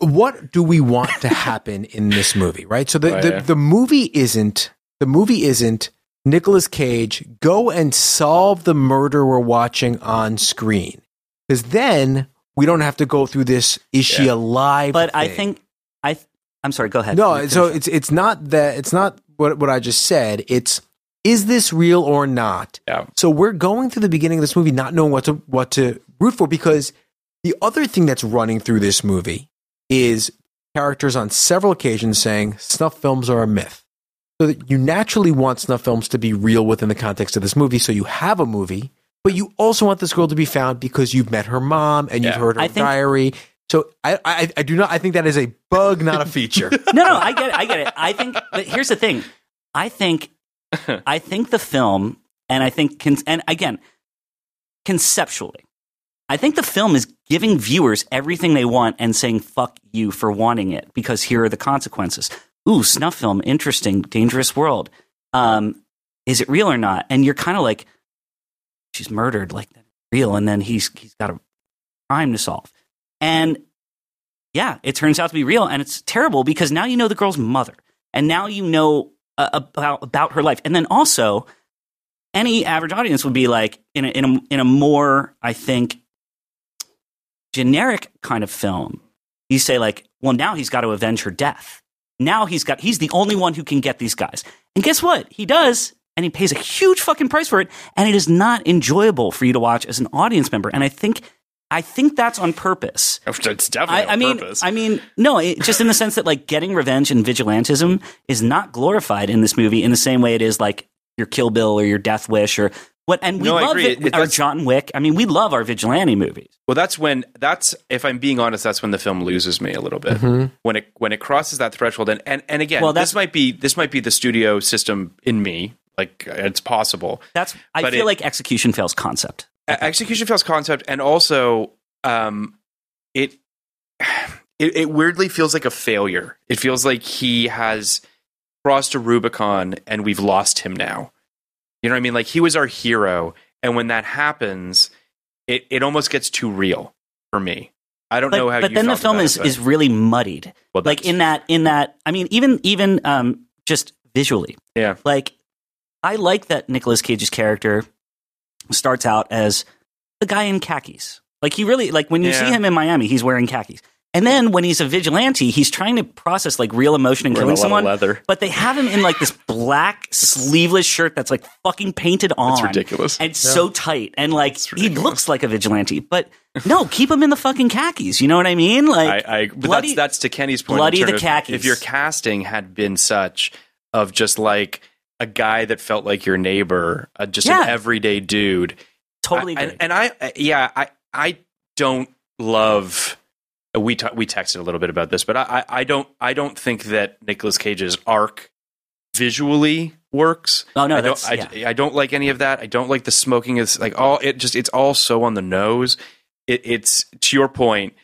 Speaker 3: what do we want to happen in this movie, right? So the
Speaker 4: Right,
Speaker 3: the,
Speaker 4: yeah.
Speaker 3: the movie isn't the movie isn't Nicolas Cage go and solve the murder we're watching on screen because then we don't have to go through this. Is she
Speaker 4: Yeah.
Speaker 3: alive?
Speaker 5: but I
Speaker 3: thing.
Speaker 5: think I. th- I'm sorry. Go ahead.
Speaker 3: no.
Speaker 5: You
Speaker 3: So
Speaker 5: finish
Speaker 3: it's it's not that it's not what what I just said. It's is this real or not?
Speaker 4: Yeah.
Speaker 3: So we're going through the beginning of this movie not knowing what to what to root for because the other thing that's running through this movie is characters on several occasions saying snuff films are a myth. So that you naturally want snuff films to be real within the context of this movie. So you have a movie, but you also want this girl to be found because you've met her mom and
Speaker 4: Yeah.
Speaker 3: you've heard her
Speaker 5: I think-
Speaker 3: diary. So I, I I do not I think that is a bug, not a feature.
Speaker 5: no, no, I get it. I get it. I think, but here's the thing. I think, I think the film, and I think, con- and again, conceptually, I think the film is giving viewers everything they want and saying "fuck you" for wanting it because here are the consequences. Ooh, snuff film, interesting, dangerous world. Um, is it real or not? And you're kind of like, she's murdered. Like, real, and then he's he's got a crime to solve. And yeah, it turns out to be real, and it's terrible because now you know the girl's mother, and now you know uh, about about her life, and then also any average audience would be like in a, in a in a more I think generic kind of film. You say like, well, now he's got to avenge her death. Now he's got he's the only one who can get these guys, and guess what? He does. And he pays a huge fucking price for it, and it is not enjoyable for you to watch as an audience member. And I think, I think that's on purpose.
Speaker 4: It's definitely
Speaker 5: I, I mean, I mean, no, it, just in the sense that like getting revenge and vigilantism is not glorified in this movie in the same way it is like your Kill Bill or your Death Wish or what. And we
Speaker 4: No, I
Speaker 5: love
Speaker 4: agree.
Speaker 5: it,
Speaker 4: It-
Speaker 5: our
Speaker 4: that's-
Speaker 5: John Wick. I mean, we love our vigilante movies.
Speaker 4: Well, that's when that's if I'm being honest, that's when the film loses me a little bit. When it when it crosses that threshold, and and, and again,
Speaker 5: Mm-hmm. Well,
Speaker 4: well,
Speaker 5: that's-
Speaker 4: this might be this might be the studio system in me. Like it's possible.
Speaker 5: That's I
Speaker 4: But
Speaker 5: feel
Speaker 4: it-
Speaker 5: like execution fails concept.
Speaker 4: A- E, execution fails concept, and also um, it, it it weirdly feels like a failure. It feels like he has crossed a Rubicon, and we've lost him now. You know what I mean? Like he was our hero, and when that happens, it it almost gets too real for me. I don't
Speaker 5: But,
Speaker 4: know how.
Speaker 5: but
Speaker 4: you
Speaker 5: then the
Speaker 4: felt
Speaker 5: film
Speaker 4: about
Speaker 5: is
Speaker 4: it, but-
Speaker 5: is really muddied.
Speaker 4: Well,
Speaker 5: like
Speaker 4: that's-
Speaker 5: in that in that I mean, even even um, just visually,
Speaker 4: yeah.
Speaker 5: like I like that Nicolas Cage's character starts out as the guy in khakis. Like he really like when you
Speaker 4: Yeah.
Speaker 5: see him in Miami, he's wearing khakis. And then when he's a vigilante, he's trying to process like real emotion and
Speaker 4: Wearing
Speaker 5: killing
Speaker 4: a lot of
Speaker 5: someone.
Speaker 4: leather.
Speaker 5: But they have him in like this black sleeveless shirt that's like fucking painted on.
Speaker 4: It's ridiculous.
Speaker 5: And so tight. And like he looks like a vigilante. But no, keep him in the fucking khakis. You know what I mean? Like
Speaker 4: I, I but
Speaker 5: bloody-
Speaker 4: that's that's to Kenny's point. in
Speaker 5: bloody the
Speaker 4: terms of
Speaker 5: khakis.
Speaker 4: If your casting had been such of just like a guy that felt like your neighbor, uh, just
Speaker 5: Yeah.
Speaker 4: an everyday dude,
Speaker 5: totally
Speaker 4: I-
Speaker 5: agree.
Speaker 4: and, and I, uh, yeah, I, I don't love. We ta we texted a little bit about this, but I, I, I don't, I don't think that Nicolas Cage's arc visually works.
Speaker 5: Oh, no,
Speaker 4: I
Speaker 5: that's-
Speaker 4: don't, I, I don't like any of that. I don't like the smoking. It's like all it just, it's all so on the nose. It, it's to your point.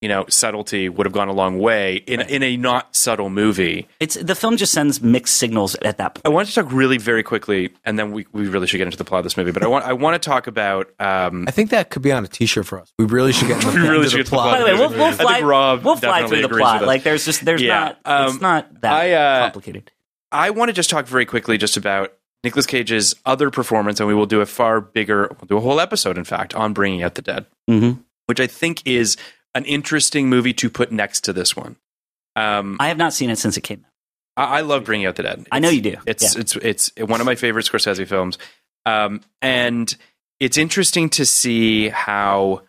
Speaker 4: You know, subtlety would have gone a long way in in a not subtle movie.
Speaker 5: it's the film just sends mixed signals at that point.
Speaker 4: I wanted to talk really very quickly, and then we, we really should get into the plot of this movie. But I want I want to talk about um,
Speaker 3: I think that could be on a T-shirt for us. We really should get. In the
Speaker 4: We really
Speaker 3: into the
Speaker 4: should get to the
Speaker 3: plot.
Speaker 4: plot.
Speaker 5: By the way, we'll,
Speaker 4: I
Speaker 5: we'll
Speaker 4: think
Speaker 5: fly.
Speaker 4: Rob
Speaker 5: we'll fly
Speaker 4: definitely
Speaker 5: through the
Speaker 4: agrees
Speaker 5: plot.
Speaker 4: with us.
Speaker 5: Like there's just there's
Speaker 4: Yeah,
Speaker 5: not
Speaker 4: um,
Speaker 5: it's not that
Speaker 4: I, uh,
Speaker 5: complicated.
Speaker 4: I want to just talk very quickly just about Nicolas Cage's other performance, and we will do a far bigger, we'll do a whole episode, in fact, on Bringing Out the Dead,
Speaker 5: Mhm.
Speaker 4: which I think is an interesting movie to put next to this one. Um,
Speaker 5: I have not seen it since it came out.
Speaker 4: I, I love Bringing Out the Dead.
Speaker 5: I know you do.
Speaker 4: It's
Speaker 5: Yeah.
Speaker 4: it's it's one of my favorite Scorsese films, um, and it's interesting to see how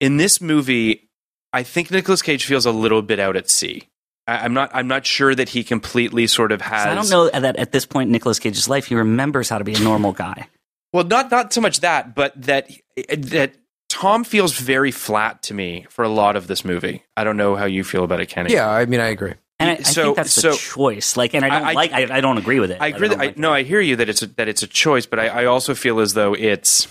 Speaker 4: in this movie, I think Nicolas Cage feels a little bit out at sea. I, I'm not. I'm not sure that he completely sort of
Speaker 5: 'Cause
Speaker 4: has.
Speaker 5: I don't know that at this point in Nicolas Cage's life he remembers how to be a normal guy.
Speaker 4: Well, not not so much that, but that that Tom feels very flat to me for a lot of this movie. I don't know how you feel about it, Kenny.
Speaker 3: Yeah, I mean, I agree.
Speaker 5: And I, I
Speaker 4: So-
Speaker 5: think that's the
Speaker 4: so-
Speaker 5: choice. Like and I don't
Speaker 4: I- I-
Speaker 5: like I, I don't agree with it.
Speaker 4: I
Speaker 5: Like,
Speaker 4: agree.
Speaker 5: don't
Speaker 4: That, I,
Speaker 5: like
Speaker 4: no, I hear you that it's a, that it's a choice, but I, I also feel as though it's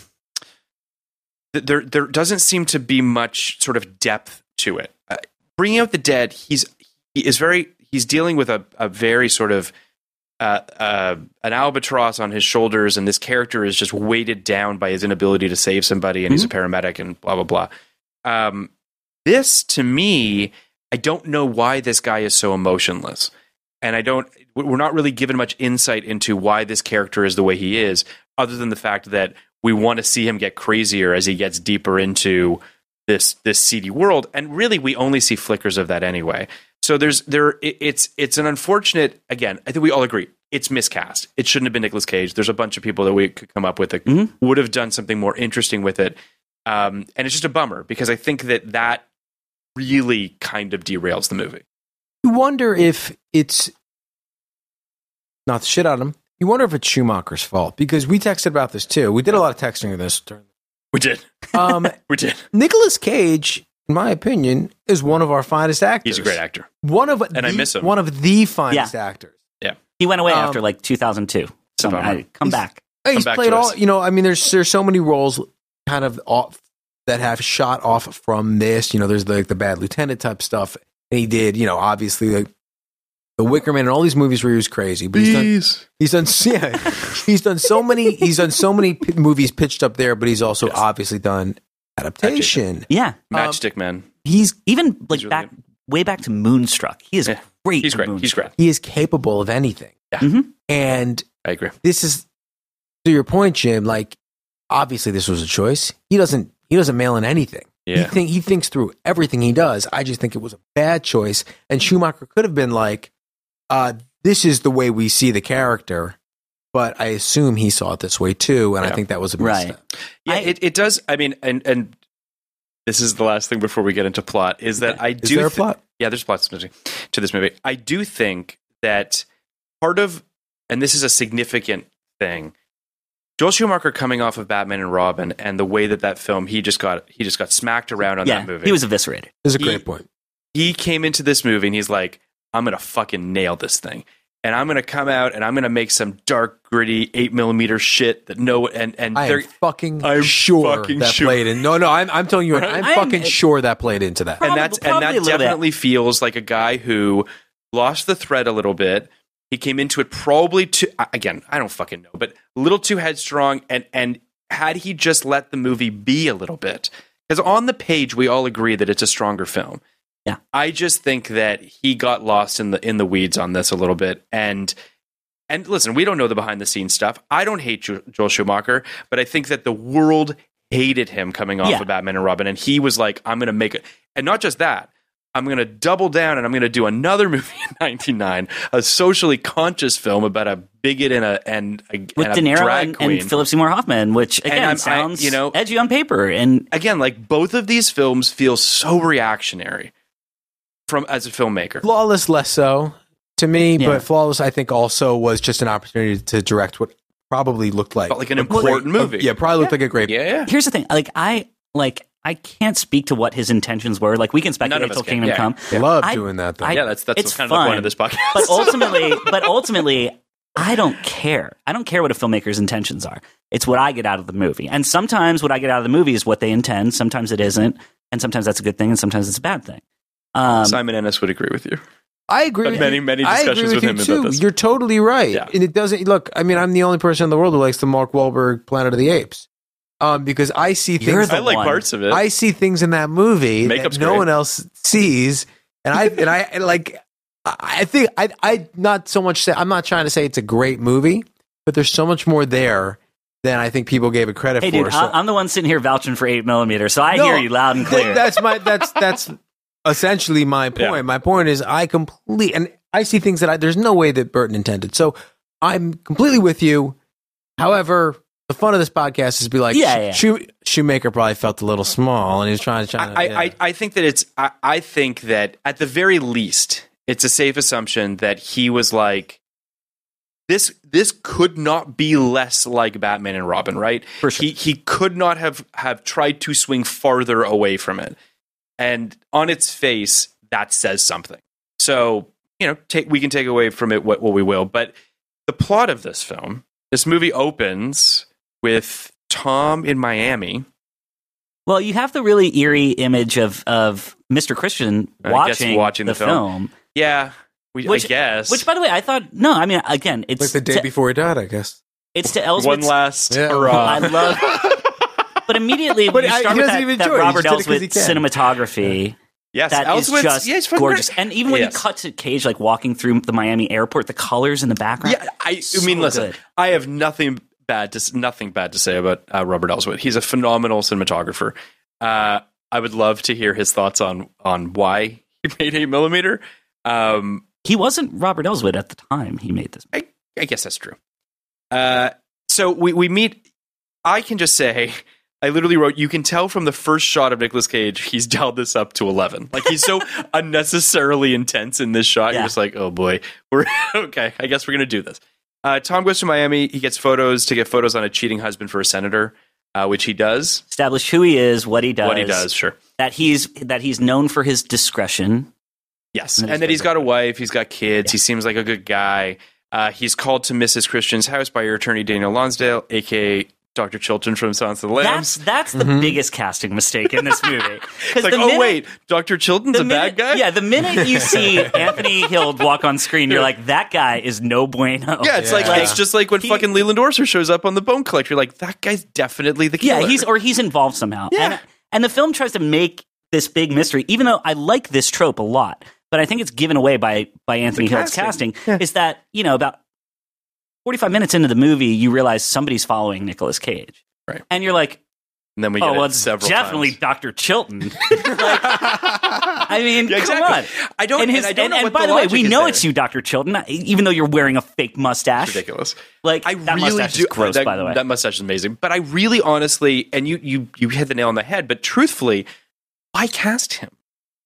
Speaker 4: th- there. There doesn't seem to be much sort of depth to it. Uh, bringing out the dead, he's he is very he's dealing with a, a very sort of uh, uh, an albatross on his shoulders, and this character is just weighted down by his inability to save somebody, and he's a
Speaker 5: Mm-hmm.
Speaker 4: paramedic, and blah blah blah. Um, this to me, I don't know why this guy is so emotionless and I don't. We're not really given much insight into why this character is the way he is, other than the fact that we want to see him get crazier as he gets deeper into this this seedy world. And really, we only see flickers of that anyway. So there's there. it- It's it's an unfortunate. Again, I think we all agree it's miscast. It shouldn't have been Nicolas Cage. There's a bunch of people that we could come up with that
Speaker 5: Mhm.
Speaker 4: would have done something more interesting with it. Um, and it's just a bummer because I think that that really kind of derails the movie.
Speaker 3: You wonder if it's not the shit on him. You wonder if it's Schumacher's fault because we texted about this too. We did a lot of texting of this. During,
Speaker 4: We did.
Speaker 3: um,
Speaker 4: We did.
Speaker 3: Nicholas Cage, in my opinion, is one of our finest actors.
Speaker 4: He's a great actor.
Speaker 3: One of
Speaker 4: And I miss him.
Speaker 3: One of the finest actors.
Speaker 5: he went away
Speaker 3: um,
Speaker 5: after like 2002.
Speaker 4: a bummer.
Speaker 5: I- come back.
Speaker 3: Hey, he's
Speaker 4: back
Speaker 3: played
Speaker 4: to
Speaker 3: all.
Speaker 4: us.
Speaker 3: You know, I mean, there's there's so many roles kind of off that have shot off from this. You know, there's like the bad lieutenant type stuff, and he did. You know, obviously like The Wicker Man and all these movies where he was crazy, but he's done he's done yeah, he's done so many he's done so many p- movies pitched up there, but he's also obviously done adaptation.
Speaker 5: Yeah.
Speaker 4: Matchstick Man.
Speaker 5: He's even like
Speaker 4: really
Speaker 5: back way back to Moonstruck. He is
Speaker 4: Yeah.
Speaker 5: great.
Speaker 4: He's
Speaker 5: in
Speaker 4: great. He's
Speaker 5: Moonstruck.
Speaker 4: great.
Speaker 3: He is capable of anything,
Speaker 5: Mhm.
Speaker 3: and
Speaker 4: I agree.
Speaker 3: this is to your point, Jim. Like obviously, this was a choice. He doesn't he doesn't mail in anything. He,
Speaker 4: Yeah.
Speaker 3: think, he thinks through everything he does. I just think it was a bad choice. And Schumacher could have been like, uh, this is the way we see the character, but I assume he saw it this way too. And I
Speaker 4: Yeah.
Speaker 3: think that was a
Speaker 5: Right.
Speaker 3: misstep.
Speaker 4: Yeah,
Speaker 5: I-
Speaker 4: it, it does. I mean, and and this is the last thing before we get into plot is that I
Speaker 3: Is
Speaker 4: do
Speaker 3: there a
Speaker 4: thi-
Speaker 3: plot?
Speaker 4: Yeah, there's plots to this movie. I do think that part of, and this is a significant thing, Joel Schumacher coming off of Batman and Robin, and the way that that film he just got he just got smacked around on
Speaker 5: Yeah.
Speaker 4: that movie.
Speaker 5: He was eviscerated.
Speaker 3: This is a
Speaker 4: He-
Speaker 3: great point.
Speaker 4: he came into this movie and he's like, I'm gonna fucking nail this thing. And I'm gonna come out and I'm gonna make some dark, gritty eight millimeter shit that no and and
Speaker 3: I am
Speaker 4: they're-
Speaker 3: fucking
Speaker 4: I'm
Speaker 3: sure
Speaker 4: fucking
Speaker 3: that
Speaker 4: sure.
Speaker 3: played in. No, no, I'm, I'm telling you,
Speaker 4: Right?
Speaker 3: I'm
Speaker 5: I'm-
Speaker 3: fucking sure that played into that.
Speaker 5: Probably-
Speaker 4: and that's and
Speaker 5: probably a
Speaker 4: that
Speaker 5: little bit.
Speaker 4: definitely feels like a guy who lost the thread a little bit. He came into it probably too I- again, I don't fucking know, but a little too headstrong and and had he just let the movie be a little bit. Cuz on the page we all agree that it's a stronger film.
Speaker 5: Yeah.
Speaker 4: I just think that he got lost in the in the weeds on this a little bit and and listen, we don't know the behind the scenes stuff. I don't hate Jo- Joel Schumacher, but I think that the world hated him coming off
Speaker 5: Yeah.
Speaker 4: of Batman and Robin, and he was like, "I'm going to make it." And not just that, I'm going to double down, and I'm going to do another movie in '99, a socially conscious film about a bigot and a and a,
Speaker 5: With
Speaker 4: and
Speaker 5: De
Speaker 4: a
Speaker 5: Niro
Speaker 4: drag
Speaker 5: and,
Speaker 4: queen.
Speaker 5: and Philip Seymour Hoffman, which again
Speaker 4: I'm- I-
Speaker 5: sounds
Speaker 4: you know-
Speaker 5: edgy on paper. And
Speaker 4: Again, like both of these films feel so reactionary from as a filmmaker.
Speaker 3: Flawless, less so to me,
Speaker 5: Yeah.
Speaker 3: but Flawless, I think, also was just an opportunity to direct what probably looked like
Speaker 4: Felt like an
Speaker 3: a
Speaker 4: important
Speaker 3: great-
Speaker 4: movie.
Speaker 3: yeah, probably looked like a great
Speaker 4: Yeah, yeah.
Speaker 5: here's the thing, like I like I can't speak to what his intentions were. Like we can
Speaker 4: None
Speaker 5: speculate
Speaker 4: of us
Speaker 5: till
Speaker 4: can.
Speaker 5: Kingdom
Speaker 4: Yeah.
Speaker 5: Come.
Speaker 3: Love
Speaker 5: I-
Speaker 3: doing that though.
Speaker 5: I-
Speaker 4: yeah, that's that's
Speaker 5: it's
Speaker 4: kind of
Speaker 5: fun.
Speaker 4: the point of this podcast.
Speaker 5: But ultimately, but ultimately, I don't care. I don't care what a filmmaker's intentions are. It's what I get out of the movie. And sometimes what I get out of the movie is what they intend. Sometimes it isn't. And sometimes that's a good thing. And sometimes it's a bad thing. Um,
Speaker 4: Simon Ennis would agree with you.
Speaker 3: I agree.
Speaker 4: But
Speaker 3: with
Speaker 4: many,
Speaker 3: you.
Speaker 4: many
Speaker 3: I agree
Speaker 4: discussions with
Speaker 3: you
Speaker 4: him about
Speaker 3: too.
Speaker 4: this.
Speaker 3: You're totally right,
Speaker 4: Yeah.
Speaker 3: and it doesn't look. I mean, I'm the only person in the world who likes the Mark Wahlberg Planet of the Apes, um, because I see
Speaker 5: You're
Speaker 3: things.
Speaker 5: the
Speaker 4: I like
Speaker 5: one.
Speaker 4: parts of it.
Speaker 3: I see things in that movie
Speaker 4: Makeup's
Speaker 3: that no
Speaker 4: great.
Speaker 3: one else sees, and I and I and like. I- I think I I not so much. Say, I'm not trying to say it's a great movie, but there's so much more there than I think people gave it credit
Speaker 5: hey,
Speaker 3: for.
Speaker 5: dude,
Speaker 3: so-
Speaker 5: I, I'm the one sitting here vouching for 8 millimeters, so I
Speaker 3: No,
Speaker 5: hear you loud and
Speaker 3: Th-
Speaker 5: clear.
Speaker 3: that's my that's that's essentially my point.
Speaker 4: Yeah.
Speaker 3: My point is I complete and I see things that I there's no way that Burton intended. So I'm completely with you. However, the fun of this podcast is be like,
Speaker 5: Yeah, yeah.
Speaker 3: Shoe- Shoemaker probably felt a little small, and he was trying to. Trying
Speaker 4: I,
Speaker 3: yeah.
Speaker 4: I, I think that it's I, I think that at the very least it's a safe assumption that he was like this this could not be less like Batman and Robin, right?
Speaker 5: For sure.
Speaker 4: He he could not have have tried to swing farther away from it. And on its face, that says something. So, you know, take we can take away from it what, what we will. But the plot of this film, this movie opens with Tom in Miami.
Speaker 5: Well, you have the really eerie image of, of Mr. Christian
Speaker 4: I guess
Speaker 5: watching,
Speaker 4: watching the film. Yeah. We,
Speaker 5: Which-
Speaker 4: I guess.
Speaker 5: Which, by the way, I thought, no, I mean, again, it's,
Speaker 3: like the day
Speaker 5: to,
Speaker 3: before he died, I guess.
Speaker 5: it's to
Speaker 4: one
Speaker 5: Elspeth's
Speaker 4: last
Speaker 3: Yeah.
Speaker 4: hurrah.
Speaker 5: Oh, I love. But immediately,
Speaker 3: But
Speaker 5: when you
Speaker 3: I- he
Speaker 5: start with
Speaker 3: doesn't
Speaker 5: that,
Speaker 3: even
Speaker 5: that
Speaker 3: enjoy it. He
Speaker 5: Robert
Speaker 3: just did it
Speaker 5: Elswit
Speaker 3: 'cause he can.
Speaker 5: cinematography,
Speaker 4: yes,
Speaker 5: that is
Speaker 4: Elswith's-
Speaker 5: just
Speaker 4: yeah, it's fucking
Speaker 5: gorgeous.
Speaker 4: great.
Speaker 5: And even when
Speaker 4: Yes.
Speaker 5: you cut to Cage like walking through the Miami airport, the colors in the background.
Speaker 4: yeah, I, I
Speaker 5: so
Speaker 4: mean, listen,
Speaker 5: good.
Speaker 4: I have nothing bad to s- nothing bad to say about uh, Robert Elswit. He's a phenomenal cinematographer. Uh, I would love to hear his thoughts on on why he made eight millimeter. Um,
Speaker 5: He wasn't Robert Elswit at the time he made this.
Speaker 4: I, I guess that's true. Uh, so we, we meet. I can just say, I literally wrote, you can tell from the first shot of Nicolas Cage, he's dialed this up to 11. Like he's so unnecessarily intense in this shot. You're
Speaker 5: Yeah.
Speaker 4: just like, oh boy, we're okay. I guess we're going to do this. Uh, Tom goes to Miami. He gets photos to get photos on a cheating husband for a senator, uh, which he does.
Speaker 5: Establish who he is, what he does,
Speaker 4: What he does, sure.
Speaker 5: that he's that he's known for his discretion.
Speaker 4: Yes,
Speaker 5: And
Speaker 4: and,
Speaker 5: then
Speaker 4: that
Speaker 5: he's
Speaker 4: he's got a wife, he's got kids, he seems like a good guy. Uh, he's called to Mrs. Christian's house by her attorney Daniel Lonsdale, aka Dr. Chilton from Silence of the
Speaker 5: That's
Speaker 4: Lambs.
Speaker 5: that's the
Speaker 3: Mm-hmm.
Speaker 5: biggest casting mistake in this movie.
Speaker 4: it's like, oh wait, Dr. Chilton's a
Speaker 5: minute,
Speaker 4: bad guy?
Speaker 5: Yeah, the minute you see Anthony Hill walk on screen, you're like, that guy is no bueno.
Speaker 4: Yeah, it's like it's just like when fucking Leland Orser shows up on the Bone Collector. You're like that guy's definitely the killer.
Speaker 5: yeah, he's or he's involved somehow.
Speaker 4: Yeah.
Speaker 5: And, and the film tries to make this big mystery, even though I like this trope a lot, but I think it's given away by by Anthony Hill's
Speaker 4: casting.
Speaker 5: casting. Is that you know about forty five minutes into the movie, you realize somebody's following Nicolas Cage,
Speaker 4: Right.
Speaker 5: And you're like,
Speaker 4: and then we get
Speaker 5: oh, well,
Speaker 4: it
Speaker 5: it's
Speaker 4: several
Speaker 5: definitely
Speaker 4: times.
Speaker 5: Dr. Chilton. Like, I mean,
Speaker 4: Yeah,
Speaker 5: come
Speaker 4: exactly.
Speaker 5: on.
Speaker 4: I don't-
Speaker 5: And, his,
Speaker 4: and I don't
Speaker 5: and,
Speaker 4: know
Speaker 5: and
Speaker 4: what
Speaker 5: by
Speaker 4: the
Speaker 5: the way,
Speaker 4: logic
Speaker 5: we
Speaker 4: is
Speaker 5: know
Speaker 4: there.
Speaker 5: it's you, Dr. Chilton, not- even though you're wearing a fake mustache.
Speaker 4: It's ridiculous.
Speaker 5: Like
Speaker 4: I
Speaker 5: that
Speaker 4: really
Speaker 5: mustache
Speaker 4: do.
Speaker 5: is gross,
Speaker 4: that,
Speaker 5: by the way.
Speaker 4: that mustache is amazing. But I really, honestly, and you, you, you hit the nail on the head. But truthfully, why cast him?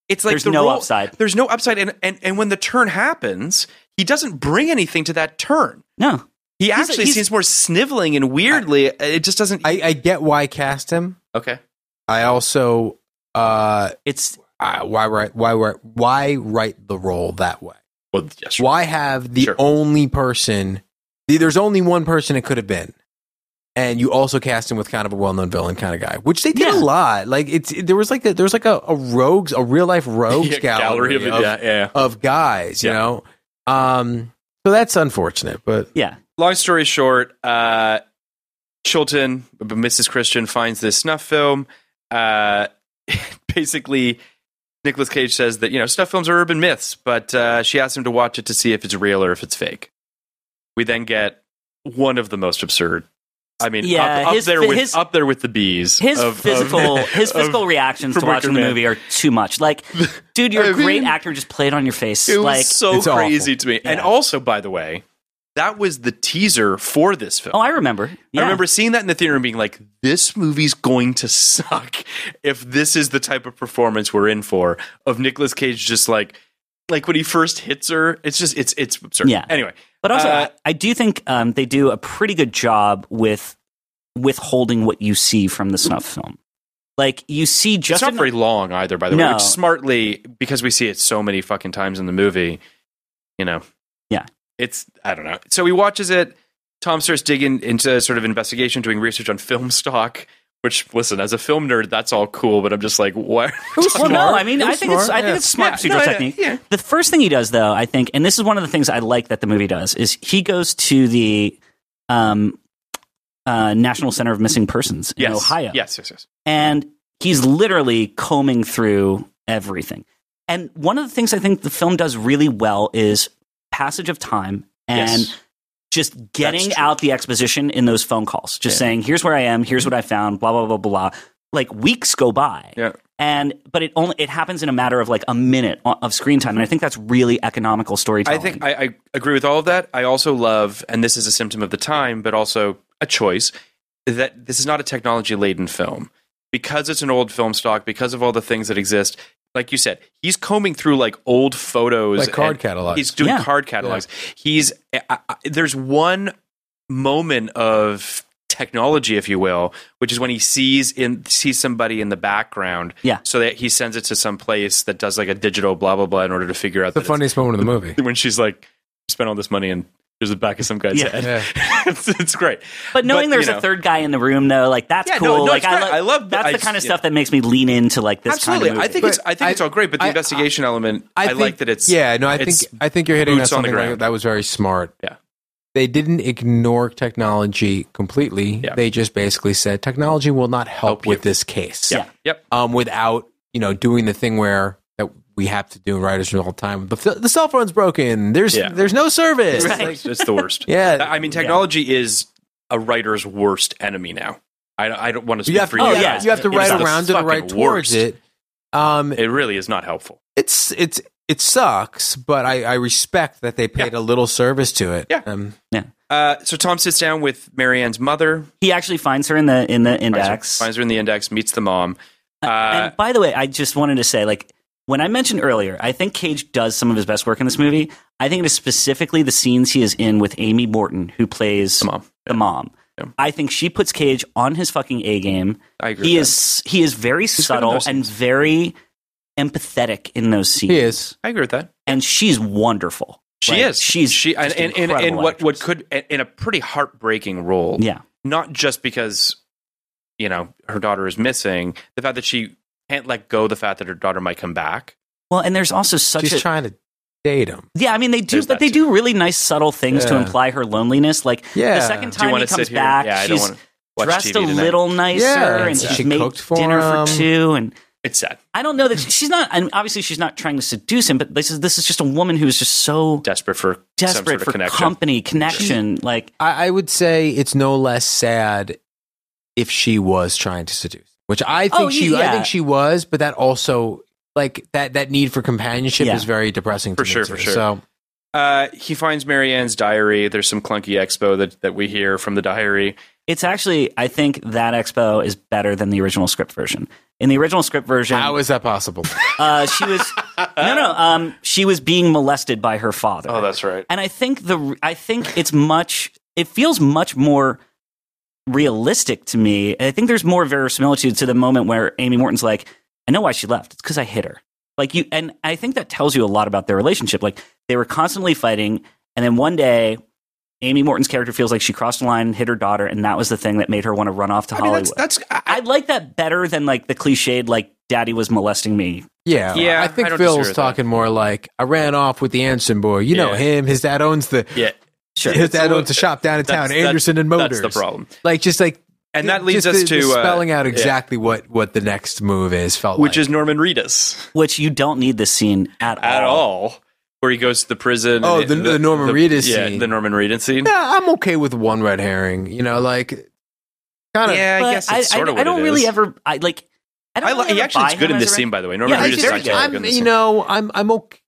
Speaker 4: It's like
Speaker 5: There's
Speaker 4: the
Speaker 5: no
Speaker 4: role-
Speaker 5: upside.
Speaker 4: There's no upside, and, and and when the turn happens, he doesn't bring anything to that turn.
Speaker 5: no.
Speaker 4: He
Speaker 5: He's-
Speaker 4: actually
Speaker 5: he's-
Speaker 4: seems more sniveling and weirdly. it just doesn't.
Speaker 3: I, I get why I cast him.
Speaker 4: okay,
Speaker 3: I also uh,
Speaker 5: It's
Speaker 3: uh why write why write why write the role that way?
Speaker 4: well, yes,
Speaker 3: Why have the
Speaker 4: Sure.
Speaker 3: only person? the- There's only one person it could have been, and you also cast him with kind of a well-known villain kind of guy, which they did a
Speaker 5: Yeah.
Speaker 3: lot. Like it's there was like a, there was like a, a rogues a real life rogues
Speaker 4: Yeah,
Speaker 3: gallery, of,
Speaker 4: yeah, yeah.
Speaker 3: of guys, you
Speaker 4: Yeah.
Speaker 3: know. Um, so that's unfortunate, but
Speaker 5: yeah.
Speaker 4: long story short, uh, Chilton, b- Mrs. Christian finds this snuff film. Uh, basically, Nicolas Cage says that, you know, snuff films are urban myths, but uh, she asks him to watch it to see if it's real or if it's fake. We then get one of the most absurd. I mean,
Speaker 5: Yeah,
Speaker 4: up, up
Speaker 5: his
Speaker 4: there
Speaker 5: fi-
Speaker 4: with
Speaker 5: his-
Speaker 4: up there with the bees.
Speaker 5: His
Speaker 4: of- of-
Speaker 5: physical his
Speaker 4: of-
Speaker 5: physical reactions to
Speaker 4: from Wicker
Speaker 5: watching the
Speaker 4: Man.
Speaker 5: movie are too much. Like, dude, you're
Speaker 4: I
Speaker 5: a great
Speaker 4: mean,
Speaker 5: actor, just play it on your face.
Speaker 4: It was
Speaker 5: like
Speaker 4: so
Speaker 3: It's awful.
Speaker 4: crazy to me. And
Speaker 5: Yeah.
Speaker 4: also, by the way, that was the teaser for this film.
Speaker 5: Oh, I remember. Yeah.
Speaker 4: I remember seeing that in the theater and being like, this movie's going to suck if this is the type of performance we're in for of Nicolas Cage just like like when he first hits her, it's just it's it's absurd.
Speaker 5: Yeah.
Speaker 4: Anyway.
Speaker 5: But also,
Speaker 4: uh,
Speaker 5: I, I do think um, they do a pretty good job with withholding what you see from the snuff film. Like you see
Speaker 4: it's
Speaker 5: just
Speaker 4: not
Speaker 5: enough-
Speaker 4: very long either, by the way.
Speaker 5: No.
Speaker 4: Which smartly, because we see it so many fucking times in the movie, you know.
Speaker 5: Yeah.
Speaker 4: It's I don't know. So he watches it. Tom starts digging into sort of investigation, doing research on film stock. Which listen, as a film nerd, that's all cool, but I'm just like, what?
Speaker 5: Well, no, I mean,
Speaker 3: It
Speaker 5: I
Speaker 3: was
Speaker 5: think it's
Speaker 3: smart,
Speaker 5: I
Speaker 3: yeah.
Speaker 5: think it's smart
Speaker 4: Yeah,
Speaker 5: procedural
Speaker 4: no, yeah,
Speaker 5: technique.
Speaker 4: yeah.
Speaker 5: The first thing he does, though, I think, and this is one of the things I like that the movie does, is he goes to the um, uh, National Center of Missing Persons in
Speaker 4: Yes.
Speaker 5: Ohio,
Speaker 4: Yes, yes, yes.
Speaker 5: and he's literally combing through everything. And one of the things I think the film does really well is passage of time and
Speaker 4: Yes.
Speaker 5: just getting
Speaker 4: true.
Speaker 5: out the exposition in those phone calls, just saying, "Here's where I am. Here's what I found." Blah blah blah blah. Like weeks go by,
Speaker 4: Yeah.
Speaker 5: and but it only it happens in a matter of like a minute o- of screen time, and I think that's really economical
Speaker 4: I
Speaker 5: storytelling.
Speaker 4: think I, I agree with all of that. I also love, and this is a symptom of the time, but also a choice, that this is not a technology laden film. Because it's an old film stock, because of all the things that exist, like you said, he's combing through like old photos,
Speaker 3: Like card
Speaker 4: and
Speaker 3: catalogs.
Speaker 4: He's doing
Speaker 5: Yeah.
Speaker 4: card catalogs. He's I, I, there's one moment of technology, if you will, which is when he sees in sees somebody in the background.
Speaker 5: Yeah.
Speaker 4: So that he sends it to some place that does like a digital blah blah blah in order to figure out
Speaker 3: the
Speaker 4: that it's-
Speaker 3: funniest moment of the movie.
Speaker 4: when she's like, spent all this money and here's the back of some guy's
Speaker 5: Yeah.
Speaker 4: head.
Speaker 3: Yeah.
Speaker 4: it's, it's great.
Speaker 5: but knowing
Speaker 4: but, you
Speaker 5: there's
Speaker 4: know.
Speaker 5: a third guy in the room, though, like that's
Speaker 4: Yeah, no,
Speaker 5: cool.
Speaker 4: no,
Speaker 5: like
Speaker 4: it's great. I love-
Speaker 5: that's
Speaker 4: I
Speaker 5: the
Speaker 4: just-
Speaker 5: kind of
Speaker 4: yeah.
Speaker 5: stuff that makes me lean into like this
Speaker 4: Absolutely.
Speaker 5: kind of movie.
Speaker 4: I think it's I think
Speaker 3: But
Speaker 4: it's all great, but the
Speaker 3: I-
Speaker 4: investigation element I,
Speaker 3: think-
Speaker 4: like that it's
Speaker 3: yeah. No, I think
Speaker 4: it's
Speaker 3: I think you're hitting on
Speaker 4: boots on the
Speaker 3: something like
Speaker 4: ground.
Speaker 3: that was very smart.
Speaker 4: Yeah.
Speaker 3: they didn't ignore technology completely.
Speaker 4: Yeah.
Speaker 3: They just basically said technology will not help,
Speaker 4: Help you.
Speaker 3: with this case.
Speaker 5: Yeah.
Speaker 4: Yep.
Speaker 3: Um, without you know doing the thing where that we have to do in writers all the time. The, the cell phone's broken. There's
Speaker 4: Yeah.
Speaker 3: there's no service.
Speaker 5: Right.
Speaker 3: Like,
Speaker 4: It's, it's the worst.
Speaker 3: yeah.
Speaker 4: I mean technology is a writer's worst enemy now. I, I don't want to speak
Speaker 3: you have
Speaker 4: for
Speaker 3: to,
Speaker 4: you.
Speaker 3: oh,
Speaker 5: yeah,
Speaker 4: guys.
Speaker 3: you have to
Speaker 4: It
Speaker 3: write
Speaker 4: is the
Speaker 3: around it, or right
Speaker 4: fucking
Speaker 3: towards
Speaker 4: worst.
Speaker 3: it. Um,
Speaker 4: It really is not helpful.
Speaker 3: it's it's it sucks, but I, I respect that they paid a little service to it.
Speaker 4: Yeah.
Speaker 3: Um,
Speaker 4: Uh, so Tom sits down with Marianne's mother,
Speaker 5: he actually finds her in the in the
Speaker 4: finds her-
Speaker 5: index.
Speaker 4: finds her in the index, meets the mom. Uh,
Speaker 5: and by the way, I just wanted to say, like, when I mentioned earlier, I think Cage does some of his best work in this movie. I think it is specifically the scenes he is in with Amy Morton, who plays
Speaker 4: The mom.
Speaker 5: the mom.
Speaker 4: Yeah.
Speaker 5: I think she puts Cage on his fucking A game.
Speaker 4: I agree.
Speaker 5: He
Speaker 4: with
Speaker 5: is he is very
Speaker 4: good in
Speaker 5: subtle
Speaker 4: those
Speaker 5: and
Speaker 4: scenes.
Speaker 5: very empathetic in those scenes.
Speaker 3: he is.
Speaker 4: that. I agree with that.
Speaker 5: and she's wonderful.
Speaker 4: She
Speaker 5: Like,
Speaker 4: is.
Speaker 5: She's
Speaker 4: she and
Speaker 5: just
Speaker 4: and, and, and
Speaker 5: incredible
Speaker 4: what what
Speaker 5: actress.
Speaker 4: could in a pretty heartbreaking role.
Speaker 5: yeah.
Speaker 4: not just because you know her daughter is missing, the fact that she can't let go the fact that her daughter might come back.
Speaker 5: Well, and there's also such
Speaker 3: She's
Speaker 5: a
Speaker 3: trying to date him.
Speaker 5: yeah. I mean, they do,
Speaker 4: There's
Speaker 5: but
Speaker 4: that
Speaker 5: they
Speaker 4: too.
Speaker 5: do really nice, subtle things to
Speaker 3: Yeah.
Speaker 5: imply her loneliness. Like
Speaker 3: Yeah.
Speaker 5: the second
Speaker 3: Do
Speaker 4: Do you
Speaker 5: time
Speaker 4: want
Speaker 5: he
Speaker 4: to
Speaker 5: comes
Speaker 4: sit here?
Speaker 5: back,
Speaker 4: yeah, I don't
Speaker 5: she's
Speaker 4: want to watch
Speaker 5: dressed
Speaker 4: TV
Speaker 5: a
Speaker 4: tonight.
Speaker 5: little nicer,
Speaker 3: Yeah,
Speaker 5: and
Speaker 3: yeah.
Speaker 5: she's
Speaker 3: She
Speaker 5: made
Speaker 3: cooked for
Speaker 5: dinner for
Speaker 3: him.
Speaker 5: two. And
Speaker 4: It's sad,
Speaker 5: I don't know that she- she's not. And obviously, she's not trying to seduce him. But this is this is just a woman who's just so
Speaker 4: desperate for some
Speaker 5: desperate
Speaker 4: sort of
Speaker 5: for
Speaker 4: connection.
Speaker 5: company, connection. Like
Speaker 3: I, I would say it's no less sad if she was trying to seduce, which I think
Speaker 5: Oh,
Speaker 3: she, I
Speaker 5: yeah.
Speaker 3: think she was, but that also like that that need for companionship
Speaker 5: Yeah.
Speaker 3: is very depressing
Speaker 4: For
Speaker 3: to me,
Speaker 4: sure,
Speaker 3: too.
Speaker 4: for sure.
Speaker 3: So
Speaker 4: Uh, he finds Marianne's diary. There's some clunky expo that, that we hear from the diary.
Speaker 5: it's actually, I think that expo is better than the original script version. In the original script version,
Speaker 3: how is that possible?
Speaker 5: uh, she was no, no. Um, she was being molested by her father.
Speaker 4: Oh, that's right.
Speaker 5: and I think the I think it's much. It feels much more realistic to me. And I think there's more verisimilitude to the moment where Amy Morton's like, "I know why she left. It's because I hit her." Like you, and I think that tells you a lot about their relationship. Like they were constantly fighting, and then one day. Amy Morton's character feels like she crossed the line, hit her daughter, and that was the thing that made her want to run off to
Speaker 4: I mean,
Speaker 5: Hollywood.
Speaker 4: that's that's.
Speaker 3: uh,
Speaker 4: I,
Speaker 5: I like that better than like the cliched like daddy was molesting me
Speaker 3: Yeah,
Speaker 4: Yeah,
Speaker 3: I think
Speaker 4: I don't disagree
Speaker 3: Phil's
Speaker 4: with
Speaker 3: talking more like I ran off with the Anderson boy. You know
Speaker 4: Yeah.
Speaker 3: him. His dad owns the
Speaker 4: yeah,
Speaker 3: his dad owns
Speaker 4: That's-
Speaker 3: a shop down in town,
Speaker 4: that's- that's-
Speaker 3: Anderson and Motors.
Speaker 4: That's the problem,
Speaker 3: Like just like
Speaker 4: and that leads
Speaker 3: just
Speaker 4: us
Speaker 3: the-
Speaker 4: to
Speaker 3: the
Speaker 4: uh,
Speaker 3: spelling out
Speaker 4: yeah,
Speaker 3: exactly what what the next move is. Felt like.
Speaker 4: which is Norman Reedus
Speaker 5: which you don't need this scene at all.
Speaker 4: at all, where he goes to the prison.
Speaker 3: Oh,
Speaker 4: and
Speaker 3: the- the Norman Reedus
Speaker 4: yeah,
Speaker 3: scene.
Speaker 4: the Norman Reedus scene.
Speaker 3: Yeah, I'm okay with one red herring. You know, like kind of.
Speaker 4: yeah, I
Speaker 5: But
Speaker 4: guess it's sort
Speaker 5: I,
Speaker 4: of what
Speaker 5: I don't
Speaker 4: it
Speaker 5: really
Speaker 4: is.
Speaker 5: ever. I like. I don't.
Speaker 4: I li-
Speaker 5: really
Speaker 4: he
Speaker 5: ever
Speaker 4: actually
Speaker 5: buy
Speaker 4: is good
Speaker 5: him as
Speaker 4: in this
Speaker 5: a-
Speaker 4: scene, by the way. Norman
Speaker 5: Yeah,
Speaker 3: I
Speaker 5: I
Speaker 4: Reedus is
Speaker 5: just-
Speaker 4: actually
Speaker 5: I-
Speaker 4: really
Speaker 3: am
Speaker 4: good in
Speaker 3: you
Speaker 4: this scene.
Speaker 3: know, I'm I'm okay.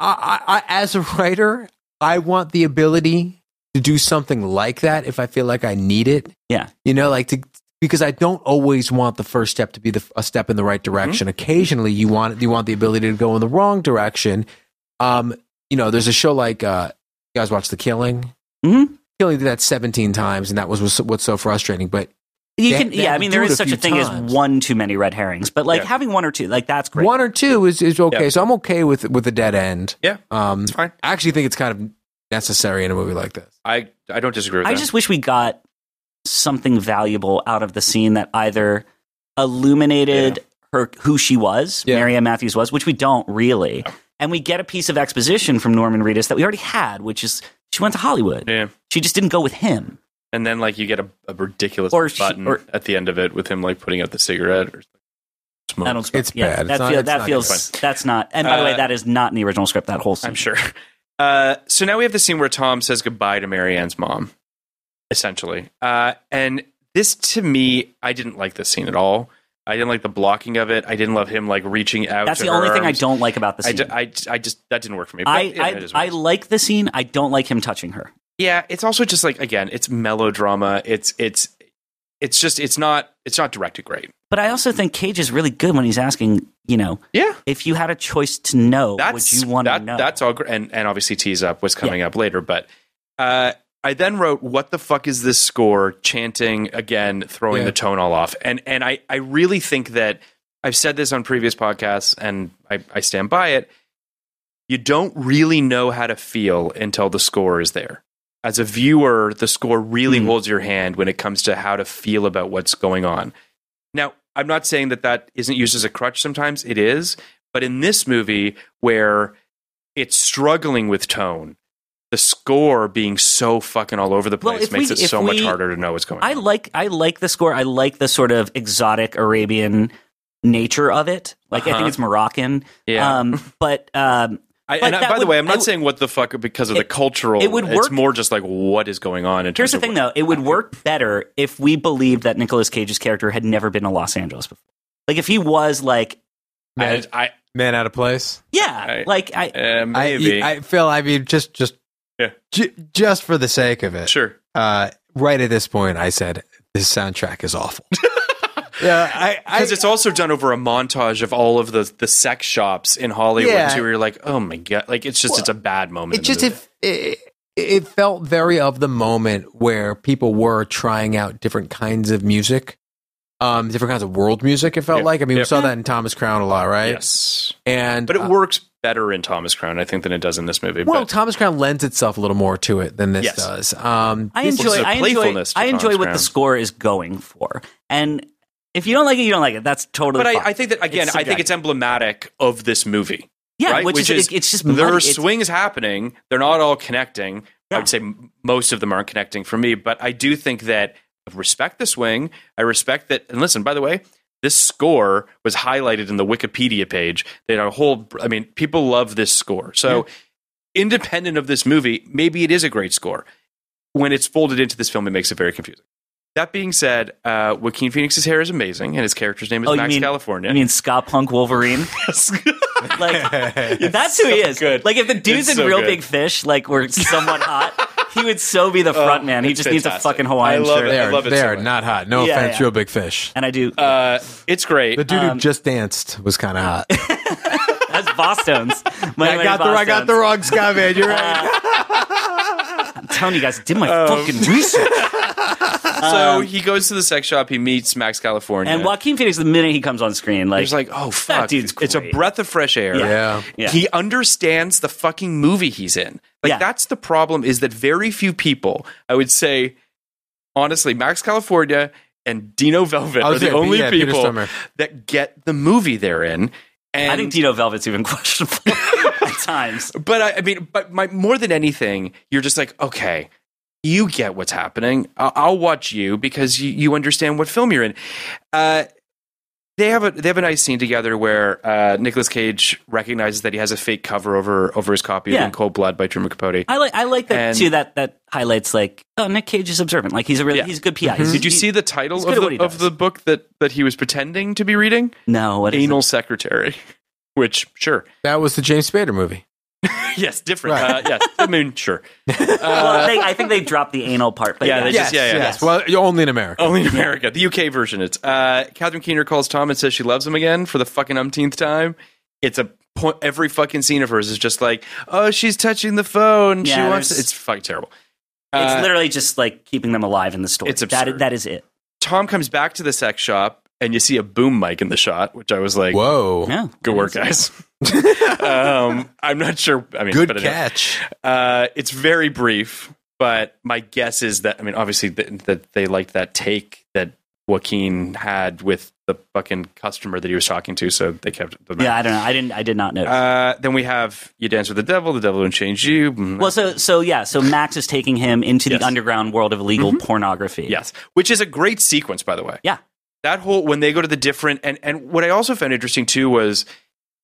Speaker 3: I, I, I as a writer, I want the ability to do something like that if I feel like I need it.
Speaker 5: Yeah.
Speaker 3: you know, like to because I don't always want the first step to be the, a step in the right
Speaker 5: Mm-hmm.
Speaker 3: direction. Occasionally, you want you want the ability to go in the wrong direction. Um, you know, there's a show like uh, you guys watch The Killing.
Speaker 5: Mhm.
Speaker 3: Killing did that 17 times, and that was what's- what's so frustrating. But
Speaker 5: You
Speaker 3: They-
Speaker 5: can.
Speaker 3: they
Speaker 5: yeah,
Speaker 3: have
Speaker 5: I
Speaker 3: to
Speaker 5: mean,
Speaker 3: do
Speaker 5: there
Speaker 3: it
Speaker 5: is
Speaker 3: a
Speaker 5: such
Speaker 3: few
Speaker 5: a thing
Speaker 3: times.
Speaker 5: as one too many red herrings, but like
Speaker 4: Yeah.
Speaker 5: having one or two, like that's great.
Speaker 3: One or two is is okay. So I'm okay with with the dead end.
Speaker 4: Yeah,
Speaker 3: Um,
Speaker 4: it's fine.
Speaker 3: I actually think it's kind of necessary in a movie like this.
Speaker 4: I I don't disagree with
Speaker 5: I
Speaker 4: that.
Speaker 5: just wish we got something valuable out of the scene that either illuminated her who she was,
Speaker 3: Yeah.
Speaker 5: Marianne Matthews was, which we don't really, and we get a piece of exposition from Norman Reedus that we already had, which is she went to Hollywood.
Speaker 4: yeah.
Speaker 5: She just didn't go with him.
Speaker 4: And then like you get a, a ridiculous
Speaker 5: Or she-
Speaker 4: button
Speaker 5: or-
Speaker 4: at the end of it with him like putting out the cigarette or smoke.
Speaker 5: I don't.
Speaker 3: It's bad. It's
Speaker 5: That,
Speaker 3: not-
Speaker 5: feel-
Speaker 3: it's
Speaker 5: that
Speaker 3: not
Speaker 5: feels. That's not. And by the
Speaker 4: Uh,
Speaker 5: way, that is not in the original script. That whole scene.
Speaker 4: I'm sure. Uh, so now we have the scene where Tom says goodbye to Marianne's mom, essentially. Uh, and this to me, I didn't like this scene at all. I didn't like the blocking of it. I didn't love him like reaching out.
Speaker 5: That's
Speaker 4: to
Speaker 5: the
Speaker 4: her
Speaker 5: only thing I
Speaker 4: arms.
Speaker 5: don't like about the
Speaker 4: I,
Speaker 5: scene.
Speaker 4: ju- I, ju- I just that didn't work for me. But,
Speaker 5: I,
Speaker 4: you know, it is what
Speaker 5: I, I
Speaker 4: it is.
Speaker 5: like the scene. I don't like him touching her.
Speaker 4: yeah. It's also just like again, it's melodrama. It's it's it's just it's not it's not directed great.
Speaker 5: But I also think Cage is really good when he's asking, you know,
Speaker 4: Yeah,
Speaker 5: if you had a choice to know,
Speaker 4: that's
Speaker 5: would you want to
Speaker 4: that-
Speaker 5: know?
Speaker 4: That's all, gr- and and obviously tease up what's coming up later. But uh, I then wrote, "What the fuck is this score?" Chanting again, throwing
Speaker 3: Yeah.
Speaker 4: the tone all off, and and I I really think that I've said this on previous podcasts, and I, I stand by it. You don't really know how to feel until the score is there. As a viewer, the score really holds your hand when it comes to how to feel about what's going on. Now, I'm not saying that that isn't used as a crutch sometimes, it is. But in this movie, where it's struggling with tone, the score being so fucking all over the
Speaker 5: Well,
Speaker 4: place
Speaker 5: if
Speaker 4: makes
Speaker 5: we-
Speaker 4: it so
Speaker 5: if
Speaker 4: much
Speaker 5: we-
Speaker 4: harder to know what's going
Speaker 5: I
Speaker 4: on.
Speaker 5: like I like the score. I like the sort of exotic Arabian nature of it. Like I
Speaker 4: Uh-huh.
Speaker 5: think it's Moroccan.
Speaker 4: Yeah.
Speaker 5: Um, but um,
Speaker 4: I,
Speaker 5: but
Speaker 4: and I-
Speaker 5: that
Speaker 4: by the
Speaker 5: would-
Speaker 4: way, I'm
Speaker 5: I
Speaker 4: not
Speaker 5: would-
Speaker 4: saying what the fuck because of the
Speaker 5: It-
Speaker 4: cultural.
Speaker 5: it would
Speaker 4: It's
Speaker 5: work-
Speaker 4: more just like what is going on. In
Speaker 5: Here's
Speaker 4: terms
Speaker 5: the
Speaker 4: of
Speaker 5: thing,
Speaker 4: what-
Speaker 5: though. It would work better if we believed that Nicolas Cage's character had never been to Los Angeles before. Like, if he was like,
Speaker 3: Man,
Speaker 4: I,
Speaker 3: man out of place.
Speaker 5: yeah,
Speaker 4: I-
Speaker 5: like I,
Speaker 4: I, uh, maybe
Speaker 3: I, I Phil. I mean, just just
Speaker 4: Yeah.
Speaker 3: ju- just for the sake of it.
Speaker 4: sure.
Speaker 3: Uh, right at this point, I said this soundtrack is awful. yeah, I, I
Speaker 4: Because it's also done over a montage of all of the the sex shops in Hollywood
Speaker 3: Yeah.
Speaker 4: too. Where you're like, oh my god, like it's just it's a bad moment.
Speaker 3: it
Speaker 4: in the
Speaker 3: just
Speaker 4: movie.
Speaker 3: if it, it felt very of the moment where people were trying out different kinds of music um different kinds of world music it felt
Speaker 4: Yeah.
Speaker 3: like i mean
Speaker 4: Yeah.
Speaker 3: we saw that in thomas crown a lot right
Speaker 4: yes,
Speaker 3: and
Speaker 4: but it
Speaker 3: uh,
Speaker 4: works better in Thomas Crown, I think, than it does in this movie.
Speaker 3: Well,
Speaker 4: but
Speaker 3: Thomas Crown lends itself a little more to it than this
Speaker 4: Yes.
Speaker 3: does. Um,
Speaker 5: I
Speaker 4: This
Speaker 5: enjoy.
Speaker 4: is a
Speaker 5: I enjoy.
Speaker 4: playfulness to
Speaker 5: I enjoy
Speaker 4: Thomas
Speaker 5: what
Speaker 4: Crown.
Speaker 5: the score is going for, and if you don't like it, you don't like it. That's totally.
Speaker 4: but I,
Speaker 5: fine.
Speaker 4: I think that again, I think
Speaker 5: subjective.
Speaker 4: it's emblematic of this movie.
Speaker 5: yeah,
Speaker 4: right?
Speaker 5: which, is, it- it's just muddy.
Speaker 4: there are
Speaker 5: It's-
Speaker 4: swings happening. They're not all connecting. I
Speaker 5: Yeah.
Speaker 4: would say m- most of them aren't connecting for me, but I do think that I respect the swing. I respect that. And listen, by the way, this score was highlighted in the Wikipedia page. They had a whole. I mean, people love this score. So, independent of this movie, maybe it is a great score. When it's folded into this film, it makes it very confusing. That being said, uh, Joaquin Phoenix's hair is amazing, and his character's name is
Speaker 5: Oh, you
Speaker 4: Max
Speaker 5: mean-
Speaker 4: California.
Speaker 5: I mean, Scott Punk Wolverine. like that's who he is.
Speaker 4: good.
Speaker 5: Like if the dudes
Speaker 4: It's
Speaker 5: in
Speaker 4: so
Speaker 5: Real
Speaker 4: good.
Speaker 5: Big Fish like were somewhat hot, he would so be the front man. He
Speaker 4: Oh, it's
Speaker 5: just needs a
Speaker 4: fantastic.
Speaker 5: fucking Hawaiian
Speaker 4: I love
Speaker 5: shirt.
Speaker 4: it.
Speaker 3: they
Speaker 4: I
Speaker 3: are,
Speaker 4: love it
Speaker 3: they
Speaker 4: so
Speaker 3: are
Speaker 4: much.
Speaker 3: not hot. No
Speaker 5: Yeah,
Speaker 3: offense,
Speaker 5: yeah.
Speaker 3: real big fish.
Speaker 5: And I do.
Speaker 4: uh, it's great.
Speaker 3: The dude who just danced was kind of hot.
Speaker 5: that's Boston's.
Speaker 3: I got the I got the wrong Scott man. You're right.
Speaker 5: I'm telling you guys, I did my
Speaker 4: Um,
Speaker 5: fucking research.
Speaker 4: So he goes to the sex shop. He meets Max California,
Speaker 5: Um, And Joaquin Phoenix, the minute he comes on screen, like,
Speaker 4: he's like, "Oh fuck,
Speaker 5: dude's
Speaker 4: it's a
Speaker 5: great."
Speaker 4: breath of fresh air."
Speaker 5: Yeah.
Speaker 3: Yeah.
Speaker 5: Yeah.
Speaker 4: He understands the fucking movie he's in. Like
Speaker 5: Yeah.
Speaker 4: that's the problem is that very few people, I would say, honestly, Max California and Dino Velvet
Speaker 3: I
Speaker 4: are
Speaker 3: was
Speaker 4: the
Speaker 3: gonna-
Speaker 4: only
Speaker 3: yeah, Peter
Speaker 4: people
Speaker 3: Stormare.
Speaker 4: that get the movie they're in. And
Speaker 5: I think Dino Velvet's even questionable at times.
Speaker 4: but I, I mean, but my more than anything, you're just like, okay, you get what's happening. I'll, I'll watch you because you, you understand what film you're in. Uh, they have a they have a nice scene together where uh, Nicolas Cage recognizes that he has a fake cover over over his copy
Speaker 5: Yeah.
Speaker 4: of In Cold Blood by Truman Capote.
Speaker 5: I like I like that
Speaker 4: And-
Speaker 5: too. That that highlights like oh Nick Cage is observant. Like he's a really
Speaker 4: Yeah. Mm-hmm.
Speaker 5: he's a good PI. He's-
Speaker 4: Did you
Speaker 5: he-
Speaker 4: see the
Speaker 5: he's
Speaker 4: title
Speaker 5: good
Speaker 4: of
Speaker 5: at what he
Speaker 4: the, of
Speaker 5: does.
Speaker 4: the book that that he was pretending to be reading?
Speaker 5: no what is
Speaker 4: Anal
Speaker 5: it?
Speaker 4: Secretary. Which sure,
Speaker 3: That was the James Spader movie.
Speaker 4: yes, different.
Speaker 3: Right.
Speaker 4: Uh, yes, I mean sure.
Speaker 5: well, they, I think they dropped the anal part. But
Speaker 4: Yeah,
Speaker 5: yeah,
Speaker 4: they just- yeah, yeah, yeah.
Speaker 3: Well, you're only in America.
Speaker 4: Only in America. The UK version. It's uh, Catherine Keener calls Tom and says she loves him again for the fucking umpteenth time. It's a point. Every fucking scene of hers is just like, oh, she's touching the phone. she
Speaker 5: Yeah,
Speaker 4: wants.
Speaker 5: there's-
Speaker 4: It's fucking terrible.
Speaker 5: it's
Speaker 4: Uh,
Speaker 5: literally just like keeping them alive in the story.
Speaker 4: It's
Speaker 5: that
Speaker 4: absurd.
Speaker 5: that is it.
Speaker 4: Tom comes back to the sex shop, and you see a boom mic in the shot, which I was like,
Speaker 3: Whoa.
Speaker 5: Yeah,
Speaker 4: good work, guys. um, I'm not sure. I mean,
Speaker 3: Good
Speaker 4: but it-
Speaker 3: catch.
Speaker 4: Uh, it's very brief, but my guess is that I mean, obviously that that they liked that take that Joaquin had with the fucking customer that he was talking to, so they kept. The
Speaker 5: Yeah, I don't know. I didn't. I did not notice.
Speaker 4: Uh, then we have you dance with the devil. The devil don't change you. Mm,
Speaker 5: well, so so yeah, so Max is taking him into
Speaker 4: Yes. Mm-hmm.
Speaker 5: the underground world of illegal pornography.
Speaker 4: yes, which is a great sequence, by the way.
Speaker 5: Yeah.
Speaker 4: That whole when they go to the different and and what I also found interesting too was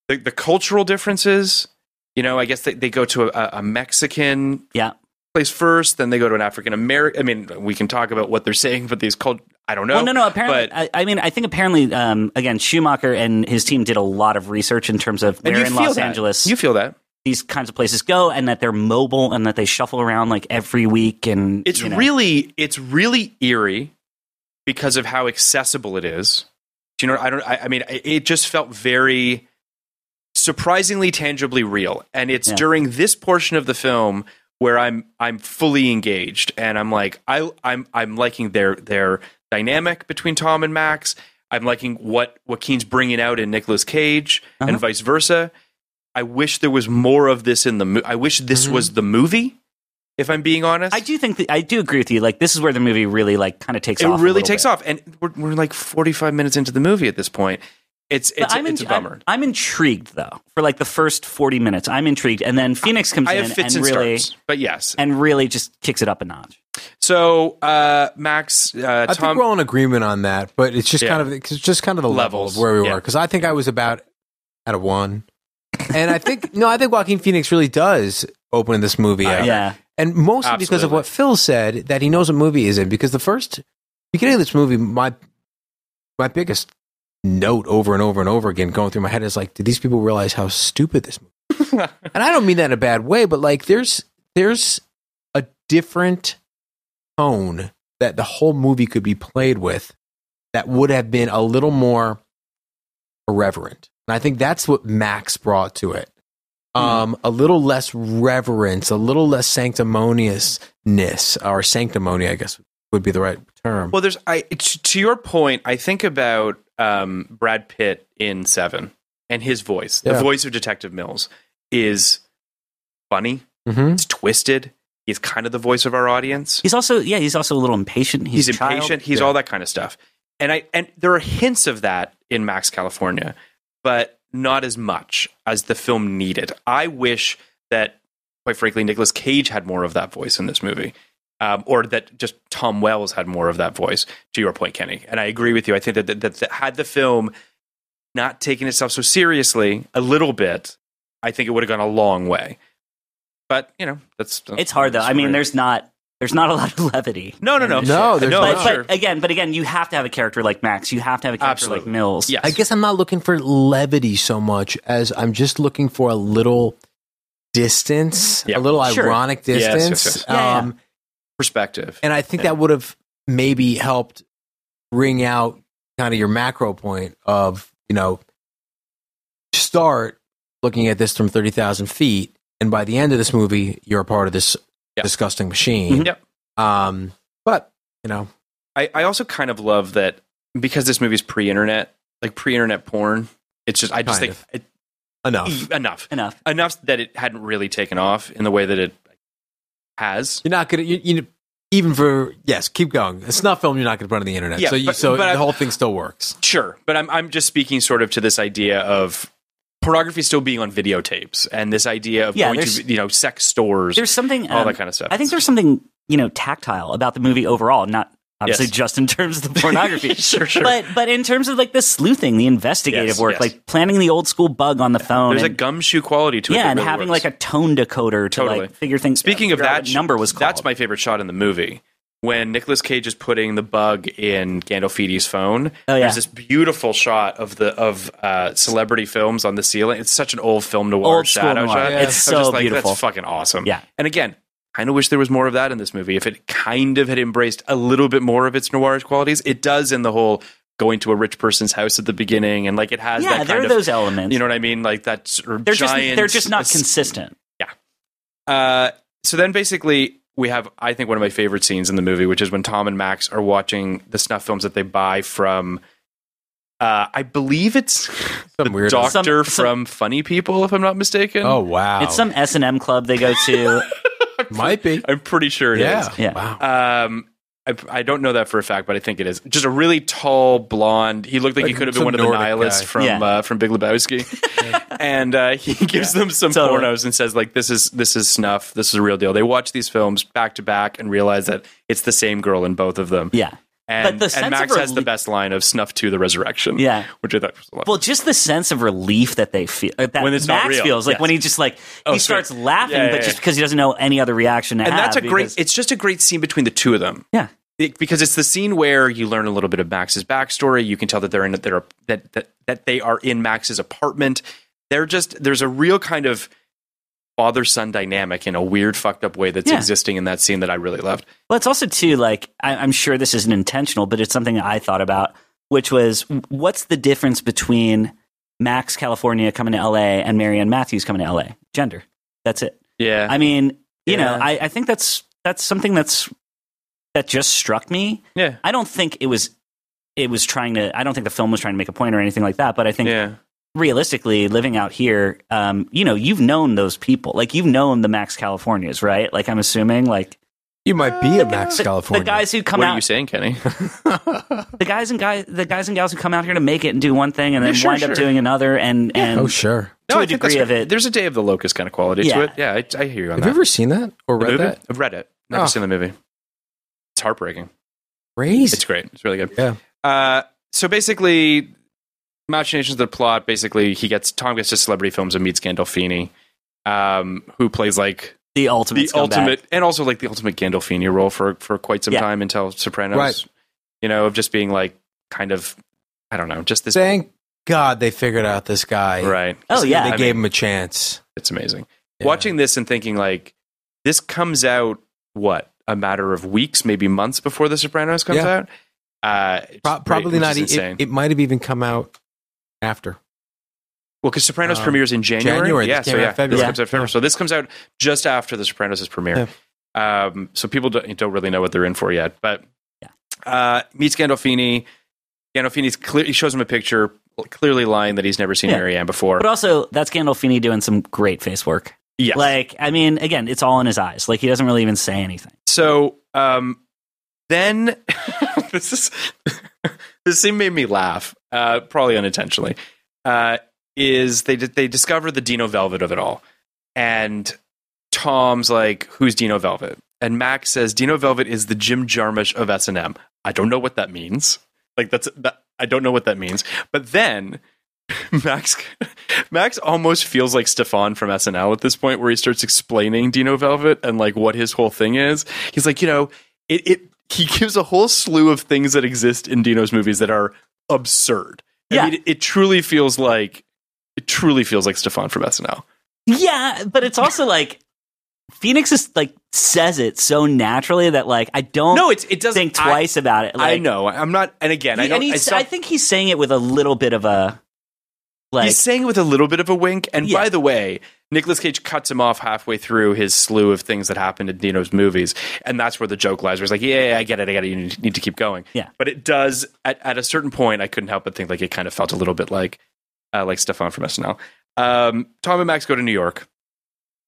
Speaker 4: the the cultural differences. You know, I guess they, they go to a, a Mexican
Speaker 5: Yeah.
Speaker 4: place first, then they go to an African American. I mean, we can talk about what they're saying, but these cult. I don't know.
Speaker 5: Well, no, no. Apparently, uh,
Speaker 4: but-
Speaker 5: I, I mean, I think apparently, um, again, Schumacher and his team did a lot of research in terms of
Speaker 4: and
Speaker 5: where
Speaker 4: you
Speaker 5: in
Speaker 4: feel
Speaker 5: Los
Speaker 4: that.
Speaker 5: Angeles
Speaker 4: You feel that
Speaker 5: these kinds of places go, and that they're mobile and that they shuffle around like every week. And
Speaker 4: it's
Speaker 5: you know.
Speaker 4: really it's really eerie because of how accessible it is. Do you know? I don't. I, I mean, I- it just felt very surprisingly tangibly real, and it's
Speaker 5: Yeah.
Speaker 4: during this portion of the film where I'm I'm fully engaged, and I'm like I I'm I'm liking their their dynamic between Tom and Max. I'm liking what Joaquin's bringing out in Nicolas Cage,
Speaker 5: Uh-huh.
Speaker 4: and vice versa. I wish there was more of this in the. Mo- I wish this
Speaker 5: Mm-hmm.
Speaker 4: was the movie. If I'm being honest,
Speaker 5: I do think that, I do agree with you. Like this is where the movie really like kind of takes
Speaker 4: it
Speaker 5: off. a
Speaker 4: really
Speaker 5: little
Speaker 4: takes
Speaker 5: bit.
Speaker 4: off, and we're, we're like 45 minutes into the movie at this point. It's
Speaker 5: But
Speaker 4: it's,
Speaker 5: I'm,
Speaker 4: it's
Speaker 5: in-
Speaker 4: a bummer.
Speaker 5: I'm, I'm intrigued though for like the first 40 minutes. I'm intrigued, and then Phoenix comes
Speaker 4: I
Speaker 5: in
Speaker 4: have fits
Speaker 5: and
Speaker 4: and
Speaker 5: really
Speaker 4: starts, but yes.
Speaker 5: and really just kicks it up a notch.
Speaker 4: So uh, Max, uh,
Speaker 3: I
Speaker 4: Tom,
Speaker 3: think we're all in agreement on that, but it's just
Speaker 4: Yeah.
Speaker 3: kind of it's just kind of the level
Speaker 4: Levels,
Speaker 3: of where we
Speaker 4: yeah.
Speaker 3: were because I think I was about at a one, and I think no, I think Joaquin Phoenix really does open this movie
Speaker 4: I
Speaker 3: up,
Speaker 5: Yeah.
Speaker 3: and mostly because of
Speaker 4: Absolutely.
Speaker 3: what Phil said that he knows what movie is in because the first beginning of this movie, my my biggest note over and over and over again going through my head is like, did these people realize how stupid this movie? Is? and I don't mean that in a bad way, but like there's there's a different tone that the whole movie could be played with that would have been a little more irreverent. And I think that's what Max brought to it.
Speaker 4: Hmm.
Speaker 3: Um, a little less reverence, a little less sanctimoniousness, or sanctimony, I guess would be the right term.
Speaker 4: well, there's I t- to your point. I think about um, Brad Pitt in Seven and his voice, the
Speaker 3: Yeah.
Speaker 4: voice of Detective Mills, is funny.
Speaker 6: Mm-hmm.
Speaker 4: It's twisted. He's kind of the voice of our audience.
Speaker 5: He's also yeah, he's also a little impatient. He's,
Speaker 4: He's,
Speaker 5: a child.
Speaker 4: impatient. He's
Speaker 3: Yeah.
Speaker 4: all that kind of stuff. And I and there are hints of that in Max California, but not as much as the film needed. I wish that, quite frankly, Nicolas Cage had more of that voice in this movie. Um, or that just Tom Wells had more of that voice, to your point, Kenny. And I agree with you. I think that, that, that, that had the film not taken itself so seriously a little bit, I think it would have gone a long way. But, you know, that's.
Speaker 5: It's hard though.
Speaker 4: that's
Speaker 5: I mean,
Speaker 4: great.
Speaker 5: there's not there's not a lot of levity.
Speaker 4: No, no, no.
Speaker 3: No, there's
Speaker 4: no,
Speaker 5: but,
Speaker 3: not.
Speaker 4: sure.
Speaker 5: but uh, again, but again, you have to have a character like Max. You have to have a character
Speaker 4: Absolutely.
Speaker 5: like Mills.
Speaker 4: Yes.
Speaker 3: I guess I'm not looking for levity so much as I'm just looking for a little distance, a
Speaker 4: Yeah.
Speaker 3: little
Speaker 5: Sure.
Speaker 3: ironic
Speaker 4: Yes, yes,
Speaker 3: distance.
Speaker 4: yes.
Speaker 5: Yeah, yeah.
Speaker 3: Um,
Speaker 4: perspective.
Speaker 3: And I think
Speaker 4: Yeah.
Speaker 3: that would have maybe helped bring out kind of your macro point of, you know, start looking at this from 30,000 feet. And by the end of this movie, you're a part of this
Speaker 4: Yeah.
Speaker 3: disgusting machine.
Speaker 4: Mhm. Yep.
Speaker 3: Um, but, you know,
Speaker 4: I, I also kind of love that because this movie's pre-internet, like pre-internet porn. It's just I just
Speaker 3: Kind
Speaker 4: think
Speaker 3: enough.
Speaker 4: it, e, enough,
Speaker 5: Enough.
Speaker 4: enough that it hadn't really taken off in the way that it has.
Speaker 3: You're not going to, you, you even for, yes, keep going. It's not film, you're not going to put on the internet.
Speaker 4: Yeah,
Speaker 3: so you,
Speaker 4: but-
Speaker 3: so
Speaker 4: but I-
Speaker 3: the whole thing still works.
Speaker 4: Sure, but I'm I'm just speaking sort of to this idea of pornography still being on videotapes and this idea of
Speaker 5: Yeah,
Speaker 4: going to
Speaker 5: there's-
Speaker 4: you know sex stores.
Speaker 5: There's something
Speaker 4: All
Speaker 5: um,
Speaker 4: that kind of stuff.
Speaker 5: I think there's something you know tactile about the movie overall. Not obviously
Speaker 4: Yes.
Speaker 5: just in terms of the pornography,
Speaker 4: Sure, sure.
Speaker 5: but but in terms of like the sleuthing, the investigative
Speaker 4: Yes,
Speaker 5: work,
Speaker 4: yes.
Speaker 5: like planning the old school bug on the phone.
Speaker 4: There's a
Speaker 5: and,
Speaker 4: gumshoe quality to it.
Speaker 5: yeah,
Speaker 4: that
Speaker 5: and
Speaker 4: really
Speaker 5: having
Speaker 4: works.
Speaker 5: like a tone decoder to
Speaker 4: Totally.
Speaker 5: like figure things.
Speaker 4: Speaking of
Speaker 5: figure out
Speaker 4: that
Speaker 5: what number was called.
Speaker 4: That's my favorite shot in the movie when Nicolas Cage is putting the bug in Gandolfini's phone.
Speaker 5: Oh, yeah.
Speaker 4: There's this beautiful shot of the of uh, celebrity films on the ceiling. It's such an old film noir
Speaker 5: Old school
Speaker 4: shadow
Speaker 5: noir.
Speaker 4: shot.
Speaker 5: Yeah. It's
Speaker 4: I'm
Speaker 5: so
Speaker 4: just like,
Speaker 5: beautiful.
Speaker 4: That's fucking awesome.
Speaker 5: Yeah.
Speaker 4: And again, kind of wish there was more of that in this movie. If it kind of had embraced a little bit more of its noirish qualities, it does in the whole going to a rich person's house at the beginning and like it has
Speaker 5: yeah.
Speaker 4: that
Speaker 5: There
Speaker 4: kind
Speaker 5: are
Speaker 4: of
Speaker 5: those elements.
Speaker 4: you know what I mean? Like that sort of
Speaker 5: they're just
Speaker 4: giant
Speaker 5: they're just not
Speaker 4: escape
Speaker 5: consistent.
Speaker 4: uh, so then basically we have I think one of my favorite scenes in the movie, which is when Tom and Max are watching the snuff films that they buy from uh, I believe it's
Speaker 3: Some weird.
Speaker 5: Some-
Speaker 4: Doctor
Speaker 5: some-
Speaker 4: from Funny People, if I'm not mistaken.
Speaker 3: Oh, wow.
Speaker 5: It's some S and M club they go to.
Speaker 3: Might be.
Speaker 4: I'm pretty sure it is.
Speaker 3: Yeah.
Speaker 5: Yeah.
Speaker 3: Wow.
Speaker 4: Um, I, I don't know that for a fact, but I think it is. Just a really tall blonde. He looked like, he
Speaker 3: Like
Speaker 4: could have been
Speaker 3: some
Speaker 4: one of the
Speaker 3: Nordic
Speaker 4: nihilists
Speaker 3: guy.
Speaker 4: from
Speaker 5: Yeah.
Speaker 4: uh, from Big Lebowski, and uh, he gives them some
Speaker 5: Totally.
Speaker 4: pornos and says like, "This is this is snuff. This is a real deal." They watch these films back to back and realize that it's the same girl in both of them.
Speaker 5: yeah.
Speaker 4: And,
Speaker 5: But the sense
Speaker 4: and
Speaker 5: of
Speaker 4: Max has the
Speaker 5: relie-
Speaker 4: best line of "Snuff to the resurrection."
Speaker 5: Yeah.
Speaker 4: which I thought was a lot.
Speaker 5: Well, just the sense of relief that they feel uh, that
Speaker 4: When it's not
Speaker 5: Max
Speaker 4: real.
Speaker 5: feels like
Speaker 4: Yes.
Speaker 5: when he just like
Speaker 4: Oh,
Speaker 5: he
Speaker 4: sweet.
Speaker 5: starts laughing,
Speaker 4: Yeah, yeah,
Speaker 5: but
Speaker 4: yeah.
Speaker 5: just because he doesn't know any other reaction to
Speaker 4: and
Speaker 5: have.
Speaker 4: that's a great.
Speaker 5: because-
Speaker 4: It's just a great scene between the two of them.
Speaker 5: yeah,
Speaker 4: It- because it's the scene where you learn a little bit of Max's backstory. You can tell that they're in they're, that that that they are in Max's apartment. They're just there's a real kind of father son dynamic in a weird fucked up way that's
Speaker 5: Yeah.
Speaker 4: existing in that scene that I really loved.
Speaker 5: Well, it's also too like I, I'm sure this isn't intentional, but it's something I thought about, which was w- what's the difference between Max California coming to LA and Marianne Matthews coming to LA? Gender. That's it.
Speaker 4: Yeah,
Speaker 5: I mean, you know,
Speaker 4: Yeah.
Speaker 5: I, I think that's that's something that's that just struck me.
Speaker 4: yeah,
Speaker 5: I don't think it was it was trying to. I don't think the film was trying to make a point or anything like that. But I think
Speaker 4: yeah.
Speaker 5: realistically, living out here, um, you know, you've known those people. Like you've known the Max Californias, right? Like I'm assuming, like
Speaker 3: You might be a Max
Speaker 4: Uh,
Speaker 5: the,
Speaker 3: California.
Speaker 5: the guys who come
Speaker 4: What are
Speaker 5: out,
Speaker 4: you saying, Kenny?
Speaker 5: the guys and guys, the guys and gals who come out here to make it and do one thing and
Speaker 4: Yeah,
Speaker 5: then
Speaker 4: sure,
Speaker 5: wind
Speaker 4: sure.
Speaker 5: up doing another, and and
Speaker 3: oh, sure.
Speaker 5: to
Speaker 4: I
Speaker 5: a
Speaker 4: think that's
Speaker 5: degree of
Speaker 4: fair.
Speaker 5: it,
Speaker 4: there's a Day of the Locust kind of quality to
Speaker 5: Yeah.
Speaker 4: it. Yeah, I, I hear you on
Speaker 3: Have
Speaker 4: that.
Speaker 3: you ever seen that or
Speaker 4: The
Speaker 3: read
Speaker 4: movie?
Speaker 3: that?
Speaker 4: I've read it. Never
Speaker 3: Oh.
Speaker 4: seen the movie. It's heartbreaking.
Speaker 3: Crazy.
Speaker 4: It's great. It's really good.
Speaker 3: Yeah.
Speaker 4: Uh, so basically, machinations of the plot. Basically, he gets Tom gets to celebrity films and meets Gandolfini, um, who plays like
Speaker 5: the ultimate,
Speaker 4: the
Speaker 5: scumbag.
Speaker 4: ultimate and also like the ultimate Gandolfini role for for quite some
Speaker 5: Yeah.
Speaker 4: time until Sopranos.
Speaker 3: Right.
Speaker 4: You know, of just being like kind of I don't know, just this
Speaker 3: Thank God they figured out this guy.
Speaker 4: right.
Speaker 5: Oh yeah,
Speaker 3: They
Speaker 4: I
Speaker 3: gave
Speaker 4: mean-
Speaker 3: him a chance.
Speaker 4: It's amazing.
Speaker 3: Yeah.
Speaker 4: Watching this and thinking like this comes out what a matter of weeks, maybe months before The Sopranos comes
Speaker 3: Yeah.
Speaker 4: out. Uh, it's
Speaker 3: Pro-
Speaker 4: great,
Speaker 3: probably
Speaker 4: which
Speaker 3: not.
Speaker 4: is
Speaker 3: e-
Speaker 4: insane.
Speaker 3: It, it might have even come out after.
Speaker 4: Well, because Sopranos
Speaker 3: Um,
Speaker 4: premieres in January.
Speaker 3: January. This
Speaker 4: Yeah,
Speaker 3: came
Speaker 4: so
Speaker 3: out
Speaker 4: yeah,
Speaker 3: February.
Speaker 4: this comes
Speaker 3: Yeah.
Speaker 4: out February. So this comes out just after the Sopranos is premiere. Um, so people don't, don't really know what they're in for yet. But uh, meets Gandolfini. Gandolfini's clear. He shows him a picture, clearly lying that he's never seen
Speaker 5: Yeah.
Speaker 4: Mary Ann before.
Speaker 5: But also, that's Gandolfini doing some great face work.
Speaker 4: Yes.
Speaker 5: Like, I mean, again, it's all in his eyes. Like, he doesn't really even say anything.
Speaker 4: So um, then this is this scene made me laugh, uh, probably unintentionally. Uh, is they they discover the Dino Velvet of it all, and Tom's like, "Who's Dino Velvet?" And Max says, "Dino Velvet is the Jim Jarmusch of S and M." I don't know what that means. Like that's that, I don't know what that means. But then Max Max almost feels like Stefan from SNL at this point, where he starts explaining Dino Velvet and like what his whole thing is. He's like, you know, it, it he gives a whole slew of things that exist in Dino's movies that are absurd.
Speaker 5: Yeah.
Speaker 4: I mean, it, it truly feels like it truly feels like Stefan from SNL.
Speaker 5: Yeah, but it's also like Phoenix is like says it so naturally that like I don't
Speaker 4: No, it's it doesn't
Speaker 5: think twice about it.
Speaker 4: I, I
Speaker 5: Like,
Speaker 4: know. I'm not. And again,
Speaker 5: he-
Speaker 4: I
Speaker 5: and
Speaker 4: don't. I,
Speaker 5: he's-
Speaker 4: saw-
Speaker 5: I think he's saying it with a little bit of a like
Speaker 4: he's saying it with a little bit of a wink. And
Speaker 5: Yeah.
Speaker 4: by the way, Nicolas Cage cuts him off halfway through his slew of things that happened in Dino's movies, and that's where the joke lies. Where it's like, yeah, yeah, I get it, I get it. You need need to keep going.
Speaker 5: Yeah.
Speaker 4: but it does. At, at a certain point, I couldn't help but think like it kind of felt a little bit like uh, like Stefan from SNL. Um, Tom and Max go to New York.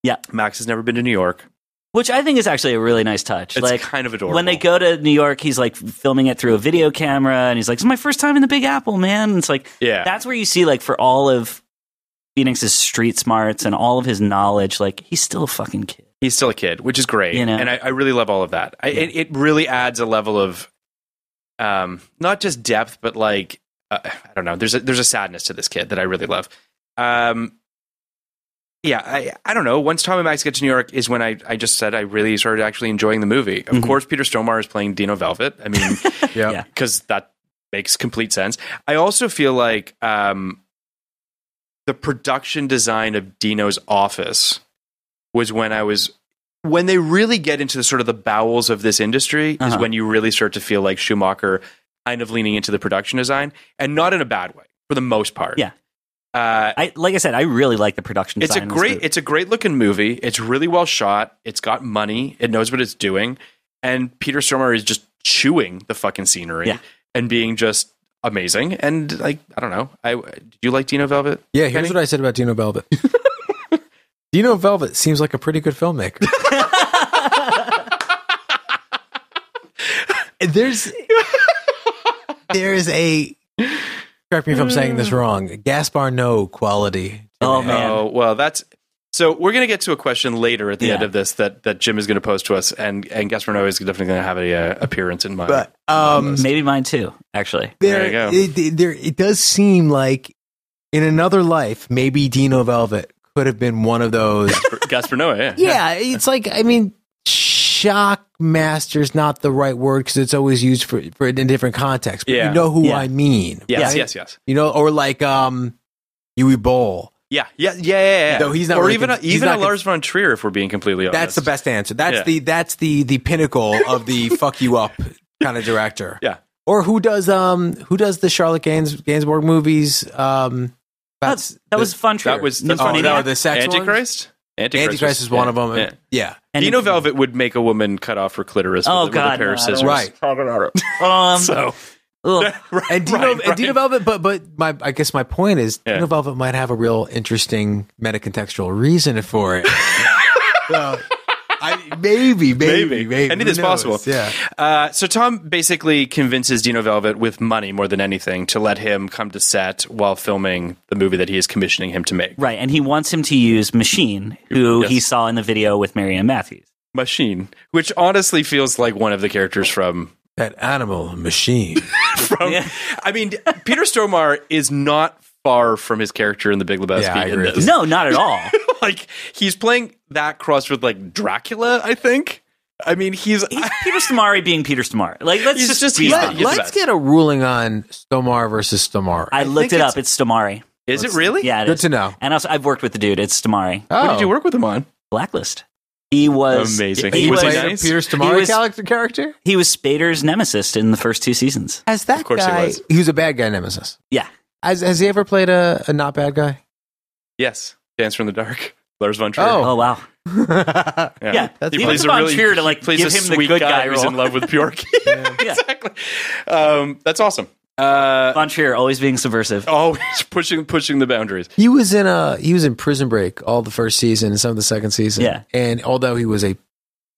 Speaker 5: Yeah.
Speaker 4: Max has never been to New York.
Speaker 5: which I think is actually a really nice touch.
Speaker 4: It's
Speaker 5: like
Speaker 4: kind of adorable.
Speaker 5: when they go to New York, he's like filming it through a video camera and he's like, It's my first time in the Big Apple, man. And it's like
Speaker 4: yeah,
Speaker 5: that's where you see like for all of Phoenix's street smarts and all of his knowledge, like he's still a fucking kid.
Speaker 4: he's still a kid, which is great,
Speaker 5: You know?
Speaker 4: and I, I really love all of that. I, it, it really adds a level of, um, not just depth, but like uh, I don't know. There's a, there's a sadness to this kid that I really love. Um, yeah, I, I don't know. Once Tom and Max get to New York is when I, I just said I really started actually enjoying the movie. Of
Speaker 5: Mm-hmm.
Speaker 4: course, Peter Stomar is playing Dino Velvet. I mean,
Speaker 3: yeah.
Speaker 4: because that makes complete sense. I also feel like um, the production design of Dino's office was when I was when they really get into the sort of the bowels of this industry is
Speaker 5: Uh-huh.
Speaker 4: when you really start to feel like Schumacher kind of leaning into the production design and not in a bad way for the most part.
Speaker 5: Yeah.
Speaker 4: Uh,
Speaker 5: I like I said, I really like the production
Speaker 4: it's a
Speaker 5: design. in this
Speaker 4: great
Speaker 5: movie.
Speaker 4: it's a great looking movie. It's really well shot. It's got money. It knows what it's doing. And Peter Stormare is just chewing the fucking scenery
Speaker 5: Yeah.
Speaker 4: and being just amazing. And like I don't know. I did you like Dino Velvet?
Speaker 3: Yeah, here's
Speaker 4: Kenny?
Speaker 3: what I said about Dino Velvet. Dino Velvet seems like a pretty good filmmaker. There's there is a correct me if I'm saying this wrong. Gaspar No quality.
Speaker 5: Oh man.
Speaker 4: Oh well, that's so. We're gonna get to a question later at the
Speaker 5: Yeah.
Speaker 4: end of this that that Jim is gonna pose to us, and and Gasparno is definitely gonna have a uh, appearance in my
Speaker 3: But um
Speaker 5: Maybe mine too, actually.
Speaker 3: there,
Speaker 4: There you
Speaker 3: it, it- there it does seem like in another life maybe Dino Velvet could have been one of those
Speaker 4: Gasparno. Yeah,
Speaker 3: yeah, it's like I mean, shock master's not the right word because it's always used for, for in a different context. But
Speaker 4: Yeah.
Speaker 3: you know who
Speaker 5: Yeah.
Speaker 3: I mean.
Speaker 4: Yes,
Speaker 3: right?
Speaker 4: yes, yes. Oh,
Speaker 3: You know, or like um, Yui Bowl.
Speaker 4: Yeah, yeah, yeah, yeah. yeah.
Speaker 3: Though he's not
Speaker 4: or
Speaker 3: really
Speaker 4: even
Speaker 3: con-
Speaker 4: a,
Speaker 3: he's
Speaker 4: even
Speaker 3: not
Speaker 4: a
Speaker 3: con-
Speaker 4: Lars von Trier, if we're being completely honest.
Speaker 3: That's the best answer. That's
Speaker 4: Yeah.
Speaker 3: the that's the the pinnacle of the fuck you up kind of director.
Speaker 4: Yeah.
Speaker 3: Or who does um who does the Charlotte Gains, Gainsbourg movies? Um,
Speaker 5: That's, that was fun. Trier.
Speaker 4: That was
Speaker 3: oh,
Speaker 5: Nymphomaniac.
Speaker 3: no, the sex one?
Speaker 4: Antichrist. Antichrist,
Speaker 3: Antichrist is one of them.
Speaker 4: Yeah.
Speaker 3: yeah.
Speaker 5: And-
Speaker 4: Dino Velvet would make a woman cut off her clitoris
Speaker 5: Oh,
Speaker 4: with, a- with
Speaker 5: God,
Speaker 4: a pair of
Speaker 5: no, I don't
Speaker 4: scissors.
Speaker 3: Right.
Speaker 5: Um,
Speaker 4: So,
Speaker 5: ugh.
Speaker 4: right,
Speaker 3: and Dino,
Speaker 4: right,
Speaker 3: and Dino
Speaker 4: right.
Speaker 3: Velvet, but but my I guess my point is
Speaker 4: Yeah.
Speaker 3: Dino Velvet might have a real interesting metacontextual reason for it. so, I, maybe, maybe,
Speaker 4: Maybe.
Speaker 3: maybe,
Speaker 4: Anything's
Speaker 3: Who knows?
Speaker 4: possible.
Speaker 3: Yeah,
Speaker 4: Uh, so Tom basically convinces Dino Velvet with money more than anything to let him come to set while filming the movie that he is commissioning him to make.
Speaker 5: Right, and he wants him to use Machine, who
Speaker 4: Yes.
Speaker 5: he saw in the video with Marianne Matthews.
Speaker 4: Machine, which honestly feels like one of the characters from
Speaker 3: that animal machine.
Speaker 4: from.
Speaker 5: Yeah.
Speaker 4: I mean, Peter Stormare is not far from his character in The Big Lebowski.
Speaker 3: Yeah, I
Speaker 4: in
Speaker 3: agree.
Speaker 4: this.
Speaker 5: No, not at all.
Speaker 4: like he's playing that cross with like Dracula. I think. I mean, he's
Speaker 5: He's Peter Stamari being Peter Stamari. Like, let's
Speaker 4: He's
Speaker 5: just,
Speaker 4: just-
Speaker 5: be
Speaker 4: he's-
Speaker 5: honest.
Speaker 3: Let,
Speaker 4: he's-
Speaker 3: us
Speaker 4: best.
Speaker 3: get a ruling on Stomar versus Stomar.
Speaker 5: I looked it
Speaker 4: think
Speaker 5: up. It's Stamari.
Speaker 4: is it really?
Speaker 5: Yeah, it
Speaker 3: Good
Speaker 5: is.
Speaker 3: to know.
Speaker 5: And also, I've worked with the dude. It's Stamari.
Speaker 3: Oh,
Speaker 4: What did you work with him on?
Speaker 5: Blacklist. He was
Speaker 4: Amazing.
Speaker 5: He
Speaker 3: He
Speaker 5: was,
Speaker 3: played
Speaker 4: nice?
Speaker 3: a Peter
Speaker 5: He
Speaker 3: Stomar
Speaker 5: was-
Speaker 3: character. Character
Speaker 5: he was Spader's nemesis in the first two seasons.
Speaker 3: as that
Speaker 4: Of course he
Speaker 3: guy.
Speaker 4: was.
Speaker 3: he was a bad guy nemesis.
Speaker 5: Yeah.
Speaker 3: Has, has he ever played a, a not bad guy?
Speaker 4: Yes, Dancer in the Dark. Lars von Trier.
Speaker 3: Oh.
Speaker 5: Oh, wow.
Speaker 4: yeah.
Speaker 5: yeah.
Speaker 3: That's
Speaker 4: he
Speaker 5: He
Speaker 4: plays
Speaker 5: was
Speaker 4: a
Speaker 5: von
Speaker 4: really
Speaker 5: Trier to, like,
Speaker 4: plays
Speaker 5: give
Speaker 4: a
Speaker 5: him the
Speaker 4: sweet
Speaker 5: good
Speaker 4: guy,
Speaker 5: guy
Speaker 4: who's
Speaker 5: role.
Speaker 4: in love with Bjork. yeah,
Speaker 5: Yeah.
Speaker 4: exactly. Um, that's awesome. Uh,
Speaker 5: Von Trier always being subversive.
Speaker 4: always pushing pushing the boundaries.
Speaker 3: He was in a he was in Prison Break all the first season and some of the second season.
Speaker 5: Yeah.
Speaker 3: and although he was a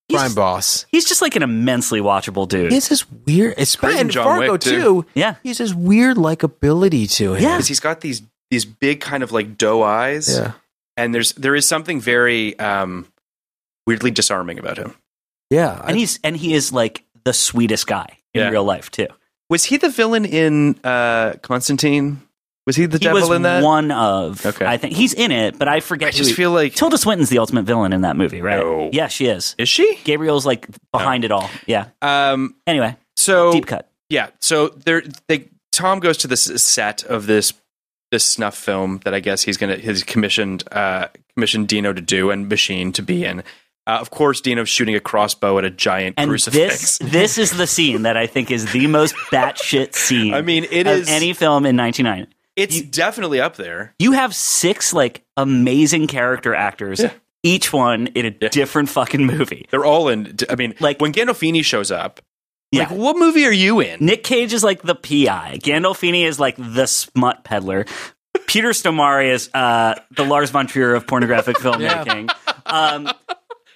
Speaker 3: crime boss,
Speaker 5: He's just like an immensely watchable dude.
Speaker 3: he's this weird. Especially
Speaker 4: Prison
Speaker 3: in
Speaker 4: John
Speaker 3: Fargo
Speaker 4: Wick,
Speaker 3: too.
Speaker 4: too.
Speaker 5: Yeah.
Speaker 3: He has this weird likability to him.
Speaker 5: Yeah.
Speaker 4: Because he's got these these big kind of like doe eyes,
Speaker 3: yeah,
Speaker 4: and there's there is something very um, weirdly disarming about him.
Speaker 3: yeah. I-
Speaker 5: And he's and he is like the sweetest guy in
Speaker 4: Yeah.
Speaker 5: real life too.
Speaker 4: Was he the villain in uh, Constantine? Was he the
Speaker 5: he
Speaker 4: devil
Speaker 5: was
Speaker 4: in that?
Speaker 5: one of
Speaker 4: Okay.
Speaker 5: I think he's in it, but I forget.
Speaker 4: I
Speaker 5: who
Speaker 4: just
Speaker 5: he-
Speaker 4: feel like
Speaker 5: Tilda Swinton's the ultimate villain in that movie, right?
Speaker 4: No.
Speaker 5: Yeah, she is.
Speaker 4: is she?
Speaker 5: Gabriel's like behind it all. Yeah.
Speaker 4: Um,
Speaker 5: Anyway,
Speaker 4: so
Speaker 5: deep cut.
Speaker 4: yeah, so there they Tom goes to this set of this this snuff film that I guess he's gonna he's commissioned uh, commissioned Dino to do and Machine to be in. Uh, of course, Dino's shooting a crossbow at a giant
Speaker 5: And
Speaker 4: crucifix.
Speaker 5: this this is the scene that I think is the most batshit scene.
Speaker 4: I mean, it
Speaker 5: of
Speaker 4: is-
Speaker 5: any film in 1990.
Speaker 4: it's definitely up there.
Speaker 5: You have six like amazing character actors, each one in a different fucking movie.
Speaker 4: They're all in. I mean,
Speaker 5: Like-
Speaker 4: like when Gandolfini shows up,
Speaker 5: Yeah.
Speaker 4: like what movie are you in?
Speaker 5: Nick Cage is like the PI. Gandolfini is like the smut peddler. Peter Stomari is uh, the Lars von Trier of pornographic filmmaking. Um,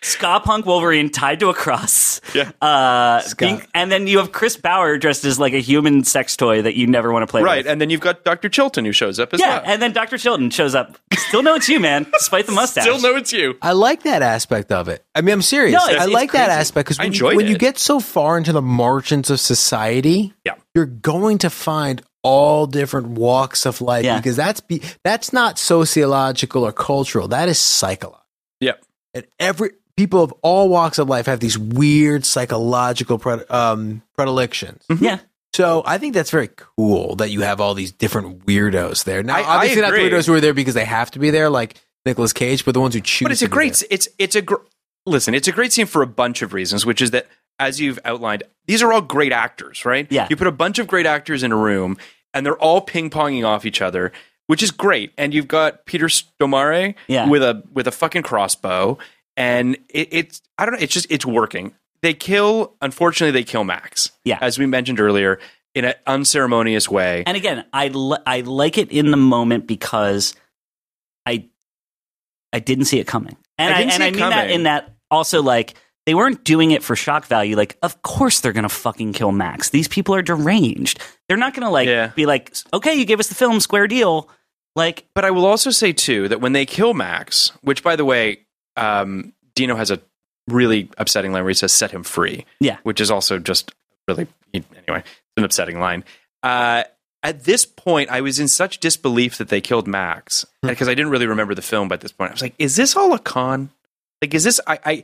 Speaker 5: ska punk Wolverine tied to a cross.
Speaker 4: Yeah.
Speaker 5: Uh, being- and then you have Chris Bauer dressed as like a human sex toy that you never want to play
Speaker 4: Right,
Speaker 5: with.
Speaker 4: and then you've got Dr. Chilton who shows up as
Speaker 5: Yeah,
Speaker 4: well.
Speaker 5: and then Dr. Chilton shows up. Still know it's you, man, despite the mustache.
Speaker 4: Still know it's you.
Speaker 3: I like that aspect of it. I mean, I'm serious.
Speaker 5: No, it's-
Speaker 3: I
Speaker 5: it's
Speaker 3: like that
Speaker 5: crazy.
Speaker 3: aspect because
Speaker 4: I
Speaker 3: when, you,
Speaker 4: enjoyed
Speaker 3: when you
Speaker 4: it.
Speaker 3: get so far into the margins of society,
Speaker 4: Yeah.
Speaker 3: you're going to find all different walks of life
Speaker 5: Yeah.
Speaker 3: because that's be, that's not sociological or cultural. That is psychological.
Speaker 4: Yeah.
Speaker 3: And every people of all walks of life have these weird psychological pred, um, predilections.
Speaker 5: Yeah.
Speaker 3: So I think that's very cool that you have all these different weirdos there. Now,
Speaker 4: I- I
Speaker 3: obviously, not the
Speaker 4: agree.
Speaker 3: weirdos who are there because they have to be there, like Nicolas Cage, but the ones who choose.
Speaker 4: But it's a
Speaker 3: to be
Speaker 4: great.
Speaker 3: there.
Speaker 4: It's it's a gr- listen. It's a great scene for a bunch of reasons, which is that as you've outlined, these are all great actors, right?
Speaker 5: Yeah.
Speaker 4: You put a bunch of great actors in a room, and they're all ping ponging off each other, which is great. And you've got Peter Stomare
Speaker 5: Yeah.
Speaker 4: with a with a fucking crossbow, and it, it's I don't know. It's just it's working. They kill. Unfortunately, they kill Max.
Speaker 5: Yeah.
Speaker 4: as we mentioned earlier, in an unceremonious way.
Speaker 5: And again, I li- I like it in the moment because I I didn't see it coming, and
Speaker 4: I
Speaker 5: I,
Speaker 4: didn't
Speaker 5: and
Speaker 4: see
Speaker 5: I
Speaker 4: it
Speaker 5: mean that
Speaker 4: coming.
Speaker 5: in that also like they weren't doing it for shock value. Like, of course they're gonna fucking kill Max. These people are deranged. They're not gonna like
Speaker 4: Yeah.
Speaker 5: be like, okay, you gave us the film, square deal. Like,
Speaker 4: But I will also say too that when they kill Max, which by the way, um, Dino has a really upsetting line where he says "set him free,"
Speaker 5: Yeah.
Speaker 4: which is also just really anyway, it's an upsetting line. Uh, at this point, I was in such disbelief that they killed Max because I didn't really remember the film by this point. I was like, "Is this all a con? Like, is this I, I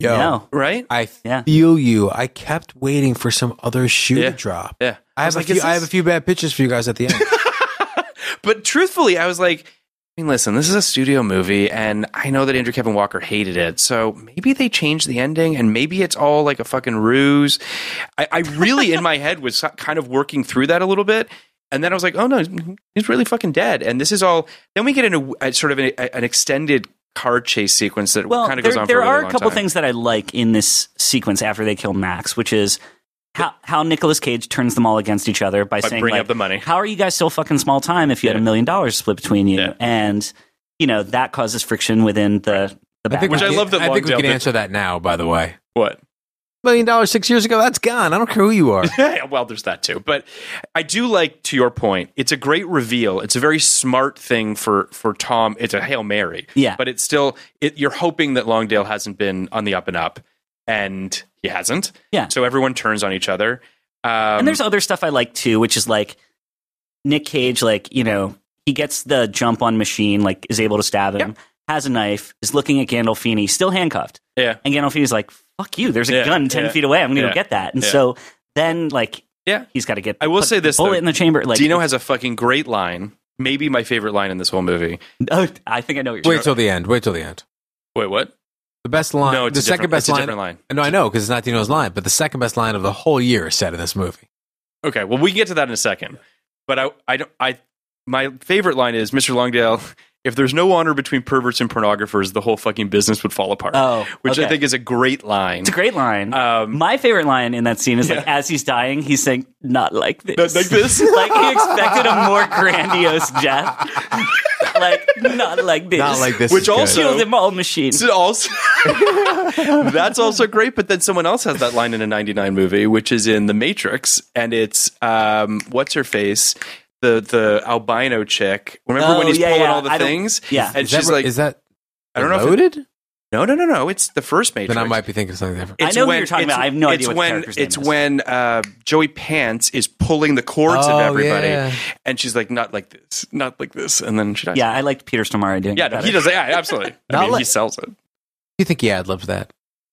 Speaker 3: Yo,
Speaker 5: no,
Speaker 4: right?"
Speaker 3: I
Speaker 5: Yeah.
Speaker 3: feel you. I kept waiting for some other shoe
Speaker 4: Yeah.
Speaker 3: to drop.
Speaker 4: Yeah,
Speaker 3: I have
Speaker 4: was
Speaker 3: a
Speaker 4: like,
Speaker 3: few.
Speaker 4: is
Speaker 3: I have a
Speaker 4: this-
Speaker 3: few bad pitches for you guys at the end.
Speaker 4: but truthfully, I was like, I mean, listen, this is a studio movie, and I know that Andrew Kevin Walker hated it, so maybe they changed the ending, and maybe it's all like a fucking ruse. I, I really, in my head, was kind of working through that a little bit. And then I was like, oh no, he's really fucking dead. And this is all. Then we get into a, sort of an, a, an extended car chase sequence that
Speaker 5: well,
Speaker 4: kind of
Speaker 5: there,
Speaker 4: goes on
Speaker 5: there
Speaker 4: for a really
Speaker 5: are
Speaker 4: long
Speaker 5: a couple
Speaker 4: time.
Speaker 5: things that I like in this sequence after they kill Max, which is. How, how Nicolas Cage turns them all against each other by,
Speaker 4: By
Speaker 5: saying
Speaker 4: bringing
Speaker 5: like,
Speaker 4: up the money.
Speaker 5: how are you guys still fucking small time if you had a
Speaker 4: Yeah.
Speaker 5: million dollars split between you?
Speaker 4: Yeah.
Speaker 5: And you know that causes friction within the the back.
Speaker 4: Which I
Speaker 3: we-
Speaker 4: love that
Speaker 3: I think we
Speaker 4: Longdale
Speaker 3: can
Speaker 4: did-
Speaker 3: answer that now. By the way,
Speaker 4: What?
Speaker 3: million dollars six years ago. That's gone. I don't care who you are.
Speaker 4: Yeah, well, there's that too. But I do like to your point. It's a great reveal. It's a very smart thing for for Tom. It's a hail mary.
Speaker 5: Yeah.
Speaker 4: but it's still it, you're hoping that Longdale hasn't been on the up and up, and he hasn't.
Speaker 5: Yeah.
Speaker 4: So everyone turns on each other. Um,
Speaker 5: and there's other stuff I like too, which is like Nick Cage, like you know he gets the jump on machine, like is able to stab him, has a knife, is looking at Gandolfini, still handcuffed,
Speaker 4: yeah,
Speaker 5: and Gandolfini's like, "Fuck you! There's a
Speaker 4: Yeah,
Speaker 5: gun ten
Speaker 4: yeah,
Speaker 5: feet away. I'm going to
Speaker 4: yeah,
Speaker 5: get that." And
Speaker 4: yeah.
Speaker 5: so then like
Speaker 4: yeah.
Speaker 5: he's got to get.
Speaker 4: I will
Speaker 5: put
Speaker 4: say
Speaker 5: the
Speaker 4: this,
Speaker 5: bullet
Speaker 4: though.
Speaker 5: in the chamber. Like
Speaker 4: Dino has a fucking great line. Maybe my favorite line in this whole movie.
Speaker 5: Oh, I think I know. What you're
Speaker 3: Wait till the end. Wait till the end.
Speaker 4: Wait, what?
Speaker 3: The best line.
Speaker 4: No, it's
Speaker 3: the
Speaker 4: a
Speaker 3: second
Speaker 4: different-
Speaker 3: best
Speaker 4: it's a
Speaker 3: line.
Speaker 4: different line.
Speaker 3: No, I know because it's not Dino's line, but the second best line of the whole year is said in this movie.
Speaker 4: Okay, well, we can get to that in a second. But I, I don't, I, my favorite line is Mr. Longdale if there's no honor between perverts and pornographers, the whole fucking business would fall apart.
Speaker 5: Oh,
Speaker 4: which I
Speaker 5: okay.
Speaker 4: think is a great line.
Speaker 5: It's a great line.
Speaker 4: Um,
Speaker 5: My favorite line in that scene is like,
Speaker 4: Yeah.
Speaker 5: as he's dying, he's saying, "Not like this."
Speaker 4: Not like this?
Speaker 5: like he expected a more grandiose death. like not like this.
Speaker 3: Not like this.
Speaker 4: Which
Speaker 3: is good.
Speaker 4: also-
Speaker 5: Kill them all, machine.
Speaker 4: It's also that's also great. But then someone else has that line in a '99 movie, which is in The Matrix, and it's um, what's her face. The, the albino chick. Remember
Speaker 5: Oh,
Speaker 4: when he's
Speaker 5: yeah,
Speaker 4: pulling
Speaker 5: yeah.
Speaker 4: all the
Speaker 5: I don't-
Speaker 4: things?
Speaker 5: yeah.
Speaker 4: and
Speaker 3: is
Speaker 4: she's
Speaker 3: that,
Speaker 4: like,
Speaker 3: is that
Speaker 4: I don't know. If it-
Speaker 3: loaded?
Speaker 4: no, no, no, no. It's the first Matrix.
Speaker 3: Then I might be thinking of something different.
Speaker 5: I
Speaker 4: It's
Speaker 5: know who
Speaker 4: when-
Speaker 5: you're talking
Speaker 4: it's-
Speaker 5: about. I have no
Speaker 4: it's
Speaker 5: idea what the
Speaker 4: when,
Speaker 5: character's name
Speaker 4: It's
Speaker 5: is.
Speaker 4: when uh, Joey Pants is pulling the cords
Speaker 3: Oh,
Speaker 4: of everybody,
Speaker 3: yeah.
Speaker 4: and she's like, "Not like this, not like this," and then she dies.
Speaker 5: yeah, I liked Peter Stamari doing.
Speaker 4: yeah,
Speaker 5: it
Speaker 4: no,
Speaker 5: better.
Speaker 4: he does. Yeah, absolutely. I
Speaker 3: Not
Speaker 4: mean, he
Speaker 3: like-
Speaker 4: sells it.
Speaker 3: You think he ad libs that?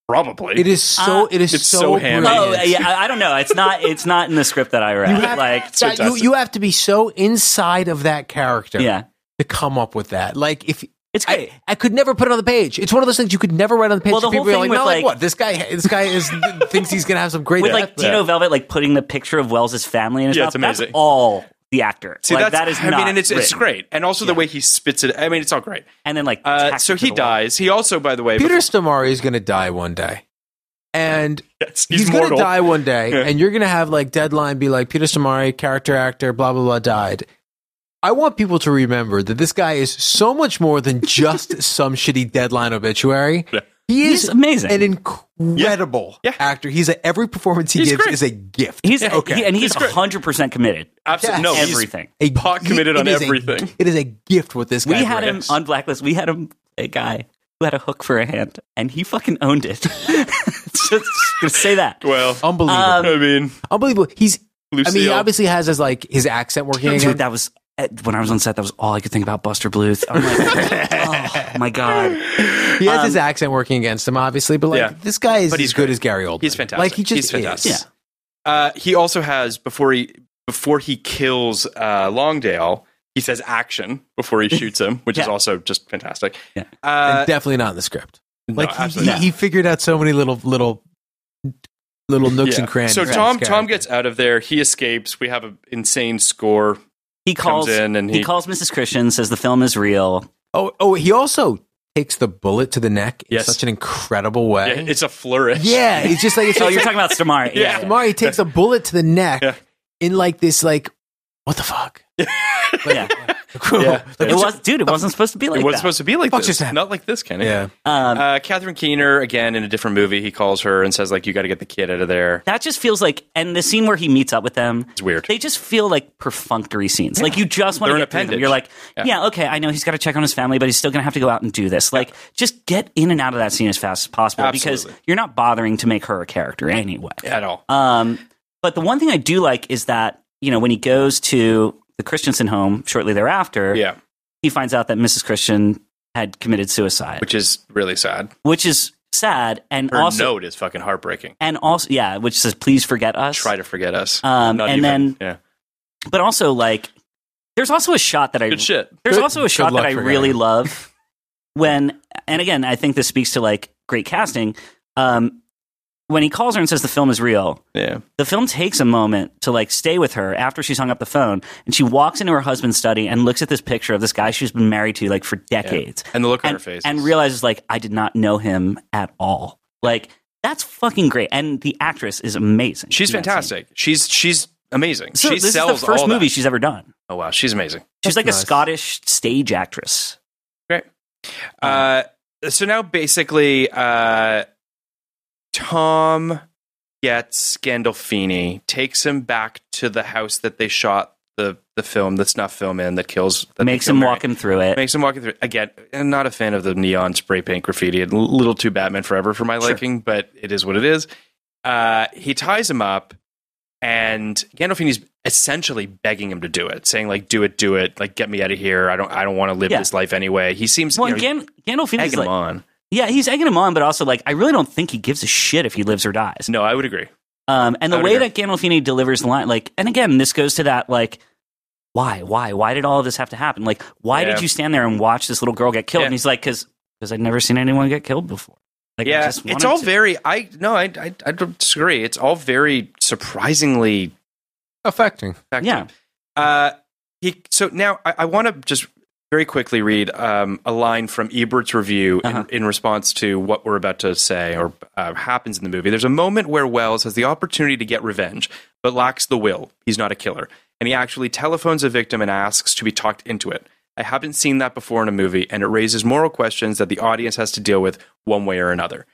Speaker 4: Probably.
Speaker 3: It is so.
Speaker 5: Uh,
Speaker 3: it is
Speaker 4: Ah. it's
Speaker 3: so.
Speaker 4: so hammy.
Speaker 3: brilliant.
Speaker 5: Oh yeah, I, I don't know. It's not. It's not in the script that I read.
Speaker 3: have-
Speaker 5: like
Speaker 3: That- you,
Speaker 4: fantastic.
Speaker 3: you have to be so inside of that character
Speaker 5: yeah,
Speaker 3: to come up with that. Like if
Speaker 5: it's great.
Speaker 3: I, I could never put it on the page. It's one of those things you could never write on the page.
Speaker 5: Well, the
Speaker 3: People
Speaker 5: whole
Speaker 3: are like,
Speaker 5: thing with,
Speaker 3: no,
Speaker 5: like-
Speaker 3: like what this guy this guy is thinks he's gonna have some great
Speaker 5: With
Speaker 3: effect.
Speaker 5: like Dino Velvet, like putting the picture of Wells's family and
Speaker 4: Yeah,
Speaker 5: stuff.
Speaker 4: it's
Speaker 5: That's
Speaker 4: amazing.
Speaker 5: all the actor.
Speaker 4: See,
Speaker 5: like,
Speaker 4: that's,
Speaker 5: that is
Speaker 4: I
Speaker 5: not
Speaker 4: mean, and it's, it's
Speaker 5: written.
Speaker 4: great, and also the way he spits it. I mean, it's all great.
Speaker 5: And then like,
Speaker 4: Uh,
Speaker 5: tacked
Speaker 4: so
Speaker 5: it to
Speaker 4: he
Speaker 5: the wall.
Speaker 4: dies. He also, by the way,
Speaker 3: Peter Stamari is gonna die one day, and
Speaker 4: yes,
Speaker 3: he's,
Speaker 4: he's,
Speaker 3: gonna
Speaker 4: mortal.
Speaker 3: die one day,
Speaker 4: Yeah.
Speaker 3: and you're gonna have like deadline be like Peter Stamari, character actor, blah blah blah, died. I want people to remember that this guy is so much more than just some shitty deadline obituary.
Speaker 4: Yeah.
Speaker 3: He is
Speaker 5: He's amazing.
Speaker 3: an incredible
Speaker 4: Yeah.
Speaker 3: actor. He's a, every performance he
Speaker 4: He's
Speaker 3: gives
Speaker 4: great.
Speaker 3: is a gift.
Speaker 5: He's
Speaker 3: Yeah,
Speaker 5: he- and he's
Speaker 4: It's great.
Speaker 5: hundred percent committed.
Speaker 4: Absolutely, no,
Speaker 5: Yes.
Speaker 4: he's-
Speaker 5: Everything.
Speaker 3: a
Speaker 4: Pot committed on
Speaker 3: it is a-
Speaker 4: everything.
Speaker 3: it is a gift what this guy.
Speaker 5: we had him
Speaker 3: brings.
Speaker 5: on blacklist. We had him a guy who had a hook for a hand, and he fucking owned it. just, just gonna say that.
Speaker 4: Well,
Speaker 3: unbelievable,
Speaker 5: Um,
Speaker 4: I mean,
Speaker 3: unbelievable. He's. I mean, he
Speaker 4: Lucille.
Speaker 3: obviously has his like his accent working.
Speaker 5: Dude,
Speaker 3: again.
Speaker 5: that was eh, when I was on set. That was all I could think about. Buster Bluth. I'm like, oh my god.
Speaker 3: He has his accent working against him, obviously. But like
Speaker 4: Um, Yeah.
Speaker 3: this guy is
Speaker 4: But he's
Speaker 3: as good
Speaker 4: great.
Speaker 3: as Gary Oldman.
Speaker 4: He's fantastic.
Speaker 3: Like he just
Speaker 4: he's fantastic.
Speaker 3: is.
Speaker 4: Uh, he also has before he before he kills uh, Longdale, he says action before he shoots him, which is
Speaker 5: Yeah.
Speaker 4: also just fantastic.
Speaker 5: Yeah.
Speaker 3: And
Speaker 4: Uh,
Speaker 3: definitely not in the script. Like he,
Speaker 4: absolutely
Speaker 3: he, he figured out so many little little little nooks
Speaker 4: yeah.
Speaker 3: and crannies.
Speaker 4: So
Speaker 3: for this
Speaker 4: Tom Tom
Speaker 3: character.
Speaker 4: gets out of there. He escapes. We have an insane score.
Speaker 5: He calls
Speaker 4: in and
Speaker 5: he,
Speaker 4: he-
Speaker 5: calls Mrs. Christian, says the film is real.
Speaker 3: oh oh he also takes the bullet to the neck in
Speaker 4: Yes.
Speaker 3: such an incredible way.
Speaker 4: Yeah, it's a flourish.
Speaker 3: yeah, it's just like it's
Speaker 5: Oh,
Speaker 3: like-
Speaker 5: you're talking about Stamari.
Speaker 4: Yeah.
Speaker 5: Yeah.
Speaker 3: Mari takes a bullet to the neck
Speaker 4: Yeah.
Speaker 3: in like this like what the fuck?
Speaker 5: yeah.
Speaker 4: Yeah.
Speaker 3: Like,
Speaker 5: It was, dude. It wasn't supposed to be like
Speaker 4: it
Speaker 5: that.
Speaker 4: was supposed to be like
Speaker 3: Fuck
Speaker 4: this.
Speaker 3: just happened.
Speaker 4: Not like this, Kenny.
Speaker 3: yeah.
Speaker 5: um,
Speaker 4: Uh, Catherine Keener again in a different movie. He calls her and says like, "You got to get the kid out of there."
Speaker 5: that just feels like, and the scene where he meets up with them,
Speaker 4: It's weird.
Speaker 5: They just feel like perfunctory scenes. Like you just want
Speaker 4: They're
Speaker 5: to
Speaker 4: an
Speaker 5: get through them.
Speaker 4: appendage.
Speaker 5: You're like,
Speaker 4: Yeah.
Speaker 5: yeah. okay, I know he's got to check on his family, but he's still going to have to go out and do this. Like, just get in and out of that scene as fast as possible
Speaker 4: Absolutely.
Speaker 5: because you're not bothering to make her a character anyway.
Speaker 4: At all.
Speaker 5: Um, but the one thing I do like is that you know when he goes to the Christensen home shortly thereafter,
Speaker 4: Yeah,
Speaker 5: he finds out that Mrs. Christian had committed suicide, which,
Speaker 4: which is really sad.
Speaker 5: is sad and
Speaker 4: Her
Speaker 5: also
Speaker 4: note is fucking heartbreaking.
Speaker 5: and also yeah, which says please forget us.
Speaker 4: Try to forget us.
Speaker 5: Um,
Speaker 4: Not
Speaker 5: and
Speaker 4: even.
Speaker 5: then-
Speaker 4: yeah,
Speaker 5: But also like, there's also a shot that I
Speaker 4: good shit.
Speaker 5: There's
Speaker 3: Good-
Speaker 5: also a
Speaker 3: good
Speaker 5: shot that
Speaker 3: luck
Speaker 5: I
Speaker 3: for
Speaker 5: really
Speaker 3: Gary.
Speaker 5: love when, and again, I think this speaks to like great casting. Um, when he calls her and says the film is real,
Speaker 4: Yeah.
Speaker 5: the film takes a moment to like stay with her after she's hung up the phone, and she walks into her husband's study and looks at this picture of this guy she's been married to like for decades,
Speaker 4: And the look on
Speaker 5: and,
Speaker 4: her face.
Speaker 5: and
Speaker 4: is-
Speaker 5: realizes like I did not know him at all. Like that's fucking great, and the actress is amazing.
Speaker 4: she's
Speaker 5: in that scene.
Speaker 4: fantastic. She's she's amazing.
Speaker 5: So
Speaker 4: she
Speaker 5: this
Speaker 4: sells
Speaker 5: is the first
Speaker 4: all
Speaker 5: movie
Speaker 4: That.
Speaker 5: she's ever done.
Speaker 4: Oh wow, she's amazing.
Speaker 3: That's
Speaker 5: She's like a
Speaker 3: nice.
Speaker 5: Scottish stage actress.
Speaker 4: Great.
Speaker 5: Oh.
Speaker 4: Uh, so now basically, uh, Tom gets Gandolfini, takes him back to the house that they shot the the film, the snuff film in that kills that they
Speaker 5: Makes
Speaker 4: kill
Speaker 5: him
Speaker 4: Mary.
Speaker 5: walk him through it.
Speaker 4: Makes him walk through again. I'm not a fan of the neon spray paint graffiti. A little too Batman Forever for my liking, but it is what it is. Uh, he ties him up, and Gandolfini's essentially begging him to do it, saying like, "Do it, do it. Like, get me out of here. I don't, I don't want to live
Speaker 5: Yeah.
Speaker 4: this life anyway." He seems
Speaker 5: Well,
Speaker 4: you
Speaker 5: and
Speaker 4: know,
Speaker 5: Gan- Gandolfini's
Speaker 4: egging him
Speaker 5: like,
Speaker 4: on.
Speaker 5: yeah, he's egging him on, but also like, I really don't think he gives a shit if he lives or dies.
Speaker 4: No, I would agree.
Speaker 5: Um, and
Speaker 4: I
Speaker 5: the
Speaker 4: would
Speaker 5: way
Speaker 4: agree.
Speaker 5: that Gandolfini delivers the line, like, and again, this goes to that like, why, why, why did all of this have to happen? Like, why
Speaker 4: Yeah.
Speaker 5: did you stand there and watch this little girl get killed?
Speaker 4: Yeah.
Speaker 5: And he's like, because because I'd never seen anyone get killed before. Like, I
Speaker 4: yeah,
Speaker 5: just
Speaker 4: it's
Speaker 5: wanted
Speaker 4: all
Speaker 5: to-
Speaker 4: very. I no, I, I, I don't disagree. It's all very surprisingly
Speaker 3: affecting.
Speaker 4: effective.
Speaker 5: yeah.
Speaker 4: Uh, he so now I, I want to just very quickly read um, a line from Ebert's review
Speaker 5: Uh-huh.
Speaker 4: in, in response to what we're about to say or uh, happens in the movie. There's a moment where Wells has the opportunity to get revenge, but lacks the will. He's not a killer. And he actually telephones a victim and asks to be talked into it. I haven't seen that before in a movie, and it raises moral questions that the audience has to deal with one way or another.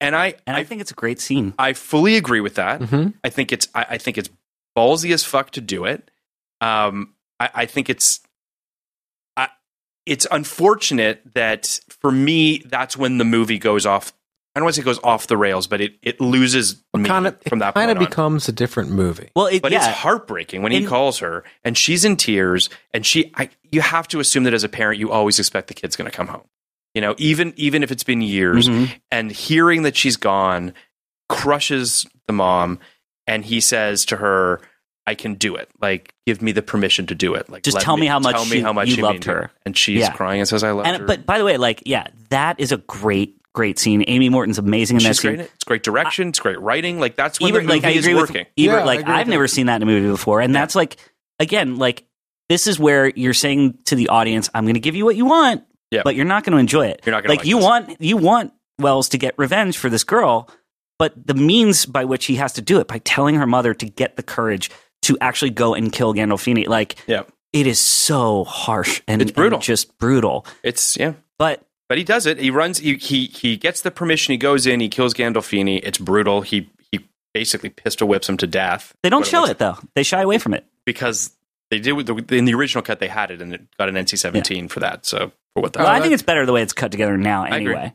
Speaker 4: And I,
Speaker 5: And I, think it's a great scene.
Speaker 4: I fully agree with that. I think it's I, I think it's ballsy as fuck to do it. Um, I, I think it's I, it's unfortunate that for me that's when the movie goes off. I don't want to say it goes off the rails, but it it loses me
Speaker 3: kind of
Speaker 4: from that
Speaker 3: kind
Speaker 4: point
Speaker 3: of
Speaker 4: on.
Speaker 3: becomes a different movie.
Speaker 5: Well, it,
Speaker 4: But
Speaker 5: yeah,
Speaker 4: it's heartbreaking when he
Speaker 5: And-
Speaker 4: calls her and she's in tears and she I, you have to assume that as a parent you always expect the kid's going to come home. You know, even even if it's been years
Speaker 5: Mhm.
Speaker 4: and hearing that she's gone crushes the mom and he says to her I can do it. Like give me the permission to do it. Like
Speaker 5: Just
Speaker 4: let
Speaker 5: tell me how much
Speaker 4: tell me
Speaker 5: you-
Speaker 4: how much
Speaker 5: you
Speaker 4: you
Speaker 5: loved
Speaker 4: mean to-
Speaker 5: her.
Speaker 4: And she's
Speaker 5: Yeah.
Speaker 4: crying and says I love her.
Speaker 5: and but by the way, like yeah, that is a great great scene. Amy Morton's amazing in that
Speaker 4: she's
Speaker 5: scene.
Speaker 4: great. in it. It's great direction, it's great writing. Like that's when
Speaker 5: Ebert,
Speaker 4: the movie
Speaker 5: like I
Speaker 4: is
Speaker 5: agree
Speaker 4: working.
Speaker 5: with Ebert.
Speaker 3: Yeah, I
Speaker 5: like
Speaker 3: agree with
Speaker 5: I've never seen that in a movie before, and that's like again, like this is where you're saying to the audience, "I'm going to give you what you want,
Speaker 4: Yeah.
Speaker 5: but you're not going to enjoy it.
Speaker 4: You're not gonna
Speaker 5: like,
Speaker 4: like
Speaker 5: you
Speaker 4: this.
Speaker 5: want you want Wells to get revenge for this girl, but the means by which he has to do it by telling her mother to get the courage to actually go and kill Gandolfini, like
Speaker 4: Yeah.
Speaker 5: it is so harsh and
Speaker 4: It's brutal.
Speaker 5: and just brutal.
Speaker 4: It's yeah.
Speaker 5: But
Speaker 4: But he does it. He runs. He he, he gets the permission. He goes in. He kills Gandolfini. It's brutal. He he basically pistol whips him to death.
Speaker 5: they don't
Speaker 4: What
Speaker 5: show
Speaker 4: looks-
Speaker 5: it though; they shy away from it.
Speaker 4: because they did with the, in the original cut. They had it and it got an NC seventeen for that. So for what that.
Speaker 5: Well, I think
Speaker 3: that-
Speaker 5: it's better the way it's cut together now.
Speaker 4: I agree.
Speaker 5: Anyway,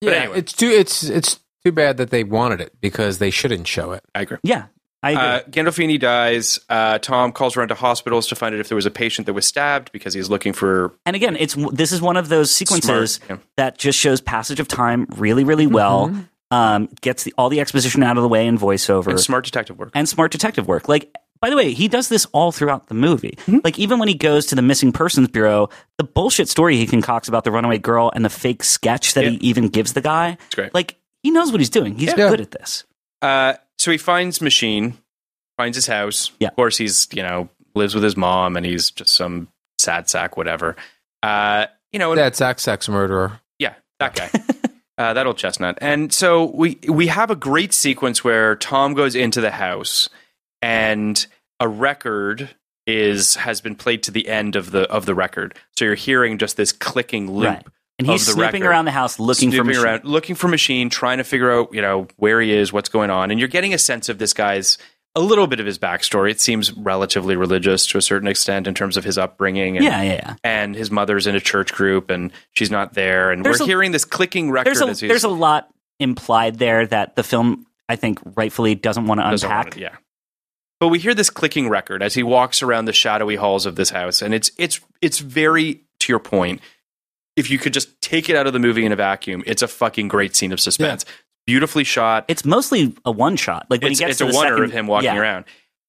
Speaker 4: But
Speaker 3: Yeah,
Speaker 4: anyway.
Speaker 3: it's too it's it's too bad that they wanted it because they shouldn't show it.
Speaker 4: I agree.
Speaker 5: yeah, I agree.
Speaker 4: Uh, Gandolfini dies. Uh, Tom calls around to hospitals to find out if there was a patient that was stabbed because he's looking for
Speaker 5: And again, it's this is one of those sequences
Speaker 4: Smart, yeah.
Speaker 5: that just shows passage of time really, really well. Um, gets the, all the exposition out of the way in voiceover
Speaker 4: and smart detective work.
Speaker 5: and smart detective work. Like, by the way, he does this all throughout the movie. Like, even when he goes to the missing persons bureau, the bullshit story he concocts about the runaway girl and the fake sketch that he
Speaker 4: Yeah.
Speaker 5: even gives the guy,
Speaker 4: It's great.
Speaker 5: like he knows what he's doing. He's
Speaker 3: Yeah.
Speaker 5: good at this.
Speaker 4: Uh, so he finds machine, finds his house.
Speaker 5: Yeah.
Speaker 4: Of course, he's you know lives with his mom and he's just some sad sack, whatever. Uh, you know, and
Speaker 3: That Zach sex murderer.
Speaker 4: Yeah, that guy. uh, that old chestnut. And so we we have a great sequence where Tom goes into the house and a record is has been played to the end of the of the record. So you're hearing just this clicking loop.
Speaker 5: Right. And
Speaker 4: of
Speaker 5: he's
Speaker 4: the
Speaker 5: snooping
Speaker 4: record.
Speaker 5: around the house looking for
Speaker 4: Snooping
Speaker 5: machine.
Speaker 4: around, looking for machine, trying to figure out, you know, where he is, what's going on. And you're getting a sense of this guy's a little bit of his backstory. It seems relatively religious to a certain extent in terms of his upbringing and
Speaker 5: Yeah, yeah, yeah.
Speaker 4: and his mother's in a church group and she's not there and
Speaker 5: There's
Speaker 4: we're
Speaker 5: a-
Speaker 4: hearing this clicking record
Speaker 5: there's a
Speaker 4: as he's
Speaker 5: there's a lot implied there that the film I think rightfully doesn't want to
Speaker 4: doesn't want
Speaker 5: unpack.
Speaker 4: it, yeah but we hear this clicking record as he walks around the shadowy halls of this house and it's it's it's very to your point if you could just take it out of the movie in a vacuum it's a fucking great scene of suspense beautifully shot
Speaker 5: It's mostly a one shot. Like when
Speaker 4: it's,
Speaker 5: he gets
Speaker 4: it's
Speaker 5: to
Speaker 4: a
Speaker 5: the
Speaker 4: wonder
Speaker 5: second-
Speaker 4: of him walking
Speaker 5: yeah.
Speaker 4: around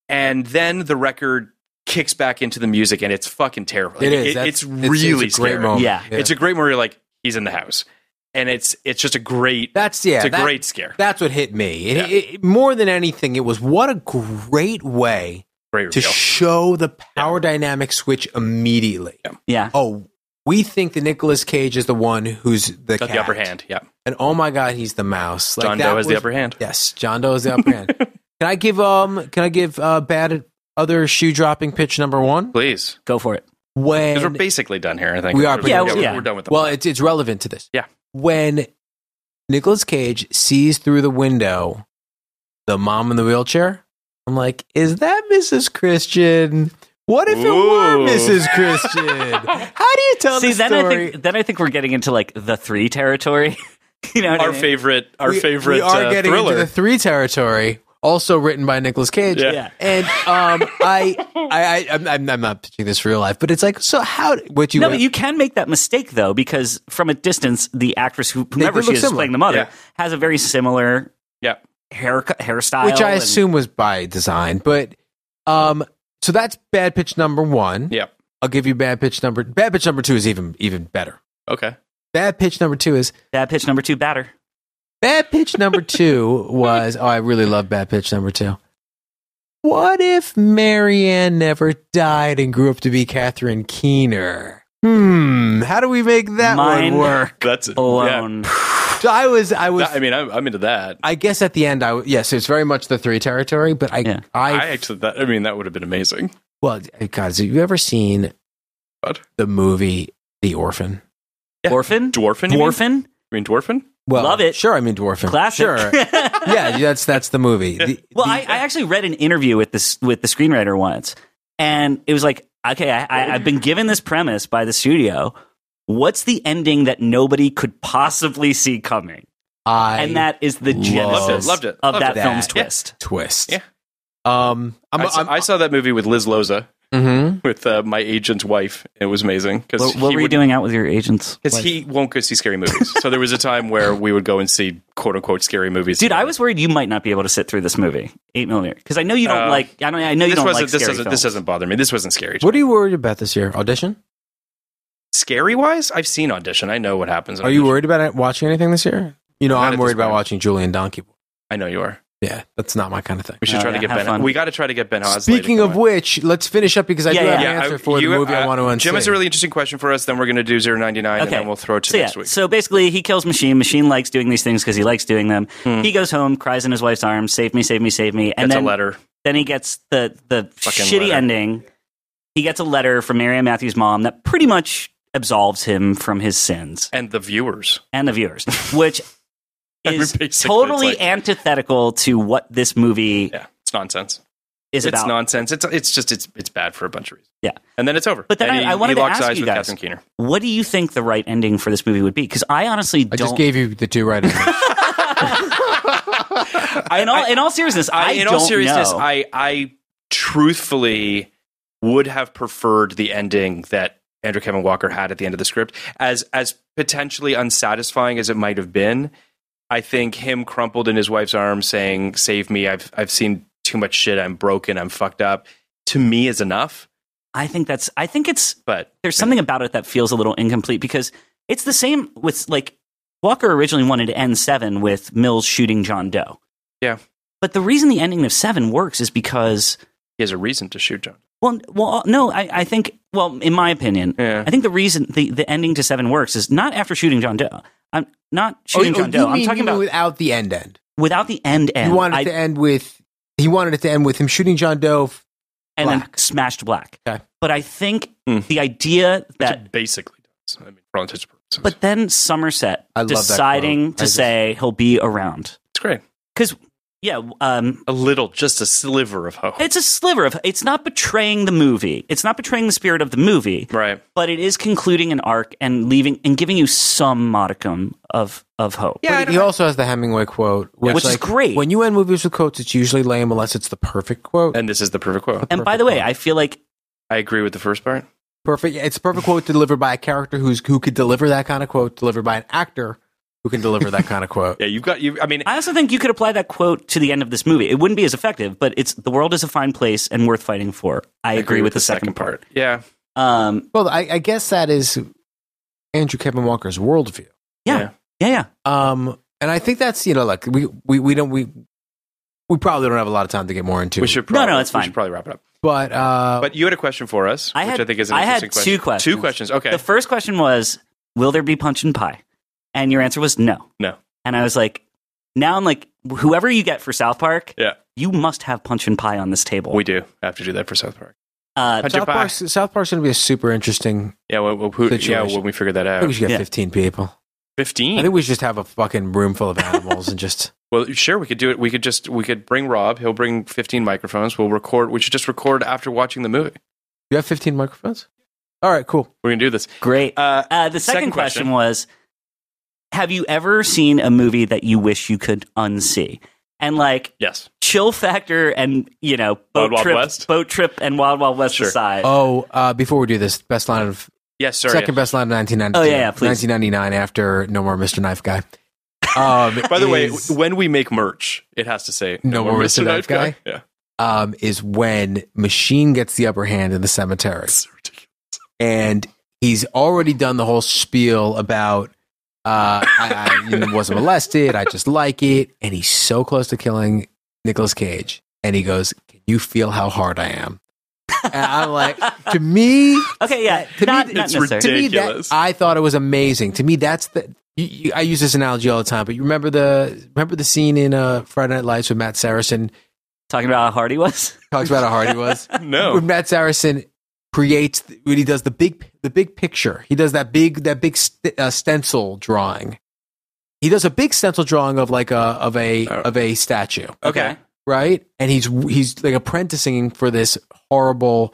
Speaker 4: and then the record kicks back into the music and it's fucking
Speaker 3: It
Speaker 4: terrifying
Speaker 3: is. That's-
Speaker 4: it's
Speaker 3: it's- it's
Speaker 4: really
Speaker 3: a great
Speaker 4: scary.
Speaker 3: moment.
Speaker 5: Yeah.
Speaker 4: it's a great moment where you're like he's in the house and it's it's just a great
Speaker 3: that's yeah.
Speaker 4: it's a
Speaker 3: that-
Speaker 4: great scare
Speaker 3: That's what hit me. It,
Speaker 4: Yeah.
Speaker 3: it- it- more than anything, it was what a great way
Speaker 4: great
Speaker 3: to
Speaker 4: reveal.
Speaker 3: show the power dynamic switch immediately.
Speaker 5: Yeah.
Speaker 3: Oh, we think that Nicolas Cage is the one who's the,
Speaker 4: got
Speaker 3: cat.
Speaker 4: the upper hand yeah
Speaker 3: and oh my god, he's the mouse. Like,
Speaker 4: John
Speaker 3: that
Speaker 4: Doe has the
Speaker 3: was-
Speaker 4: upper hand
Speaker 3: Yes, John Doe is the upper hand. Can I give um? Can I give uh bad other shoe dropping pitch number one?
Speaker 4: please
Speaker 5: Go for it.
Speaker 3: When
Speaker 4: because we're basically done here I think
Speaker 3: We are
Speaker 4: We're-
Speaker 3: Yeah,
Speaker 4: we're,
Speaker 5: yeah.
Speaker 4: we're done with them
Speaker 3: well, it's it's relevant to this.
Speaker 4: Yeah.
Speaker 3: When Nicolas Cage sees through the window the mom in the wheelchair, I'm like, is that Mrs. Christian? What if it
Speaker 4: Ooh.
Speaker 3: were Mrs. Christian? How do you tell
Speaker 5: See,
Speaker 3: the
Speaker 5: then
Speaker 3: story?
Speaker 5: I think then I think we're getting into like the three territory. you know what I
Speaker 4: our
Speaker 5: mean?
Speaker 4: favorite our
Speaker 3: we,
Speaker 4: favorite
Speaker 3: we are
Speaker 4: uh,
Speaker 3: getting
Speaker 4: thriller
Speaker 3: into the three territory, also written by Nicolas Cage.
Speaker 4: Yeah.
Speaker 5: Yeah.
Speaker 3: And um, I, I, I, I'm- I'm, I'm not pitching this for real life, but it's like, so how? What you?
Speaker 5: No, but you can make that mistake though, because from a distance, the actress who whomever
Speaker 3: do
Speaker 5: she
Speaker 3: look
Speaker 5: is
Speaker 3: similar.
Speaker 5: playing the mother
Speaker 4: Yeah.
Speaker 5: has a very similar
Speaker 4: yeah
Speaker 5: hair hairstyle,
Speaker 3: which I
Speaker 5: and-
Speaker 3: assume was by design. But um, so that's bad pitch number one.
Speaker 4: yeah
Speaker 3: I'll give you bad pitch number. Bad pitch number two is even even better.
Speaker 4: okay
Speaker 3: Bad pitch number two is
Speaker 5: bad pitch number two batter.
Speaker 3: bad pitch number two was. Oh, I really love bad pitch number two. What if Marianne never died and grew up to be Catherine Keener? Hmm. How do we make that
Speaker 5: Mind
Speaker 3: one work?
Speaker 4: That's
Speaker 5: Blown.
Speaker 3: So I was, I
Speaker 4: Yeah.
Speaker 3: was,
Speaker 4: That- I mean, I'm, I'm into that.
Speaker 3: I guess at the end, I w- yes, it's very much the three territory, but I,
Speaker 5: Yeah.
Speaker 3: I,
Speaker 4: I actually, that, I mean, that would have been amazing.
Speaker 3: well, guys, have you ever seen
Speaker 4: What?
Speaker 3: the movie The Orphan?
Speaker 4: Yeah.
Speaker 5: Orphan?
Speaker 4: Dwarfin? you mean?
Speaker 5: Dwarfin?
Speaker 4: You mean Dwarfin?
Speaker 3: Well,
Speaker 5: Love it.
Speaker 3: Sure, I mean Dwarfin.
Speaker 5: Classic.
Speaker 3: Sure. yeah, that's that's the movie. The-
Speaker 5: Well,
Speaker 3: the-
Speaker 5: I, I actually read an interview with this with the screenwriter once, and it was like, okay, I, I, I've been given this premise by the studio. What's the ending that nobody could possibly see coming?
Speaker 3: I
Speaker 5: and that is the
Speaker 3: loved
Speaker 5: genesis
Speaker 4: it, loved it,
Speaker 5: of
Speaker 4: loved
Speaker 5: that
Speaker 3: it.
Speaker 5: film's
Speaker 3: That.
Speaker 5: twist.
Speaker 3: twist.
Speaker 4: Yeah.
Speaker 3: Um. I'm,
Speaker 4: i saw, I saw that movie with Liz Loza,
Speaker 3: mhm.
Speaker 4: with uh, my agent's wife. It was amazing. Cause
Speaker 5: What, what
Speaker 4: he
Speaker 5: were you
Speaker 4: would-
Speaker 5: doing out with your agents?
Speaker 4: Because he won't go see scary movies. so there was a time where we would go and see quote unquote scary movies.
Speaker 5: Dude, I
Speaker 4: together.
Speaker 5: was worried you might not be able to sit through this movie, eight millimeter, because I know you don't
Speaker 4: Uh,
Speaker 5: like. I don't. I know you
Speaker 4: this
Speaker 5: don't
Speaker 4: wasn't,
Speaker 5: like
Speaker 4: this
Speaker 5: scary
Speaker 4: doesn't
Speaker 5: films.
Speaker 4: this doesn't bother me. This wasn't scary.
Speaker 3: What are you worried about this year? Audition?
Speaker 4: scary wise? I've seen audition. I know what happens. in
Speaker 3: Are you
Speaker 4: Audition.
Speaker 3: worried about it- watching anything this year? You know,
Speaker 4: Not
Speaker 3: I'm
Speaker 4: at
Speaker 3: worried
Speaker 4: this
Speaker 3: about
Speaker 4: point.
Speaker 3: watching Julian Donkey. Boy.
Speaker 4: I know you are.
Speaker 3: Yeah, that's not my kind of thing.
Speaker 4: We should
Speaker 5: Oh,
Speaker 4: try
Speaker 5: yeah,
Speaker 4: to get
Speaker 5: have
Speaker 4: Ben.
Speaker 5: fun.
Speaker 4: We got to try to get Ben Hosley.
Speaker 3: Speaking
Speaker 4: to
Speaker 3: of
Speaker 4: come on.
Speaker 3: which, let's finish up because I
Speaker 5: Yeah,
Speaker 3: do have
Speaker 5: yeah.
Speaker 3: an answer
Speaker 4: I-
Speaker 3: for
Speaker 4: you-
Speaker 3: the movie I,
Speaker 4: uh,
Speaker 3: want to unsee.
Speaker 4: Jim has a really interesting question for us. Then we're going to do 099 and then we'll throw it to
Speaker 5: so,
Speaker 4: next
Speaker 5: yeah,
Speaker 4: week.
Speaker 5: So basically, he kills Machine. Machine likes doing these things because he likes doing them. He goes home, cries in his wife's arms, "Save me, save me, save me!" And
Speaker 4: Hmm. That's
Speaker 5: then
Speaker 4: a letter.
Speaker 5: then he gets the the
Speaker 4: Fucking
Speaker 5: shitty
Speaker 4: letter.
Speaker 5: ending. He gets a letter from Marianne Matthews' mom that pretty much absolves him from his sins
Speaker 4: And the viewers.
Speaker 5: and the viewers, which
Speaker 4: I mean,
Speaker 5: is
Speaker 4: basically, it's
Speaker 5: totally
Speaker 4: like-
Speaker 5: antithetical to what this movie
Speaker 4: Yeah, it's nonsense.
Speaker 5: is
Speaker 4: it's
Speaker 5: about.
Speaker 4: nonsense. It's it's just it's it's bad for a bunch of reasons.
Speaker 5: Yeah.
Speaker 4: And then it's over.
Speaker 5: But then
Speaker 4: and
Speaker 5: I-
Speaker 4: he,
Speaker 5: I wanted
Speaker 4: he
Speaker 5: to
Speaker 4: locks
Speaker 5: ask
Speaker 4: eyes
Speaker 5: you
Speaker 4: with
Speaker 5: guys.
Speaker 4: Catherine Keener.
Speaker 5: What do you think the right ending for this movie would be? Because I honestly
Speaker 3: I
Speaker 5: don't.
Speaker 3: just gave you the two right answers.
Speaker 5: in all in all seriousness, I,
Speaker 4: in
Speaker 5: don't
Speaker 4: all seriousness,
Speaker 5: know.
Speaker 4: I I truthfully would have preferred the ending that Andrew Kevin Walker had at the end of the script, as as potentially unsatisfying as it might have been. I think him crumpled in his wife's arms, saying, "Save me! I've I've seen too much shit. I'm broken. I'm fucked up." To me, is enough.
Speaker 5: I think that's. I think it's
Speaker 4: But
Speaker 5: there's something about it that feels a little incomplete because it's the same with like Walker originally wanted to end seven with Mills shooting John Doe.
Speaker 4: Yeah.
Speaker 5: But the reason the ending of seven works is because
Speaker 4: he has a reason to shoot John.
Speaker 5: well well no, I, I think well, in my opinion,
Speaker 4: Yeah.
Speaker 5: I think the reason the, the ending to seven works is not after shooting John Doe. I'm not shooting John Doe.
Speaker 3: Oh, you
Speaker 5: I'm
Speaker 3: mean-
Speaker 5: talking
Speaker 3: you mean
Speaker 5: about
Speaker 3: without the end end.
Speaker 5: without the end end
Speaker 3: you wanted
Speaker 5: I-
Speaker 3: it to end with he wanted it to end with him shooting John Doe. f-
Speaker 5: and then
Speaker 3: black.
Speaker 5: smashed black.
Speaker 3: Okay.
Speaker 5: But I think
Speaker 4: Hmm.
Speaker 5: the idea that
Speaker 4: Which it basically does. I mean, for all intents and purposes,
Speaker 5: but then Somerset
Speaker 3: I love that quote.
Speaker 5: deciding
Speaker 3: I
Speaker 5: to
Speaker 3: just-
Speaker 5: say he'll be around.
Speaker 4: it's great.
Speaker 5: because yeah um
Speaker 4: A little, just a sliver of hope.
Speaker 5: it's a sliver of it's not betraying the movie it's not betraying the spirit of the movie
Speaker 4: right.
Speaker 5: but it is concluding an arc and leaving and giving you some modicum of of hope
Speaker 4: Yeah, I
Speaker 3: But he also has the Hemingway quote, which,
Speaker 5: Which is
Speaker 3: like,
Speaker 5: great.
Speaker 3: When you end movies with quotes, it's usually lame unless it's the perfect quote.
Speaker 4: And this is the perfect quote.
Speaker 5: and by the way i feel like
Speaker 4: I agree with the first part.
Speaker 3: perfect. It's a perfect quote delivered by a character who's who could deliver that kind of quote, delivered by an actor who can deliver that kind of quote.
Speaker 4: Yeah, you've got. You, I mean,
Speaker 5: i also think you could apply that quote to the end of this movie it wouldn't be as effective but it's the world is a fine place and worth fighting for i, agree, with, the, second, part,
Speaker 4: Yeah,
Speaker 5: um
Speaker 3: Well, I, I guess that is Andrew Kevin Walker's worldview.
Speaker 5: yeah
Speaker 4: Yeah.
Speaker 5: yeah yeah,
Speaker 3: Um, and I think that's you know, like we we, we don't we we probably don't have a lot of time to get more into.
Speaker 4: we
Speaker 3: it.
Speaker 4: should.
Speaker 5: No, no,
Speaker 4: Probably,
Speaker 5: it's fine.
Speaker 4: We should probably wrap it up.
Speaker 3: but uh,
Speaker 4: But you had a question for us,
Speaker 5: I
Speaker 4: which
Speaker 5: had-
Speaker 4: I think is an
Speaker 5: I had
Speaker 4: interesting
Speaker 5: two
Speaker 4: question.
Speaker 5: questions.
Speaker 4: Two questions. Okay.
Speaker 5: the first question was will there be punch and pie and your answer was no
Speaker 4: no.
Speaker 5: and i was like now i'm like whoever you get for south park
Speaker 4: Yeah,
Speaker 5: you must have punch and pie on this table.
Speaker 4: we do have to do that for South Park.
Speaker 5: uh,
Speaker 4: Punch
Speaker 3: South
Speaker 4: and pie.
Speaker 3: Park's, South Park's going to be a super interesting.
Speaker 4: Yeah. Well, well, who, yeah.
Speaker 3: Situation.
Speaker 4: When we figure that
Speaker 3: I think we
Speaker 4: out.
Speaker 3: should get
Speaker 5: Yeah.
Speaker 3: fifteen people. I
Speaker 4: Fifteen.
Speaker 3: think we should just have a fucking room full of animals and just
Speaker 4: well, sure. We could do it. We could just. We could bring Rob. He'll bring fifteen microphones. We'll record. We should just record after watching the movie.
Speaker 3: you have fifteen microphones. All right, cool.
Speaker 4: We're gonna do this.
Speaker 5: great.
Speaker 4: Uh,
Speaker 5: Uh, the second,
Speaker 4: second
Speaker 5: question.
Speaker 4: question.
Speaker 5: was Have you ever seen a movie that you wish you could unsee? And like
Speaker 4: yes.
Speaker 5: Chill Factor and, you know, Boat
Speaker 4: Wild Wild
Speaker 5: Trip
Speaker 4: West?
Speaker 5: Boat Trip and Wild Wild West
Speaker 4: Sure.
Speaker 5: aside.
Speaker 3: Oh, uh, before we do this, best line of
Speaker 4: Yes. Sorry.
Speaker 3: second best line of nineteen ninety.
Speaker 5: Oh, yeah, yeah, please.
Speaker 3: nineteen ninety nine after No More Mr. Knife Guy. Um,
Speaker 4: By the way,
Speaker 3: is-
Speaker 4: when we make merch, it has to say
Speaker 3: No more Mr. Knife Guy?
Speaker 4: Yeah.
Speaker 3: um, is when Machine gets the upper hand in the cemetery.
Speaker 4: It's ridiculous.
Speaker 3: and he's already done the whole spiel about uh, I, I you know, wasn't molested. I just like it, and he's so close to killing Nicolas Cage. And he goes, "Can you feel how hard I am?" and I'm like, to me,
Speaker 5: Okay, yeah,
Speaker 3: to
Speaker 5: not,
Speaker 3: me,
Speaker 5: not
Speaker 4: it's
Speaker 5: necessary.
Speaker 3: to me that
Speaker 4: Ridiculous.
Speaker 3: I thought it was amazing. To me, that's the. You, you, I use this analogy all the time, but you remember the remember the scene in uh, Friday Night Lights with Matt Saracen
Speaker 5: Talking about how hard he was.
Speaker 3: talks about how hard he was.
Speaker 4: No.
Speaker 3: when Matt Saracen creates when he does the big the big picture. He does that big that big st- uh, stencil drawing. He does a big stencil drawing of like a of a
Speaker 4: Oh.
Speaker 3: of a statue,
Speaker 4: Okay.
Speaker 3: right? And he's he's like apprenticing for this horrible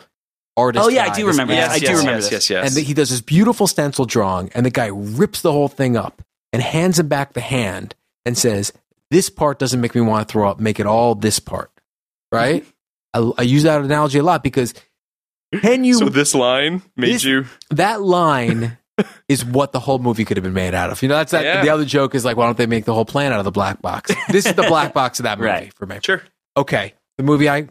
Speaker 3: artist.
Speaker 5: Oh, yeah, I
Speaker 3: guy,
Speaker 5: do
Speaker 3: this
Speaker 5: remember that.
Speaker 4: Yes,
Speaker 5: I do
Speaker 4: yes,
Speaker 5: remember
Speaker 4: yes,
Speaker 5: this.
Speaker 4: yes, yes.
Speaker 3: and he does this beautiful stencil drawing, and the guy rips the whole thing up and hands him back the hand and says, "This part doesn't make me want to throw up. Make it all this part." Right? I, I use that analogy a lot because can you
Speaker 4: so this line made
Speaker 3: This-
Speaker 4: you
Speaker 3: that line is what the whole movie could have been made out of. You know, that's that,
Speaker 4: Yeah.
Speaker 3: the other joke is like, why don't they make the whole plan out of the black box? This is the black box of that movie
Speaker 5: Right.
Speaker 3: for me.
Speaker 4: sure.
Speaker 3: Okay, the movie I.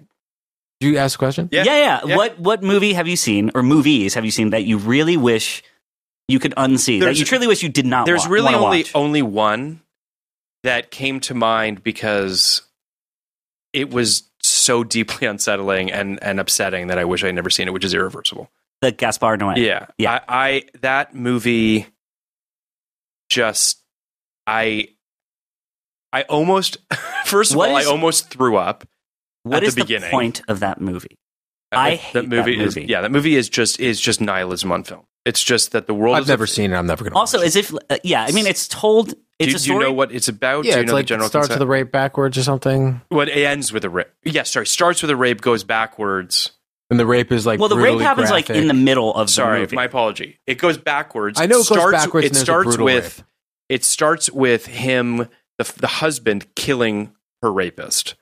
Speaker 3: You asked a question.
Speaker 4: Yeah.
Speaker 5: Yeah. yeah,
Speaker 4: Yeah.
Speaker 5: What what movie have you seen or movies have you seen that you really wish you could unsee that
Speaker 4: There's-
Speaker 5: you truly wish you did not?
Speaker 4: There's
Speaker 5: wa-
Speaker 4: really
Speaker 5: wanna
Speaker 4: only
Speaker 5: watch?
Speaker 4: only one that came to mind because it was so deeply unsettling and and upsetting that I wish I had never seen it, which is irreversible.
Speaker 5: the Gaspar Noé.
Speaker 4: Yeah.
Speaker 5: Yeah.
Speaker 4: I, I that movie just I I almost first of
Speaker 5: What
Speaker 4: all
Speaker 5: is-
Speaker 4: I almost threw up.
Speaker 5: What is
Speaker 4: at the
Speaker 5: the
Speaker 4: beginning.
Speaker 5: point of that movie?
Speaker 4: Uh,
Speaker 5: I
Speaker 4: that
Speaker 5: hate that
Speaker 4: is
Speaker 5: movie.
Speaker 4: yeah, that movie is just is just nihilism on film. It's just that the world
Speaker 3: I've
Speaker 4: is
Speaker 3: never
Speaker 4: a,
Speaker 3: seen it. I'm never going to.
Speaker 5: Also, as if uh, yeah, I mean, it's told. It's
Speaker 4: do,
Speaker 5: a
Speaker 4: do you
Speaker 5: story.
Speaker 4: know what it's about?
Speaker 3: yeah,
Speaker 4: Oh, do you
Speaker 3: it's
Speaker 4: know
Speaker 3: like
Speaker 4: the general
Speaker 3: it starts
Speaker 4: concept?
Speaker 3: with a rape backwards or something,
Speaker 4: What it ends with a rape? Yeah, sorry. Starts with a rape, goes backwards.
Speaker 3: and the rape is like
Speaker 5: well, the rape
Speaker 3: brutally
Speaker 5: happens like in the
Speaker 3: graphic.
Speaker 5: middle of
Speaker 4: sorry,
Speaker 5: the movie.
Speaker 4: my apology. It goes backwards.
Speaker 3: I know it goes
Speaker 4: starts,
Speaker 3: backwards
Speaker 4: It
Speaker 3: and there's a
Speaker 4: starts
Speaker 3: brutal
Speaker 4: with
Speaker 3: rape.
Speaker 4: it starts with him, the the husband killing her rapist,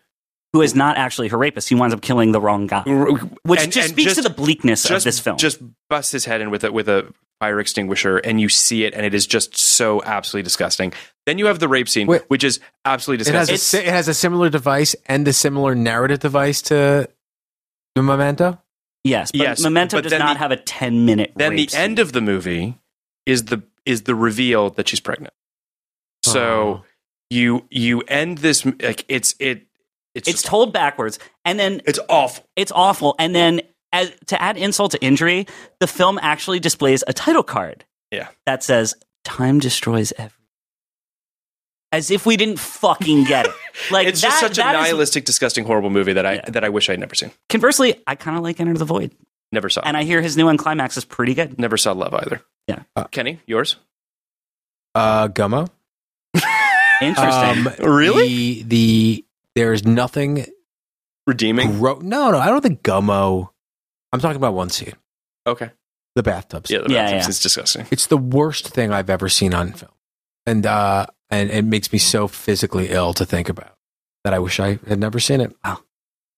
Speaker 5: who is not actually her rapist. He winds up killing the wrong guy, which
Speaker 4: And-
Speaker 5: just
Speaker 4: and
Speaker 5: speaks to the bleakness
Speaker 4: just,
Speaker 5: of this film.
Speaker 4: Just busts his head in with a with a fire extinguisher, and you see it, and it is just so absolutely disgusting. Then you have the rape scene,
Speaker 3: Wait.
Speaker 4: which is absolutely
Speaker 3: It has
Speaker 4: disgusting.
Speaker 3: a, si- it has a similar device and a similar narrative device to the Memento.
Speaker 5: yes, but
Speaker 4: yes,
Speaker 5: Memento
Speaker 4: but
Speaker 5: does
Speaker 4: then
Speaker 5: not
Speaker 4: the-
Speaker 5: have a ten minute.
Speaker 4: then the
Speaker 5: rape
Speaker 4: end of the movie is the is the reveal that she's pregnant. So
Speaker 3: Oh.
Speaker 4: you you end this m- like it's it it's
Speaker 5: Scene. It's told backwards, and then
Speaker 4: it's awful.
Speaker 5: it's awful. And then, as, to add insult to injury, the film actually displays a title card.
Speaker 4: Yeah.
Speaker 5: that says "Time destroys everything." As if we didn't fucking get it. Like
Speaker 4: it's
Speaker 5: that,
Speaker 4: just such a
Speaker 5: that is-
Speaker 4: nihilistic, disgusting, horrible movie that I
Speaker 5: Yeah.
Speaker 4: that I wish I'd never seen.
Speaker 5: conversely, I kind of like Enter the Void,
Speaker 4: Never saw.
Speaker 5: and I hear his new one climax is pretty good.
Speaker 4: never saw Love either.
Speaker 5: Yeah.
Speaker 4: Kenny, yours?
Speaker 3: Uh, Gummo.
Speaker 5: Interesting.
Speaker 3: Um, really? The, the there's nothing.
Speaker 4: Redeeming.
Speaker 3: Gro- no, no, I don't think Gummo. I'm talking about one scene,
Speaker 4: Okay.
Speaker 3: the bathtub scene.
Speaker 4: Yeah, the
Speaker 5: Yeah,
Speaker 4: bathrooms
Speaker 5: yeah.
Speaker 4: is disgusting.
Speaker 3: It's the worst thing I've ever seen on film, and uh, and it makes me so physically ill to think about that. I wish I had never seen it.
Speaker 4: I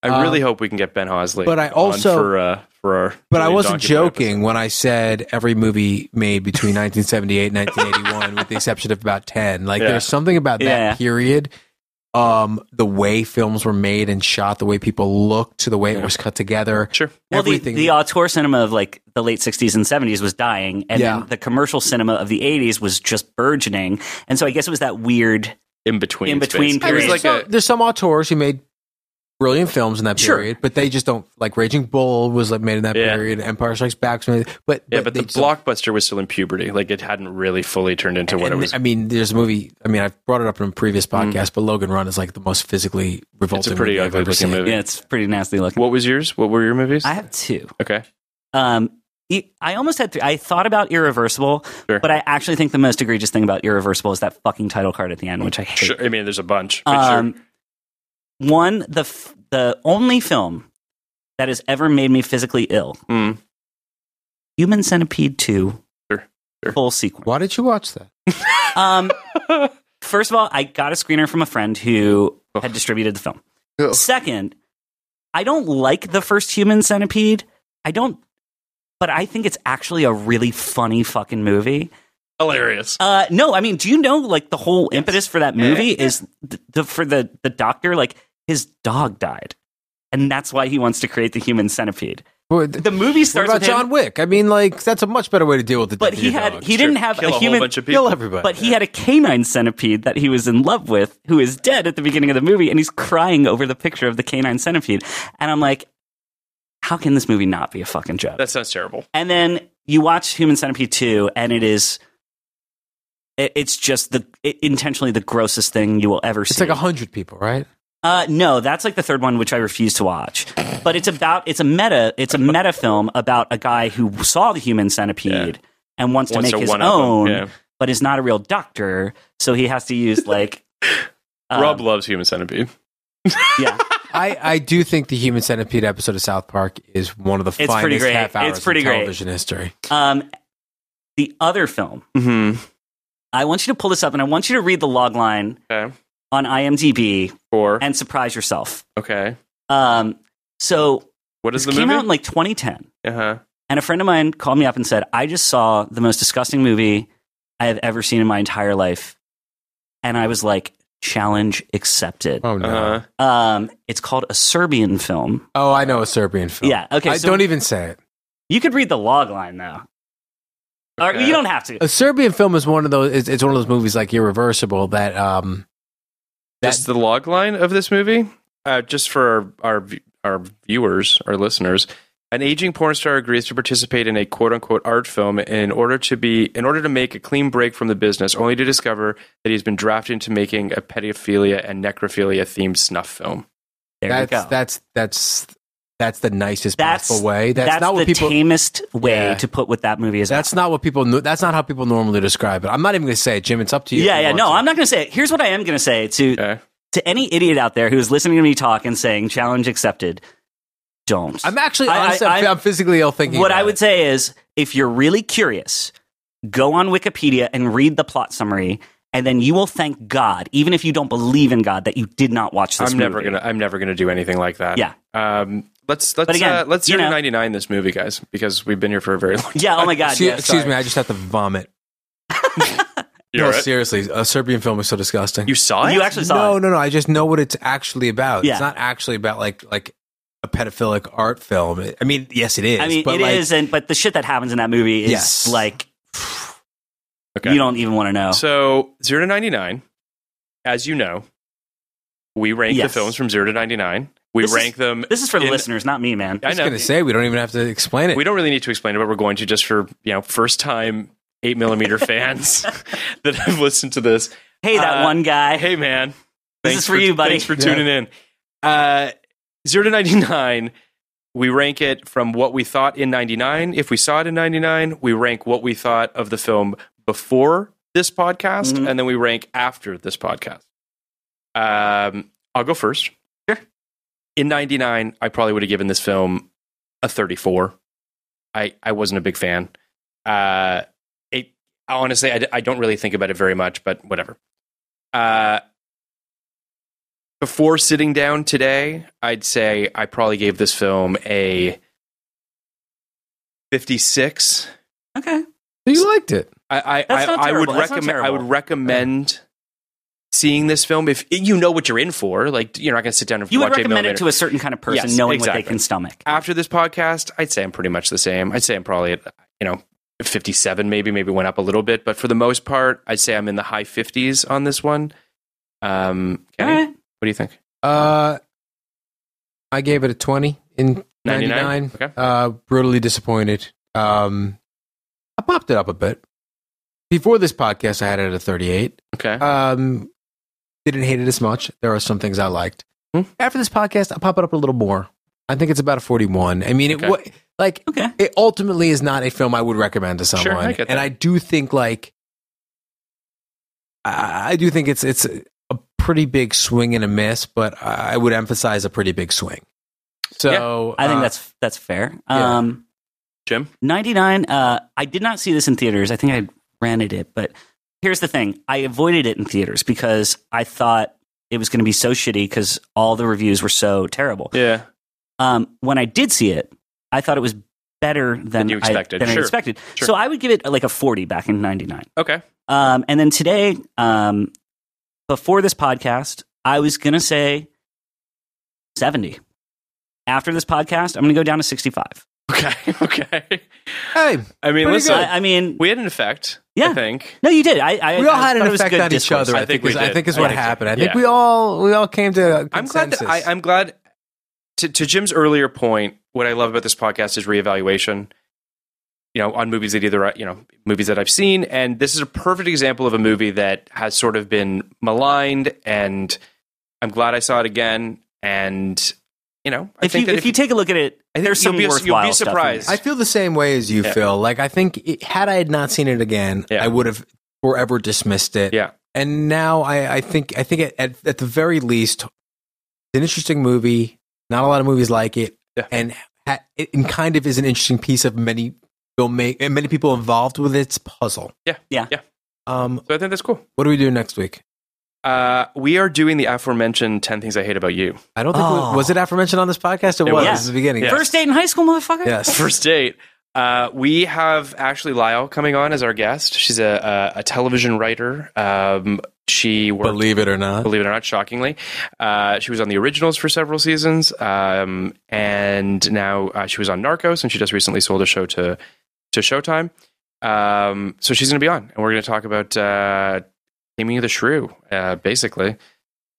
Speaker 3: Uh,
Speaker 4: really hope we can get Ben Hosley.
Speaker 3: but I
Speaker 4: on
Speaker 3: also-
Speaker 4: for uh, for our.
Speaker 3: But I
Speaker 4: Julian
Speaker 3: wasn't
Speaker 4: Donkey
Speaker 3: joking
Speaker 4: episode.
Speaker 3: when I said every movie made between 1978 and 1981, with the exception of about 10. Like
Speaker 4: Yeah.
Speaker 3: there's something about that
Speaker 5: Yeah.
Speaker 3: period, um, the way films were made and shot, the way people looked, to the way it was cut together.
Speaker 4: Sure.
Speaker 5: well, the,
Speaker 3: everything-
Speaker 5: the auteur cinema of like the late 60s and 70s was dying, and
Speaker 3: Yeah.
Speaker 5: then the commercial cinema of the 80s was just burgeoning. And so I guess it was that weird.
Speaker 4: In between.
Speaker 5: In between
Speaker 4: space. It was
Speaker 5: periods.
Speaker 4: like
Speaker 3: There's
Speaker 4: a-
Speaker 3: some- there's some auteurs who made brilliant films in that
Speaker 5: Sure.
Speaker 3: period, but they just don't like Raging Bull was like made in that
Speaker 4: Yeah.
Speaker 3: period, Empire Strikes Back, was made- but
Speaker 4: yeah, but
Speaker 3: they
Speaker 4: the
Speaker 3: just don't-
Speaker 4: blockbuster was still in puberty. Like it hadn't really fully turned into what it
Speaker 3: and,
Speaker 4: was.
Speaker 3: I mean, there's a movie. I mean, I've brought it up in a previous podcast, but Logan Run is like the most physically
Speaker 4: It's
Speaker 3: revolting.
Speaker 4: a pretty
Speaker 3: movie I've
Speaker 4: ugly
Speaker 3: ever
Speaker 4: looking
Speaker 3: seen.
Speaker 4: movie.
Speaker 5: Yeah, it's pretty nasty looking.
Speaker 4: What was yours? What were your movies?
Speaker 5: I have two.
Speaker 4: okay.
Speaker 5: Um, e- I almost had three. I thought about Irreversible,
Speaker 4: Sure.
Speaker 5: but I actually think the most egregious thing about Irreversible is that fucking title card at the end, which I hate.
Speaker 4: Sure. I mean, there's a bunch. but sure.
Speaker 5: Um, one, the, f- the only film that has ever made me physically ill
Speaker 4: Mm.
Speaker 5: Human Centipede 2,
Speaker 4: Sure, sure.
Speaker 5: full sequel.
Speaker 3: Why did you watch that?
Speaker 5: Um, first of all, I got a screener from a friend who had distributed the film.
Speaker 4: Ugh.
Speaker 5: Second, I don't like the first Human Centipede. I don't, but I think it's actually a really funny fucking movie.
Speaker 4: Hilarious.
Speaker 5: Uh, no, I mean, do you know like the whole impetus for that movie is the, the for the the doctor like his dog died, and that's why he wants to create the Human Centipede.
Speaker 3: Well,
Speaker 5: The movie
Speaker 3: What
Speaker 5: starts
Speaker 3: about
Speaker 5: with him-
Speaker 3: John Wick? I mean, like that's a much better way to deal with the.
Speaker 5: but he
Speaker 3: your
Speaker 5: had
Speaker 3: dog.
Speaker 5: he didn't have
Speaker 4: Kill
Speaker 5: a
Speaker 4: whole
Speaker 5: human
Speaker 4: bunch of people.
Speaker 3: kill everybody.
Speaker 5: But he had a canine centipede that he was in love with, who is dead at the beginning of the movie, and he's crying over the picture of the canine centipede. And I'm like, how can this movie not be a fucking joke?
Speaker 4: That sounds terrible.
Speaker 5: And then you watch Human Centipede 2, and it is. it- It's just the it, intentionally the grossest thing you will ever see.
Speaker 3: It's like a hundred people, right?
Speaker 5: Uh, no, that's like the third one, which I refuse to watch. But it's about it's a meta it's a meta film about a guy who saw the human centipede and wants to
Speaker 4: Wants
Speaker 5: make
Speaker 4: to
Speaker 5: his
Speaker 4: one-up 'em,
Speaker 5: own,
Speaker 4: yeah.
Speaker 5: but is not a real doctor, so he has to use like um,
Speaker 4: Rob loves Human Centipede.
Speaker 5: Yeah,
Speaker 3: I, I do think the Human Centipede episode of South Park is one of the
Speaker 5: pretty
Speaker 3: finest
Speaker 5: great.
Speaker 3: half hours
Speaker 5: It's pretty
Speaker 3: in
Speaker 5: great.
Speaker 3: television history.
Speaker 5: um, the other film.
Speaker 4: Mm-hmm.
Speaker 5: I want you to pull this up, and I want you to read the log line
Speaker 4: Okay.
Speaker 5: on IMDb
Speaker 4: Four.
Speaker 5: and surprise yourself.
Speaker 4: okay.
Speaker 5: Um, so
Speaker 4: What is
Speaker 5: this
Speaker 4: the
Speaker 5: came
Speaker 4: movie?
Speaker 5: out in like 2010.
Speaker 4: uh huh.
Speaker 5: And a friend of mine called me up and said, I just saw the most disgusting movie I have ever seen in my entire life. And I was like, challenge accepted.
Speaker 3: Oh no!
Speaker 4: Uh huh.
Speaker 5: Um, it's called a Serbian film.
Speaker 3: Oh, I know a Serbian film.
Speaker 5: Yeah, okay,
Speaker 3: I
Speaker 5: so-
Speaker 3: don't even say it.
Speaker 5: You could read the log line, though. Or,
Speaker 4: Okay.
Speaker 5: you don't have to.
Speaker 3: A Serbian film is one of those. It's, it's one of those movies like Irreversible that um that
Speaker 4: Just the log line of this movie, uh, just for our, our our viewers, our listeners. An aging porn star agrees to participate in a "quote unquote" art film in order to be in order to make a clean break from the business, only to discover that he's been drafted into making a pedophilia and necrophilia themed snuff film.
Speaker 5: There
Speaker 3: that's
Speaker 5: you go.
Speaker 3: that's that's that's the nicest
Speaker 5: That's-
Speaker 3: possible way. That's, not
Speaker 5: the
Speaker 3: what people.
Speaker 5: tamest way
Speaker 3: Yeah.
Speaker 5: to put what that movie is.
Speaker 3: that's not what people. kno- That's not how people normally describe it. I'm not even going to say it, Jim. It's up to you. if
Speaker 5: yeah,
Speaker 3: you
Speaker 5: yeah.
Speaker 3: want
Speaker 5: No,
Speaker 3: to.
Speaker 5: I'm not going to say it. Here's what I am going to say to
Speaker 4: Okay.
Speaker 5: to any idiot out there who's listening to me talk and saying challenge accepted. Don't.
Speaker 3: I'm actually.
Speaker 5: I- I-
Speaker 3: honestly, I, am
Speaker 5: I'm-
Speaker 3: physically ill thinking.
Speaker 5: what
Speaker 3: about
Speaker 5: I would
Speaker 3: it.
Speaker 5: say is if you're really curious, go on Wikipedia and read the plot summary, and then you will thank God, even if you don't believe in God, that you did not watch this
Speaker 4: I'm
Speaker 5: movie.
Speaker 4: never gonna. I'm never gonna do anything like that.
Speaker 5: Yeah.
Speaker 4: Um. Let's let's
Speaker 5: But again,
Speaker 4: uh, let's
Speaker 5: you
Speaker 4: zero to
Speaker 5: know-
Speaker 4: 99 this movie, guys, because we've been here for a very long. time.
Speaker 5: Yeah, oh my God.
Speaker 3: Excuse,
Speaker 5: yeah,
Speaker 3: excuse
Speaker 5: sorry.
Speaker 3: me. I just have to vomit.
Speaker 4: You're
Speaker 3: no,
Speaker 4: right.
Speaker 3: seriously, a Serbian film is so disgusting.
Speaker 4: You saw it.
Speaker 5: You actually saw
Speaker 3: no,
Speaker 5: it.
Speaker 3: no, no. I just know what it's actually about.
Speaker 5: Yeah.
Speaker 3: It's not actually about like like a pedophilic art film. I mean, yes, it is.
Speaker 5: I mean, it
Speaker 3: but
Speaker 5: is,
Speaker 3: like,
Speaker 5: and but the shit that happens in that movie is
Speaker 3: Yes.
Speaker 5: like
Speaker 4: okay.
Speaker 5: you don't even want to know.
Speaker 4: So zero to 99. As you know, we rank
Speaker 5: Yes.
Speaker 4: the films from zero to 99. We
Speaker 5: This is-
Speaker 4: rank them.
Speaker 5: This is for the
Speaker 4: in-
Speaker 5: listeners, not me, man.
Speaker 3: I
Speaker 4: I
Speaker 3: was
Speaker 4: know.
Speaker 3: going to say we don't even have to explain it.
Speaker 4: We don't really need to explain it, but we're going to just for you know first time eight millimeter fans that have listened to this.
Speaker 5: Hey, that
Speaker 4: Uh,
Speaker 5: one guy.
Speaker 4: Hey, man.
Speaker 5: This is for you, buddy.
Speaker 4: Thanks for tuning in. Uh, Zero to 99, we rank it from what we thought in 99. If we saw it in 99, we rank what we thought of the film before this podcast,
Speaker 5: Mhm.
Speaker 4: and then we rank after this podcast. Um, I'll go first.
Speaker 5: Sure.
Speaker 4: In 99, I probably would have given this film a 34. I, I wasn't a big fan. Uh, it honestly, I, d- I don't really think about it very much, but whatever. Uh, before sitting down today, I'd say I probably gave this film a 56.
Speaker 5: okay,
Speaker 3: You liked it.
Speaker 4: I I,
Speaker 5: That's
Speaker 4: I,
Speaker 5: not
Speaker 4: I would
Speaker 5: terrible. That's not
Speaker 4: recommend I
Speaker 5: terrible.
Speaker 4: would recommend seeing this film if you know what you're in for. Like you're not going to sit down and
Speaker 5: you would
Speaker 4: watch eight
Speaker 5: recommend it
Speaker 4: millimeter.
Speaker 5: to a certain kind of person,
Speaker 4: Yes,
Speaker 5: knowing what
Speaker 4: exactly.
Speaker 5: they can stomach.
Speaker 4: After this podcast, I'd say I'm pretty much the same. I'd say I'm probably at you know 57 maybe maybe went up a little bit, but for the most part, I'd say I'm in the high 50s on this one. Um
Speaker 5: All
Speaker 4: Kenny,
Speaker 5: right.
Speaker 4: what do you think?
Speaker 3: Uh, I gave it a twenty in ninety
Speaker 4: 99?
Speaker 3: nine.
Speaker 4: Okay.
Speaker 3: Uh, brutally disappointed. Um, I popped it up a bit. Before this podcast, I had it at a thirty eight.
Speaker 4: Okay.
Speaker 5: Uh,
Speaker 3: Um, didn't hate it as much. There are some things I liked.
Speaker 4: Hmm.
Speaker 3: After this podcast, I'll pop it up a little more. I think it's about a 41. I mean, it
Speaker 4: Okay.
Speaker 3: wa- like
Speaker 5: Okay.
Speaker 3: it ultimately is not a film I would recommend to someone.
Speaker 4: Sure, I get
Speaker 3: And
Speaker 4: that.
Speaker 3: I do think like I, I do think it's it's a pretty big swing and a miss, but I would emphasize a pretty big swing. So
Speaker 5: I think
Speaker 3: uh,
Speaker 4: Uh-huh.
Speaker 5: that's that's fair.
Speaker 3: yeah.
Speaker 5: Um,
Speaker 4: Jim?
Speaker 5: 99 uh, i did not see this in theaters i think i rented it but here's the thing i avoided it in theaters because i thought it was going to be so shitty because all the reviews were so terrible
Speaker 4: Yeah.
Speaker 5: um, when i did see it i thought it was better than,
Speaker 4: you
Speaker 5: I-
Speaker 4: expected.
Speaker 5: than I,
Speaker 4: Sure.
Speaker 5: expected
Speaker 4: Sure.
Speaker 5: so i would give it uh, like a 40 back in 99
Speaker 4: Okay.
Speaker 5: um, and then today, um, before this podcast, I was going to say 70. After this podcast, I'm going to go down to 65.
Speaker 4: Okay. Okay.
Speaker 3: uh, hey,
Speaker 4: I mean,
Speaker 3: Pretty
Speaker 4: listen,
Speaker 3: good.
Speaker 5: I, I mean,
Speaker 4: we had an effect. I
Speaker 5: Yeah.
Speaker 4: think.
Speaker 5: no, you did. I, I
Speaker 3: we all
Speaker 5: I
Speaker 3: had
Speaker 5: thought
Speaker 3: an
Speaker 5: it was
Speaker 3: effect
Speaker 5: good
Speaker 3: on each
Speaker 5: discourse.
Speaker 3: other.
Speaker 4: I
Speaker 3: I,
Speaker 4: think
Speaker 3: think,
Speaker 4: we
Speaker 3: is, I
Speaker 4: did.
Speaker 3: think is
Speaker 4: I
Speaker 3: what
Speaker 4: think so.
Speaker 3: happened. I think
Speaker 4: Yeah.
Speaker 3: we all we all came to a
Speaker 4: I'm glad
Speaker 3: consensus.
Speaker 4: that I, I'm glad to, to Jim's earlier point, what I love about this podcast is reevaluation. You know, on movies that either I- you know movies that I've seen, and this is a perfect example of a movie that has sort of been maligned, and I'm glad I saw it again. And you know, I
Speaker 5: if
Speaker 4: think
Speaker 5: you
Speaker 4: that
Speaker 5: if you take a look at it,
Speaker 4: I think
Speaker 5: there's
Speaker 4: you'll
Speaker 5: some
Speaker 4: be- you'll be
Speaker 5: worthwhile stuff in
Speaker 4: surprised.
Speaker 5: there.
Speaker 3: I feel the same way as you,
Speaker 4: Yeah.
Speaker 3: Phil. Like I think it, had I had not seen it again,
Speaker 4: Yeah.
Speaker 3: I would have forever dismissed it.
Speaker 4: yeah,
Speaker 3: And now I, I think I think at, at at the very least, it's an interesting movie. Not a lot of movies like it,
Speaker 4: Yeah.
Speaker 3: and ha- it and kind of is an interesting piece of many filmma- and many people involved with its puzzle.
Speaker 4: Yeah,
Speaker 5: Yeah.
Speaker 4: yeah.
Speaker 3: Um,
Speaker 4: so I think that's cool.
Speaker 3: what do we do next week?
Speaker 4: Uh, we are doing the aforementioned ten things I hate about you.
Speaker 3: I don't think
Speaker 5: Oh.
Speaker 3: we, was it aforementioned on this podcast. It,
Speaker 4: It
Speaker 3: was,
Speaker 5: was.
Speaker 3: at the beginning.
Speaker 4: Yeah.
Speaker 3: Yes.
Speaker 5: First date in high school, motherfucker.
Speaker 3: Yes.
Speaker 4: first date. Uh, we have Ashley Lyle coming on as our guest. She's a a, a television writer. Um, she worked, believe,
Speaker 3: Believe it or not.
Speaker 4: it or not, shockingly, uh, she was on the originals for several seasons, um, and now uh, she was on Narcos, and she just recently sold a show to to Showtime. Um, so she's going to be on, and we're going to talk about uh, Taming of the Shrew, uh, basically.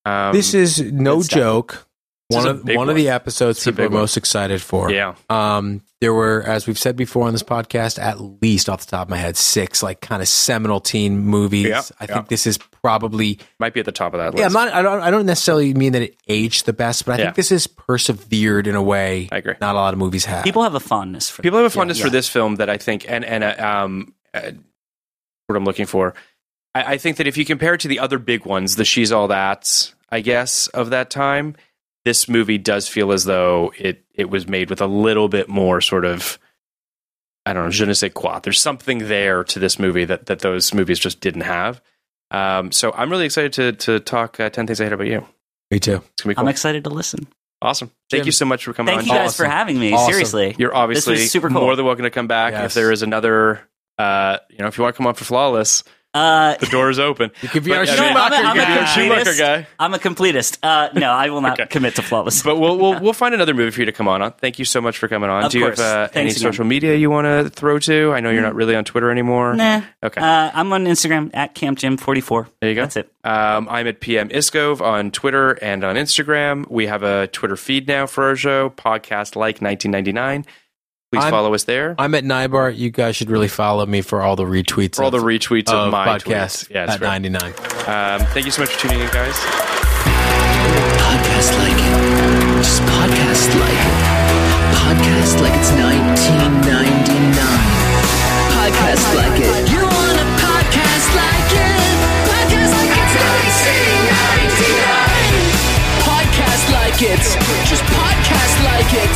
Speaker 4: Um,
Speaker 3: this is no
Speaker 5: good stuff.
Speaker 3: joke.
Speaker 4: This is
Speaker 3: One
Speaker 4: a
Speaker 3: of
Speaker 4: big
Speaker 3: one of the
Speaker 4: one.
Speaker 3: episodes
Speaker 4: It's a
Speaker 3: people are
Speaker 4: big one.
Speaker 3: most excited for.
Speaker 4: yeah,
Speaker 3: Um, there were, as we've said before on this podcast, at least off the top of my head, six like kind of seminal teen movies.
Speaker 4: Yeah,
Speaker 3: I
Speaker 4: yeah.
Speaker 3: think this is probably.
Speaker 4: might be at the top of that list.
Speaker 3: Yeah, I'm not. I don't. I don't necessarily mean that it aged the best, but I
Speaker 4: Yeah.
Speaker 3: think this is persevered in a way
Speaker 4: I agree.
Speaker 3: not a lot of movies have.
Speaker 5: People have a fondness for
Speaker 4: People have a fondness
Speaker 3: yeah.
Speaker 4: for this film that I think, and and uh, um, uh, what I'm looking for. I, I think that if you compare it to the other big ones, the She's All That's, I guess, of that time, this movie does feel as though it it was made with a little bit more sort of. I don't know, je ne sais quoi. There's something there to this movie that, that those movies just didn't have. Um, so I'm really excited to to talk uh, 10 Things I Hate About You.
Speaker 3: Me too.
Speaker 4: It's going to be cool.
Speaker 5: I'm excited to listen.
Speaker 4: awesome. Thank
Speaker 3: Jim,
Speaker 4: you so much for coming
Speaker 5: Thank
Speaker 4: on.
Speaker 5: you guys
Speaker 3: Awesome.
Speaker 5: for having me.
Speaker 3: Awesome.
Speaker 5: Seriously.
Speaker 4: You're obviously
Speaker 5: was super cool.
Speaker 4: more than welcome to come back.
Speaker 3: Yes.
Speaker 4: If there is another, uh, you know, if you want to come on for Flawless,
Speaker 5: Uh,
Speaker 4: the door is open.
Speaker 3: You could be
Speaker 4: But,
Speaker 3: our
Speaker 4: I mean,
Speaker 3: Schumacher
Speaker 5: I'm
Speaker 4: you
Speaker 5: a-
Speaker 4: could be our
Speaker 3: guy.
Speaker 4: Schumacher
Speaker 5: completist.
Speaker 4: guy.
Speaker 5: I'm a completist. Uh, no, I will not
Speaker 4: Okay.
Speaker 5: commit to flawless.
Speaker 4: But we'll, we'll we'll find another movie for you to come on. on. Thank you so much for coming on.
Speaker 5: Of
Speaker 4: Do you
Speaker 5: course.
Speaker 4: have uh, any
Speaker 5: Thanks again. Mm.
Speaker 4: social media you want to throw to? I know you're not really on Twitter anymore.
Speaker 5: nah.
Speaker 4: Okay.
Speaker 5: Uh, I'm on Instagram at campjim44.
Speaker 4: There you go.
Speaker 5: That's it.
Speaker 4: Um, I'm at PM Iskov on Twitter and on Instagram. We have a Twitter feed now for our show, podcast like 1999. Please
Speaker 3: I'm-
Speaker 4: follow us there.
Speaker 3: I'm at Nybar. You guys should really follow me for all the retweets,
Speaker 4: for all the
Speaker 3: of-
Speaker 4: retweets
Speaker 3: of
Speaker 4: of, my
Speaker 3: podcast
Speaker 4: tweets. Yeah, it's
Speaker 3: at
Speaker 4: great.
Speaker 3: ninety nine.
Speaker 4: Um, thank you so much for tuning in, guys.
Speaker 2: Podcast like it. Just podcast like it. Podcast like it's 1999. Podcast like it. You want a podcast like it? Podcast like it's 1999. Podcast like it. Just podcast like it.